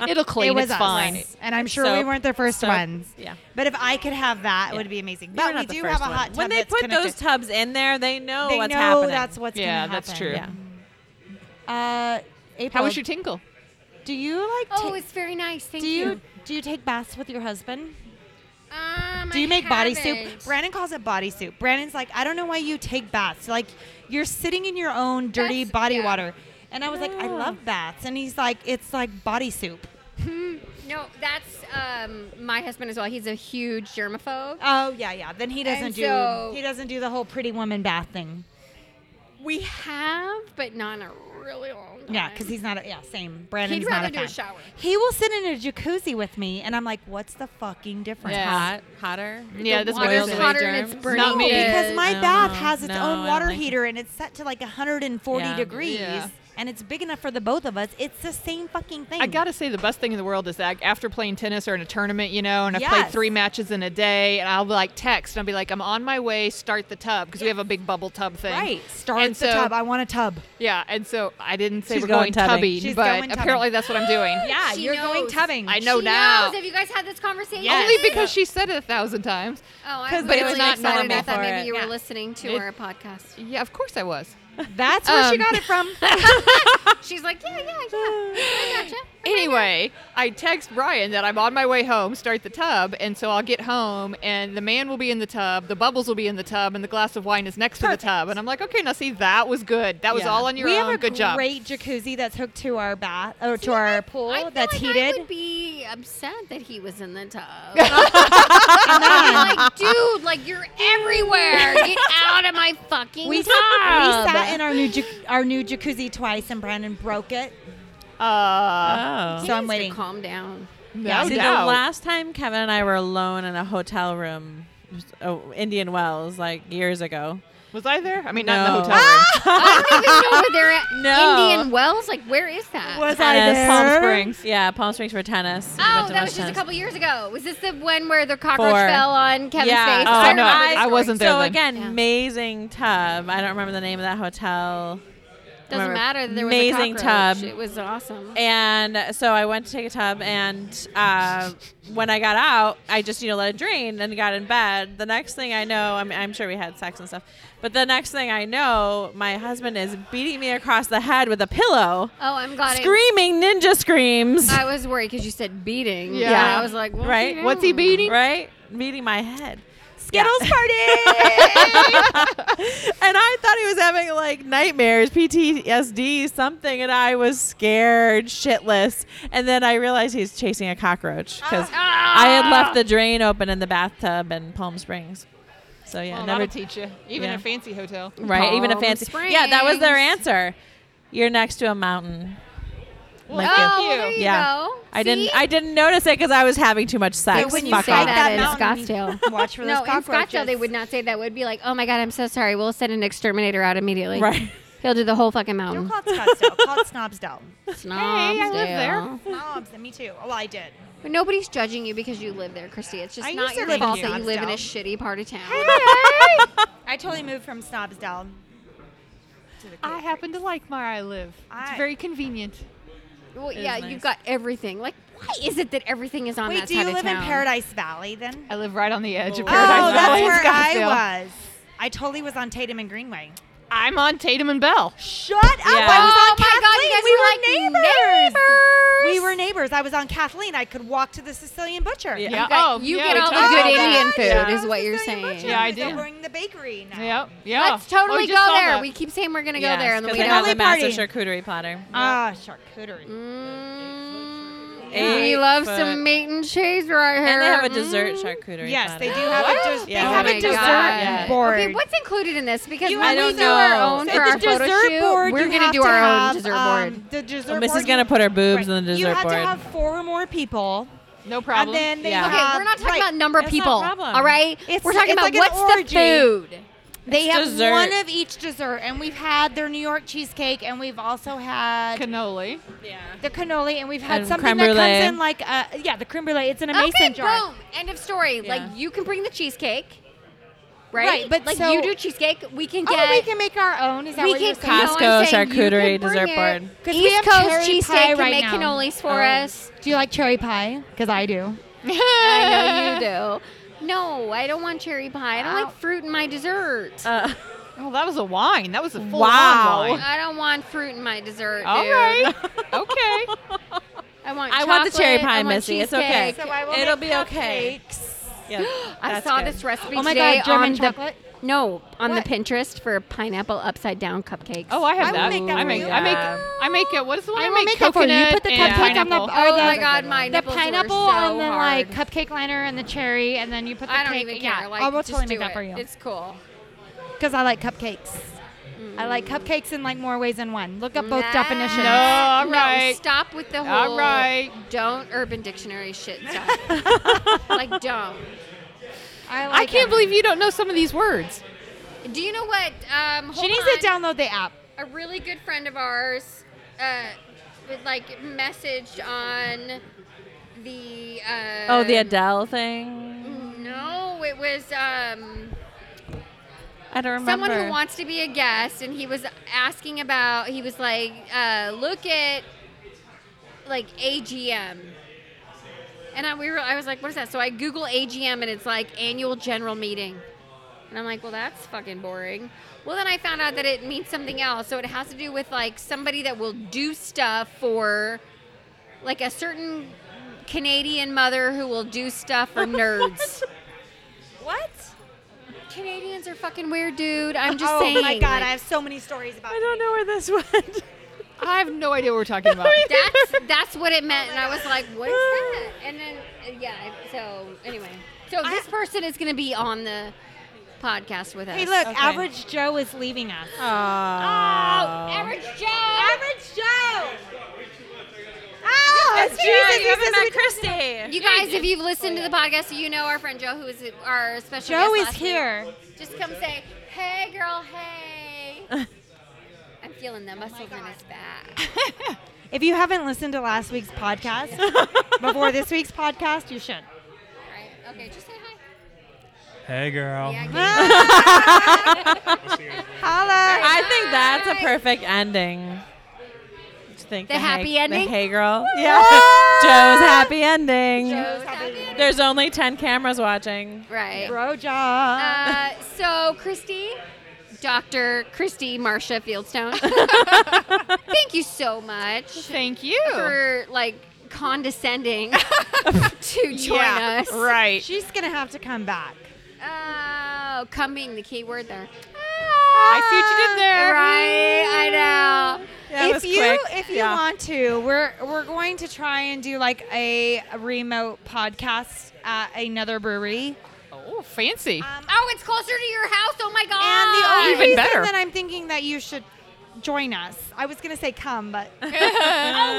Speaker 2: It'll clean.
Speaker 4: it was
Speaker 2: it's
Speaker 4: us.
Speaker 2: fine.
Speaker 4: and I'm sure we
Speaker 1: Soap.
Speaker 4: weren't the first
Speaker 1: Soap.
Speaker 4: ones.
Speaker 1: Yeah.
Speaker 4: but if I could have that, it
Speaker 1: Yeah.
Speaker 4: would be amazing.
Speaker 1: You were
Speaker 4: But
Speaker 1: not
Speaker 4: we
Speaker 1: the
Speaker 4: do
Speaker 1: first
Speaker 4: have a
Speaker 1: one.
Speaker 4: hot tub.
Speaker 1: When they
Speaker 4: that's
Speaker 1: put
Speaker 4: connected-
Speaker 1: those tubs in there, they know
Speaker 4: they
Speaker 1: what's
Speaker 4: know
Speaker 1: happening.
Speaker 4: that's what's
Speaker 2: Yeah,
Speaker 4: gonna happen.
Speaker 2: that's true.
Speaker 1: yeah.
Speaker 4: Uh, April,
Speaker 2: How was your tingle?
Speaker 4: do you like?
Speaker 3: Oh,
Speaker 4: ta-
Speaker 3: it's very nice. Thank
Speaker 4: do
Speaker 3: you.
Speaker 4: you, do you take baths with your husband?
Speaker 3: Um,
Speaker 4: Do you
Speaker 3: I
Speaker 4: make body soup?
Speaker 3: haven't.
Speaker 4: Brandon calls it body soup. Brandon's like, I don't know why you take baths. Like, you're sitting in your own dirty
Speaker 3: That's-
Speaker 4: body
Speaker 3: yeah.
Speaker 4: water. And I was like, I love baths. And he's like, it's like body soup.
Speaker 3: No, that's um, my husband as well. He's a huge germaphobe.
Speaker 4: Oh yeah, yeah. Then he doesn't
Speaker 3: And
Speaker 4: do
Speaker 3: so-
Speaker 4: he doesn't do the whole pretty woman bath thing.
Speaker 3: We have, but not in a really long time.
Speaker 4: Yeah, because he's not. A, yeah, same. Brandon's
Speaker 3: He'd
Speaker 4: not
Speaker 3: rather
Speaker 4: a
Speaker 3: do a
Speaker 4: fan.
Speaker 3: shower.
Speaker 4: He will sit in a jacuzzi with me, and I'm like, what's the fucking difference?
Speaker 2: Yeah.
Speaker 1: Hot, hotter.
Speaker 2: Yeah, that's what
Speaker 1: Boils
Speaker 2: it is.
Speaker 3: water's
Speaker 1: away
Speaker 3: hotter and it's
Speaker 1: germs.
Speaker 3: burning.
Speaker 4: Oh,
Speaker 2: Not me.
Speaker 4: because
Speaker 3: the-
Speaker 4: my
Speaker 1: No,
Speaker 4: bath has its
Speaker 1: no, I
Speaker 4: own
Speaker 1: don't
Speaker 4: water
Speaker 1: like it.
Speaker 4: heater and it's set to like 140
Speaker 1: Yeah.
Speaker 4: degrees.
Speaker 2: Yeah.
Speaker 4: and it's big enough for the both of us, it's the same fucking thing.
Speaker 2: I gotta say, the best thing in the world is that after playing tennis or in a tournament, you know, and I've
Speaker 4: Yes.
Speaker 2: played three matches in a day, and I'll like text and I'll be like, I'm on my way, start the tub because we have a big bubble tub thing.
Speaker 4: right. Start
Speaker 2: And
Speaker 4: the
Speaker 2: so-
Speaker 4: tub. I want a tub.
Speaker 2: Yeah, and so I didn't say
Speaker 1: She's
Speaker 2: we're
Speaker 1: going
Speaker 2: going,
Speaker 1: tubbing.
Speaker 2: tubbing,
Speaker 4: She's
Speaker 2: but
Speaker 4: going tubbing.
Speaker 2: apparently that's what I'm doing.
Speaker 4: Yeah,
Speaker 3: She
Speaker 4: you're going
Speaker 3: knows.
Speaker 4: tubbing.
Speaker 2: I know
Speaker 3: she
Speaker 2: now.
Speaker 3: Knows. Have you guys had this conversation?
Speaker 2: Only because she said it a thousand times.
Speaker 3: Oh, I
Speaker 1: 'Cause
Speaker 3: was
Speaker 1: but it's
Speaker 3: really
Speaker 2: not
Speaker 3: excited.
Speaker 1: normal
Speaker 3: I thought
Speaker 1: for
Speaker 3: maybe
Speaker 1: it.
Speaker 3: you were
Speaker 1: Yeah.
Speaker 3: listening to
Speaker 2: It-
Speaker 3: our podcast.
Speaker 2: Yeah, of course I was.
Speaker 4: That's where
Speaker 2: Um,
Speaker 4: she got it from.
Speaker 3: She's like, yeah, yeah, yeah. I gotcha.
Speaker 2: Anyway, I text Brian that I'm on my way home, start the tub, and so I'll get home, and the man will be in the tub, the bubbles will be in the tub, and the glass of wine is next to the tub. And I'm like, okay, now see, that was good. That was
Speaker 1: Yeah.
Speaker 2: all on your
Speaker 4: we
Speaker 2: own.
Speaker 4: have a
Speaker 2: good job.
Speaker 4: great jacuzzi that's hooked to our bath or to our pool
Speaker 3: I feel
Speaker 4: that's
Speaker 3: like I
Speaker 4: heated.
Speaker 3: would be upset that he was in the tub. I'm like, dude, like you're everywhere. Get out of my fucking
Speaker 4: We
Speaker 3: tub.
Speaker 4: sat, we sat in our new jac- our new jacuzzi twice, and Brandon broke it.
Speaker 2: Uh,
Speaker 1: Oh.
Speaker 4: So
Speaker 3: Needs
Speaker 4: I'm
Speaker 3: to
Speaker 4: waiting.
Speaker 3: Calm down.
Speaker 2: no
Speaker 1: See,
Speaker 2: doubt.
Speaker 1: the last time Kevin and I were alone in a hotel room, just, oh, Indian Wells, like years ago.
Speaker 2: was I there? I mean, not in
Speaker 1: No.
Speaker 2: the hotel room.
Speaker 3: I don't even know where they're at.
Speaker 1: No.
Speaker 3: Indian Wells? Like, where is that?
Speaker 1: Tennis.
Speaker 2: Palm Springs.
Speaker 1: Yeah, Palm Springs for tennis. We
Speaker 3: Oh,
Speaker 1: went to
Speaker 3: that
Speaker 1: watch
Speaker 3: was just a
Speaker 1: tennis.
Speaker 3: couple years ago. Was this the one where the cockroach
Speaker 1: Four.
Speaker 3: fell on Kevin's
Speaker 1: Yeah.
Speaker 3: face?
Speaker 1: Oh,
Speaker 3: I
Speaker 1: no,
Speaker 3: remember the
Speaker 2: I
Speaker 3: story.
Speaker 2: wasn't there
Speaker 1: So
Speaker 2: then.
Speaker 1: again,
Speaker 3: Yeah.
Speaker 1: amazing tub. I don't remember the name of that hotel.
Speaker 3: Doesn't
Speaker 1: remember.
Speaker 3: matter. There was
Speaker 1: Amazing
Speaker 3: a
Speaker 1: tub.
Speaker 3: cockroach. It was awesome.
Speaker 1: And so I went to take a tub, and uh, when I got out, I just you know let it drain and got in bed. The next thing I know, I mean, I'm sure we had sex and stuff, but the next thing I know, my husband is beating me across the head with a pillow,
Speaker 3: Oh, I'm glad. I-
Speaker 1: screaming ninja screams,
Speaker 3: I was worried because you said beating.
Speaker 2: Yeah.
Speaker 3: And I was like, what's
Speaker 1: Right?
Speaker 3: He
Speaker 2: What's he
Speaker 3: doing?
Speaker 2: beating?
Speaker 1: right, beating my head.
Speaker 4: Skittles
Speaker 1: Yeah.
Speaker 4: party.
Speaker 1: and I thought he was having like nightmares, PTSD, something, and I was scared shitless. And then I realized he's chasing a cockroach because I had left the drain open in the bathtub in Palm Springs. So yeah,
Speaker 2: Well,
Speaker 1: never
Speaker 2: that'll teach you. Even
Speaker 1: yeah.
Speaker 2: a fancy hotel.
Speaker 1: right. even a
Speaker 3: Palm
Speaker 1: fancy. Yeah, that was their
Speaker 3: Springs.
Speaker 1: answer. You're next to a mountain. Like
Speaker 2: Thank
Speaker 3: Oh,
Speaker 1: you.
Speaker 3: well, there you
Speaker 1: Yeah.
Speaker 3: go.
Speaker 1: I didn't.
Speaker 3: See?
Speaker 1: I didn't notice it because I was having too much sex.
Speaker 4: But when you
Speaker 1: Fuck
Speaker 4: say
Speaker 1: off.
Speaker 4: that
Speaker 3: that in
Speaker 4: mountain,
Speaker 3: Scottsdale.
Speaker 4: Watch for those
Speaker 3: No, in
Speaker 4: cockroaches.
Speaker 3: Scottsdale, they would not say that. Would be like, oh my god, I'm so sorry. We'll send an exterminator out immediately.
Speaker 1: Right.
Speaker 3: He'll do the whole fucking
Speaker 4: Don't
Speaker 3: mountain.
Speaker 4: call it Scottsdale. call it Snobsdale.
Speaker 3: Snobs
Speaker 2: I live there.
Speaker 4: Snobs, and me too. Well, I did.
Speaker 3: But nobody's judging you because you live there, Christy. It's just
Speaker 4: I
Speaker 3: not
Speaker 4: used to
Speaker 3: your
Speaker 4: live in
Speaker 3: fault that you live in a
Speaker 4: Scottsdale.
Speaker 3: shitty part of town.
Speaker 4: I totally moved from Snobsdale.
Speaker 2: Oh, I happen to like where I live.
Speaker 4: I-
Speaker 2: It's very convenient.
Speaker 3: Well,
Speaker 1: is
Speaker 3: yeah,
Speaker 1: nice.
Speaker 3: you've got everything. Like, why is it that everything is on
Speaker 4: Wait,
Speaker 3: that
Speaker 4: do
Speaker 3: side
Speaker 4: you
Speaker 3: of
Speaker 4: live in
Speaker 3: town?
Speaker 4: Paradise Valley then?
Speaker 2: I live right on the edge of
Speaker 1: Oh,
Speaker 2: Paradise
Speaker 4: oh, that's
Speaker 2: Valley in
Speaker 4: where
Speaker 2: Scottsdale.
Speaker 4: I was. I totally was on Tatum and Greenway.
Speaker 2: I'm on Tatum and Bell.
Speaker 4: Shut up!
Speaker 1: Yeah.
Speaker 4: I was
Speaker 3: Oh my
Speaker 4: on
Speaker 3: God, you guys were like
Speaker 4: Kathleen. we were neighbors.
Speaker 3: neighbors.
Speaker 4: We were neighbors. I was on Kathleen. I could walk to the Sicilian butcher.
Speaker 1: Yeah.
Speaker 2: Yeah.
Speaker 3: You
Speaker 2: oh,
Speaker 3: got- you
Speaker 2: yeah,
Speaker 3: get
Speaker 2: we
Speaker 3: all the
Speaker 2: talked
Speaker 3: good
Speaker 2: about that.
Speaker 3: Indian food,
Speaker 2: Yeah.
Speaker 3: is what you're
Speaker 4: Sicilian
Speaker 3: saying.
Speaker 4: butcher
Speaker 2: Yeah, I
Speaker 4: is
Speaker 2: did.
Speaker 4: Overing the bakery now.
Speaker 2: Yep. Yeah.
Speaker 3: Let's
Speaker 4: Oh.
Speaker 3: totally
Speaker 2: we
Speaker 3: go
Speaker 2: just saw
Speaker 3: there.
Speaker 2: that.
Speaker 3: We keep saying we're gonna
Speaker 1: Yeah,
Speaker 3: go there, and then we
Speaker 1: because they have
Speaker 3: don't.
Speaker 1: the
Speaker 4: Lovely
Speaker 1: master
Speaker 4: party.
Speaker 1: charcuterie platter.
Speaker 4: Ah, charcuterie.
Speaker 3: Mm,
Speaker 1: Eight
Speaker 3: we love
Speaker 1: foot.
Speaker 3: some meat and cheese right here.
Speaker 1: And they have a
Speaker 3: Mm.
Speaker 1: dessert charcuterie.
Speaker 4: Yes,
Speaker 1: platter.
Speaker 4: they do have a, des- they
Speaker 1: Yeah.
Speaker 4: have
Speaker 1: Oh
Speaker 4: a
Speaker 1: my
Speaker 4: dessert
Speaker 1: God.
Speaker 4: board.
Speaker 3: Okay, what's included in this? Because
Speaker 4: You
Speaker 3: when
Speaker 1: I don't
Speaker 3: we do our
Speaker 1: know.
Speaker 3: own
Speaker 1: At
Speaker 3: for
Speaker 4: the
Speaker 3: our photo
Speaker 4: dessert
Speaker 3: shoot,
Speaker 4: board,
Speaker 3: we're
Speaker 4: you
Speaker 3: gonna
Speaker 4: have
Speaker 3: do our
Speaker 4: have,
Speaker 3: own dessert
Speaker 4: um,
Speaker 3: board.
Speaker 4: The dessert
Speaker 1: Oh,
Speaker 4: board.
Speaker 1: Missy's
Speaker 4: you-
Speaker 1: gonna put her boobs
Speaker 4: right.
Speaker 1: in the
Speaker 4: You
Speaker 1: dessert
Speaker 4: have
Speaker 1: board.
Speaker 4: to have four or more people,
Speaker 2: No problem.
Speaker 4: and then they
Speaker 1: Yeah.
Speaker 4: have.
Speaker 3: Okay, we're not talking
Speaker 4: right.
Speaker 3: about number of
Speaker 1: That's not a
Speaker 3: people.
Speaker 1: problem.
Speaker 3: All right,
Speaker 4: It's-
Speaker 3: we're talking
Speaker 4: it's
Speaker 3: about
Speaker 4: like an
Speaker 3: what's
Speaker 4: orgy.
Speaker 3: the food.
Speaker 6: They
Speaker 1: It's
Speaker 6: have
Speaker 1: dessert.
Speaker 6: one of each dessert, and we've had their New York cheesecake, and we've also had
Speaker 2: cannoli.
Speaker 4: the cannoli, and we've had
Speaker 1: And
Speaker 4: something
Speaker 1: creme
Speaker 4: that
Speaker 1: brulee.
Speaker 4: comes in like uh, yeah, the creme brulee. It's in a
Speaker 3: Okay,
Speaker 4: mason jar.
Speaker 3: boom. End of story. Like you can bring the cheesecake, right?
Speaker 6: Right, but
Speaker 3: like
Speaker 6: so-
Speaker 3: you do cheesecake, we can
Speaker 6: Oh,
Speaker 3: get
Speaker 6: we can make our own. Is that
Speaker 3: we
Speaker 6: what
Speaker 3: can
Speaker 6: you're
Speaker 3: you
Speaker 6: saying?
Speaker 3: know what
Speaker 1: Costco
Speaker 3: I'm saying? You
Speaker 1: charcuterie
Speaker 3: can bring
Speaker 1: dessert
Speaker 3: it.
Speaker 1: board.
Speaker 6: 'Cause we
Speaker 3: East
Speaker 6: have
Speaker 3: Coast
Speaker 6: cherry
Speaker 3: cheesecake
Speaker 6: pie
Speaker 3: can
Speaker 6: right
Speaker 3: make
Speaker 6: now.
Speaker 3: cannolis for us.
Speaker 6: Do you like cherry pie? Because I do.
Speaker 3: I know you do. No, I don't want cherry pie. I don't
Speaker 6: Wow.
Speaker 3: like fruit in my dessert.
Speaker 1: Uh,
Speaker 2: Oh, that was a wine. That was a full
Speaker 1: Wow.
Speaker 2: wine.
Speaker 3: I don't want fruit in my dessert. Dude.
Speaker 2: All right. okay.
Speaker 3: I want.
Speaker 1: I want the cherry
Speaker 3: chocolate,
Speaker 1: pie,
Speaker 3: I want
Speaker 1: Missy. It's okay.
Speaker 3: cheesecake.
Speaker 1: So I will It'll make be okay.
Speaker 4: cupcakes.
Speaker 1: yeah,
Speaker 3: I
Speaker 1: that's
Speaker 3: saw
Speaker 1: good.
Speaker 3: this recipe
Speaker 6: Oh my
Speaker 3: today
Speaker 6: God, German
Speaker 3: on
Speaker 6: chocolate?
Speaker 3: the no on
Speaker 6: What?
Speaker 3: the Pinterest for pineapple upside down cupcakes.
Speaker 2: Oh, I have
Speaker 4: I will
Speaker 2: that.
Speaker 4: make that
Speaker 2: I
Speaker 4: for
Speaker 2: make.
Speaker 4: you.
Speaker 2: I make.
Speaker 1: Yeah.
Speaker 2: I make it. What is the one
Speaker 6: I will
Speaker 2: make?
Speaker 6: make it for you.
Speaker 2: Coconut
Speaker 6: You put the
Speaker 2: and
Speaker 6: cupcake on the- Oh,
Speaker 2: pineapple.
Speaker 3: Oh my
Speaker 6: that's a
Speaker 3: God,
Speaker 6: good
Speaker 3: my
Speaker 6: The
Speaker 3: nipples were
Speaker 6: pineapple
Speaker 3: so
Speaker 6: and then like
Speaker 3: hard.
Speaker 6: cupcake liner and the cherry, and then you put the
Speaker 3: I don't
Speaker 6: cake.
Speaker 3: even care.
Speaker 6: yeah,
Speaker 3: Like,
Speaker 6: I will
Speaker 3: just
Speaker 6: totally make
Speaker 3: do
Speaker 6: that
Speaker 3: it.
Speaker 6: for you.
Speaker 3: It's cool.
Speaker 6: Because I like cupcakes. I like cupcakes in like more ways than one. Look up both
Speaker 3: Nah.
Speaker 6: definitions.
Speaker 2: No, all
Speaker 3: No,
Speaker 2: right.
Speaker 3: stop with the whole.
Speaker 2: All right.
Speaker 3: Don't Urban Dictionary shit stuff. like, don't.
Speaker 6: I, like
Speaker 2: I can't
Speaker 6: it.
Speaker 2: believe you don't know some of these words.
Speaker 3: Do you know what? Um,
Speaker 6: She
Speaker 3: hold
Speaker 6: needs
Speaker 3: on.
Speaker 6: to download the app.
Speaker 3: a really good friend of ours uh, with, like messaged on the. Uh,
Speaker 1: Oh, the Adele thing.
Speaker 3: No, it was um,
Speaker 1: I don't remember.
Speaker 3: someone who wants to be a guest, and he was asking about. He was like, uh, "Look at like AGM." And I, we were, I was like, what is that? So I Google AGM and it's like annual general meeting. And I'm like, well, that's fucking boring. Well, then I found out that it means something else. So it has to do with like somebody that will do stuff for like a certain Canadian mother who will do stuff for nerds.
Speaker 4: What?
Speaker 3: Canadians are fucking weird, dude. I'm just
Speaker 4: oh
Speaker 3: saying.
Speaker 4: my god, I have so many stories about.
Speaker 1: I don't know where this went.
Speaker 2: I have no idea what we're talking about.
Speaker 3: that's that's what it meant, and I was like, "What is that?" And then uh, yeah, I- so anyway, so this person is going to be on the podcast with us.
Speaker 4: Hey, look,
Speaker 1: Okay.
Speaker 4: Average Joe is leaving us.
Speaker 3: Oh, average Joe.
Speaker 4: Average Joe. Oh, Jesus, this is ridiculous.
Speaker 1: Christy.
Speaker 3: You guys, if you've listened to the podcast, you know our friend Joe, who is our special
Speaker 4: Oh, Joe
Speaker 3: guest
Speaker 4: is
Speaker 3: last
Speaker 4: here.
Speaker 3: week. Just come say, hey, girl, hey. I'm feeling the muscles in his back.
Speaker 4: If you haven't listened to last week's podcast before this week's podcast, you should.
Speaker 3: All right. Okay, just say hi.
Speaker 7: Hey, girl.
Speaker 3: Yeah, give
Speaker 4: Holla.
Speaker 1: I think that's a perfect ending. Just Think
Speaker 3: The happy
Speaker 1: hey,
Speaker 3: ending?
Speaker 1: The hey girl. Yeah. Joe's happy ending.
Speaker 3: Joe's happy.
Speaker 1: There's only 10 cameras watching.
Speaker 3: Right.
Speaker 4: Bro job.
Speaker 3: Uh, so, Christy, Dr. Christy Marsha Fieldstone, thank you so much
Speaker 2: Thank you.
Speaker 3: for like condescending to join us.
Speaker 2: Right.
Speaker 4: She's going to have to come back.
Speaker 3: Oh, coming, the key word there.
Speaker 2: I see what you did there.
Speaker 3: Right, I know.
Speaker 1: Yeah, it
Speaker 4: if
Speaker 1: was
Speaker 4: you
Speaker 1: quick.
Speaker 4: if you
Speaker 1: Yeah.
Speaker 4: want to, we're we're going to try and do like a remote podcast at another brewery.
Speaker 2: Oh, fancy.
Speaker 3: Oh, it's closer to your house. Oh my
Speaker 4: And the
Speaker 3: god.
Speaker 4: only
Speaker 2: Even
Speaker 4: reason
Speaker 2: better.
Speaker 4: that I'm thinking that you should join us. I was gonna say come, but
Speaker 3: oh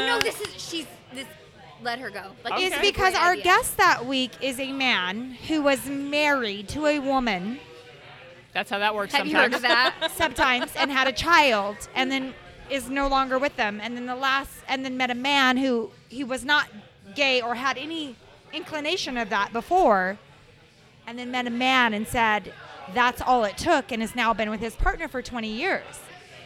Speaker 3: no, this is she's this let her go. Like
Speaker 4: is
Speaker 3: this a
Speaker 4: because
Speaker 3: great
Speaker 4: our
Speaker 3: idea.
Speaker 4: guest that week is a man who was married to a woman
Speaker 2: That's how that works
Speaker 3: Have you
Speaker 2: sometimes.
Speaker 3: heard of that?
Speaker 4: sometimes and had a child and then is no longer with them and then the last and then met a man who he was not gay or had any inclination of that before and then met a man and said that's all it took and has now been with his partner for 20 years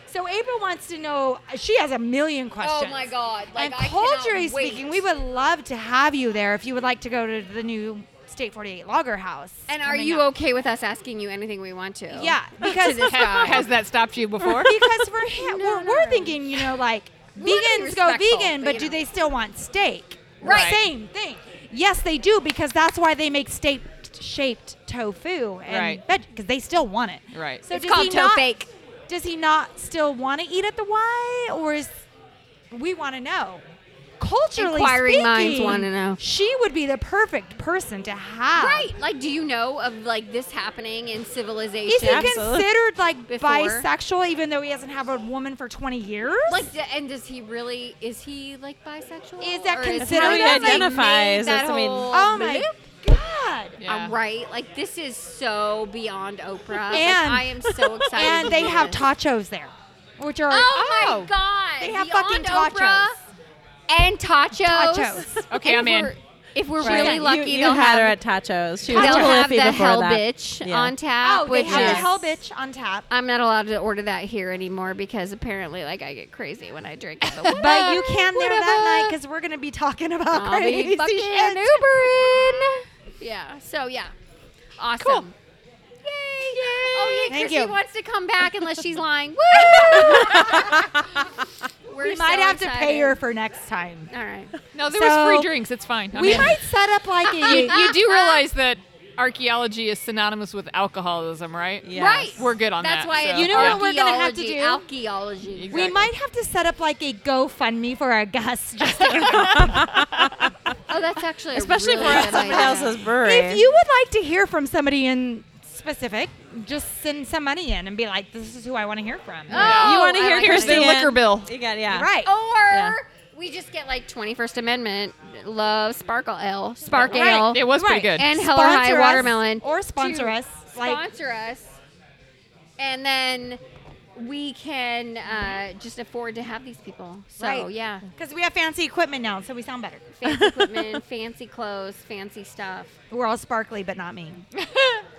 Speaker 4: so april wants to know she has a million questions
Speaker 3: Oh my god. Like
Speaker 4: and
Speaker 3: I
Speaker 4: culturally
Speaker 3: cannot wait.
Speaker 4: speaking we would love to have you there if you would like to go to the new state 48 logger house
Speaker 3: And are
Speaker 4: coming
Speaker 3: you
Speaker 4: up.
Speaker 3: okay with us asking you anything we want to?
Speaker 4: yeah because
Speaker 2: Ha- Has that stopped you before?
Speaker 4: because we're, ha- we're, we're thinking, you know, like
Speaker 3: wanna be
Speaker 4: vegans go
Speaker 3: respectful,
Speaker 4: vegan,
Speaker 3: but,
Speaker 4: but
Speaker 3: you
Speaker 4: do
Speaker 3: know.
Speaker 4: they still want steak?
Speaker 3: Right.
Speaker 4: Same thing. Yes, they do because that's why they make steak shaped tofu and
Speaker 2: Right.
Speaker 4: veg because they still want it.
Speaker 2: Right.
Speaker 4: So
Speaker 3: It's
Speaker 4: does he
Speaker 3: called
Speaker 4: not,
Speaker 3: tofake.
Speaker 4: Does he not still want to eat at the Y, or is we want to know? Culturally
Speaker 3: Inquiring
Speaker 4: speaking,
Speaker 3: minds wanna know.
Speaker 4: She would be the perfect person to have.
Speaker 3: Right. Like, do you know of like this happening in civilization?
Speaker 4: Is he
Speaker 1: Absolutely.
Speaker 4: considered like
Speaker 3: Before.
Speaker 4: bisexual, even though he hasn't had a woman for twenty years?
Speaker 3: like, d- and does he really? Is he like bisexual?
Speaker 4: Is that
Speaker 3: Or
Speaker 4: considered
Speaker 3: how
Speaker 4: That's
Speaker 3: he
Speaker 4: how he
Speaker 3: like,
Speaker 1: identifies.
Speaker 3: made That
Speaker 1: That's- I mean-
Speaker 3: whole
Speaker 4: Oh my
Speaker 3: loop?
Speaker 4: god!
Speaker 2: Yeah.
Speaker 3: Uh, right. Like this is so beyond Oprah. Like,
Speaker 4: And-
Speaker 3: I am so excited.
Speaker 4: And
Speaker 3: to
Speaker 4: they
Speaker 3: hear
Speaker 4: have
Speaker 3: this.
Speaker 4: tachos there, which are
Speaker 3: Oh,
Speaker 2: Oh.
Speaker 3: my god!
Speaker 4: they have fucking
Speaker 3: beyond
Speaker 4: tachos.
Speaker 3: Oprah and tachos.
Speaker 4: Tachos.
Speaker 2: Okay,
Speaker 3: And
Speaker 2: I'm
Speaker 3: if
Speaker 2: in.
Speaker 3: we're- If we're
Speaker 1: Right.
Speaker 3: really lucky,
Speaker 1: you, you
Speaker 3: they'll
Speaker 1: had
Speaker 3: have
Speaker 1: her at Tachos. She was
Speaker 3: they'll have
Speaker 1: Cliffy
Speaker 3: the
Speaker 1: before
Speaker 3: hell
Speaker 1: that.
Speaker 3: bitch
Speaker 1: Yeah.
Speaker 3: on tap.
Speaker 4: Oh, they
Speaker 3: which
Speaker 4: have the
Speaker 3: is,
Speaker 4: hell bitch on tap.
Speaker 3: I'm not allowed to order that here anymore because apparently, like, I get crazy when I drink. it,
Speaker 4: But you can there that night
Speaker 3: Uh, whatever.
Speaker 4: because we're gonna be talking about
Speaker 3: I'll
Speaker 4: crazy
Speaker 3: be fucking
Speaker 4: shit.
Speaker 3: Ubering. Yeah. So yeah. Awesome.
Speaker 2: Cool.
Speaker 3: Yay! Oh yeah,
Speaker 4: Thank
Speaker 3: Chrissy
Speaker 4: you.
Speaker 3: wants to come back unless she's lying. Woo! We're
Speaker 4: We might
Speaker 3: so
Speaker 4: have to pay
Speaker 3: excited.
Speaker 4: her for next time.
Speaker 3: All right.
Speaker 2: No, there
Speaker 4: So-
Speaker 2: was free drinks. It's fine. I'm
Speaker 4: We
Speaker 2: in.
Speaker 4: might set up like
Speaker 2: You,
Speaker 4: a.
Speaker 3: Uh,
Speaker 2: you do realize that archaeology is synonymous with alcoholism, right?
Speaker 1: Yes.
Speaker 3: Right.
Speaker 2: We're good on
Speaker 3: That's
Speaker 2: that,
Speaker 3: why
Speaker 2: so-
Speaker 3: it's
Speaker 4: You know what we're gonna have to
Speaker 3: archaeology,
Speaker 4: do?
Speaker 3: Archaeology.
Speaker 4: We
Speaker 2: Exactly.
Speaker 4: might have to set up like a GoFundMe for our guests. Just
Speaker 3: Oh, that's actually a
Speaker 1: Especially
Speaker 3: really
Speaker 1: for
Speaker 3: good
Speaker 1: somebody
Speaker 3: idea.
Speaker 1: else's brewery.
Speaker 4: if you would like to hear from somebody in specific, just send some money in and be like, "This is who I want to hear from."
Speaker 3: Oh,
Speaker 1: you want to
Speaker 3: I
Speaker 1: hear
Speaker 3: like
Speaker 2: Here's
Speaker 1: Christy
Speaker 2: their
Speaker 1: and-
Speaker 2: liquor bill.
Speaker 1: You got yeah.
Speaker 4: Right.
Speaker 3: Or
Speaker 1: Yeah.
Speaker 3: we just get like 21st Amendment love sparkle ale, spark ale,
Speaker 2: It was pretty
Speaker 4: Right.
Speaker 2: good.
Speaker 3: and Heller High
Speaker 4: Sponsor us
Speaker 3: watermelon,
Speaker 4: or sponsor
Speaker 3: to
Speaker 4: us, like-
Speaker 3: sponsor us, and then we can uh, just afford to have these people. So
Speaker 4: Right.
Speaker 3: yeah,
Speaker 4: Because we have fancy equipment now, so we sound better.
Speaker 3: fancy equipment, fancy clothes, fancy stuff.
Speaker 4: We're all sparkly, but not me.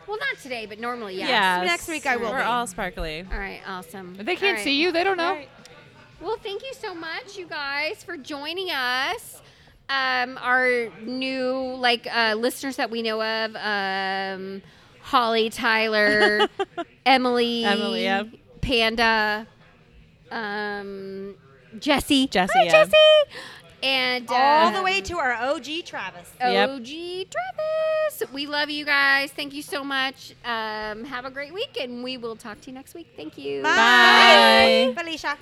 Speaker 3: Well, not today, but normally, yes.
Speaker 1: Yes.
Speaker 4: Next week I will
Speaker 1: We're
Speaker 4: be.
Speaker 1: all sparkly.
Speaker 3: All right, awesome.
Speaker 2: They
Speaker 3: All
Speaker 2: can't
Speaker 3: right.
Speaker 2: see you. They don't know.
Speaker 3: Well, thank you so much, you guys, for joining us. Um, our new like uh, listeners that we know of, um, Holly, Tyler, Emily,
Speaker 1: Emily, yeah.
Speaker 3: Panda, um, Jesse,
Speaker 1: Jesse,
Speaker 3: Hi,
Speaker 1: yeah.
Speaker 3: Jesse, and
Speaker 4: All the
Speaker 3: um,
Speaker 4: way to our OG Travis.
Speaker 1: Yep.
Speaker 3: OG Travis. We love you guys. Thank you so much. Um, have a great week, and we will talk to you next week. Thank you.
Speaker 1: Bye.
Speaker 4: Felicia.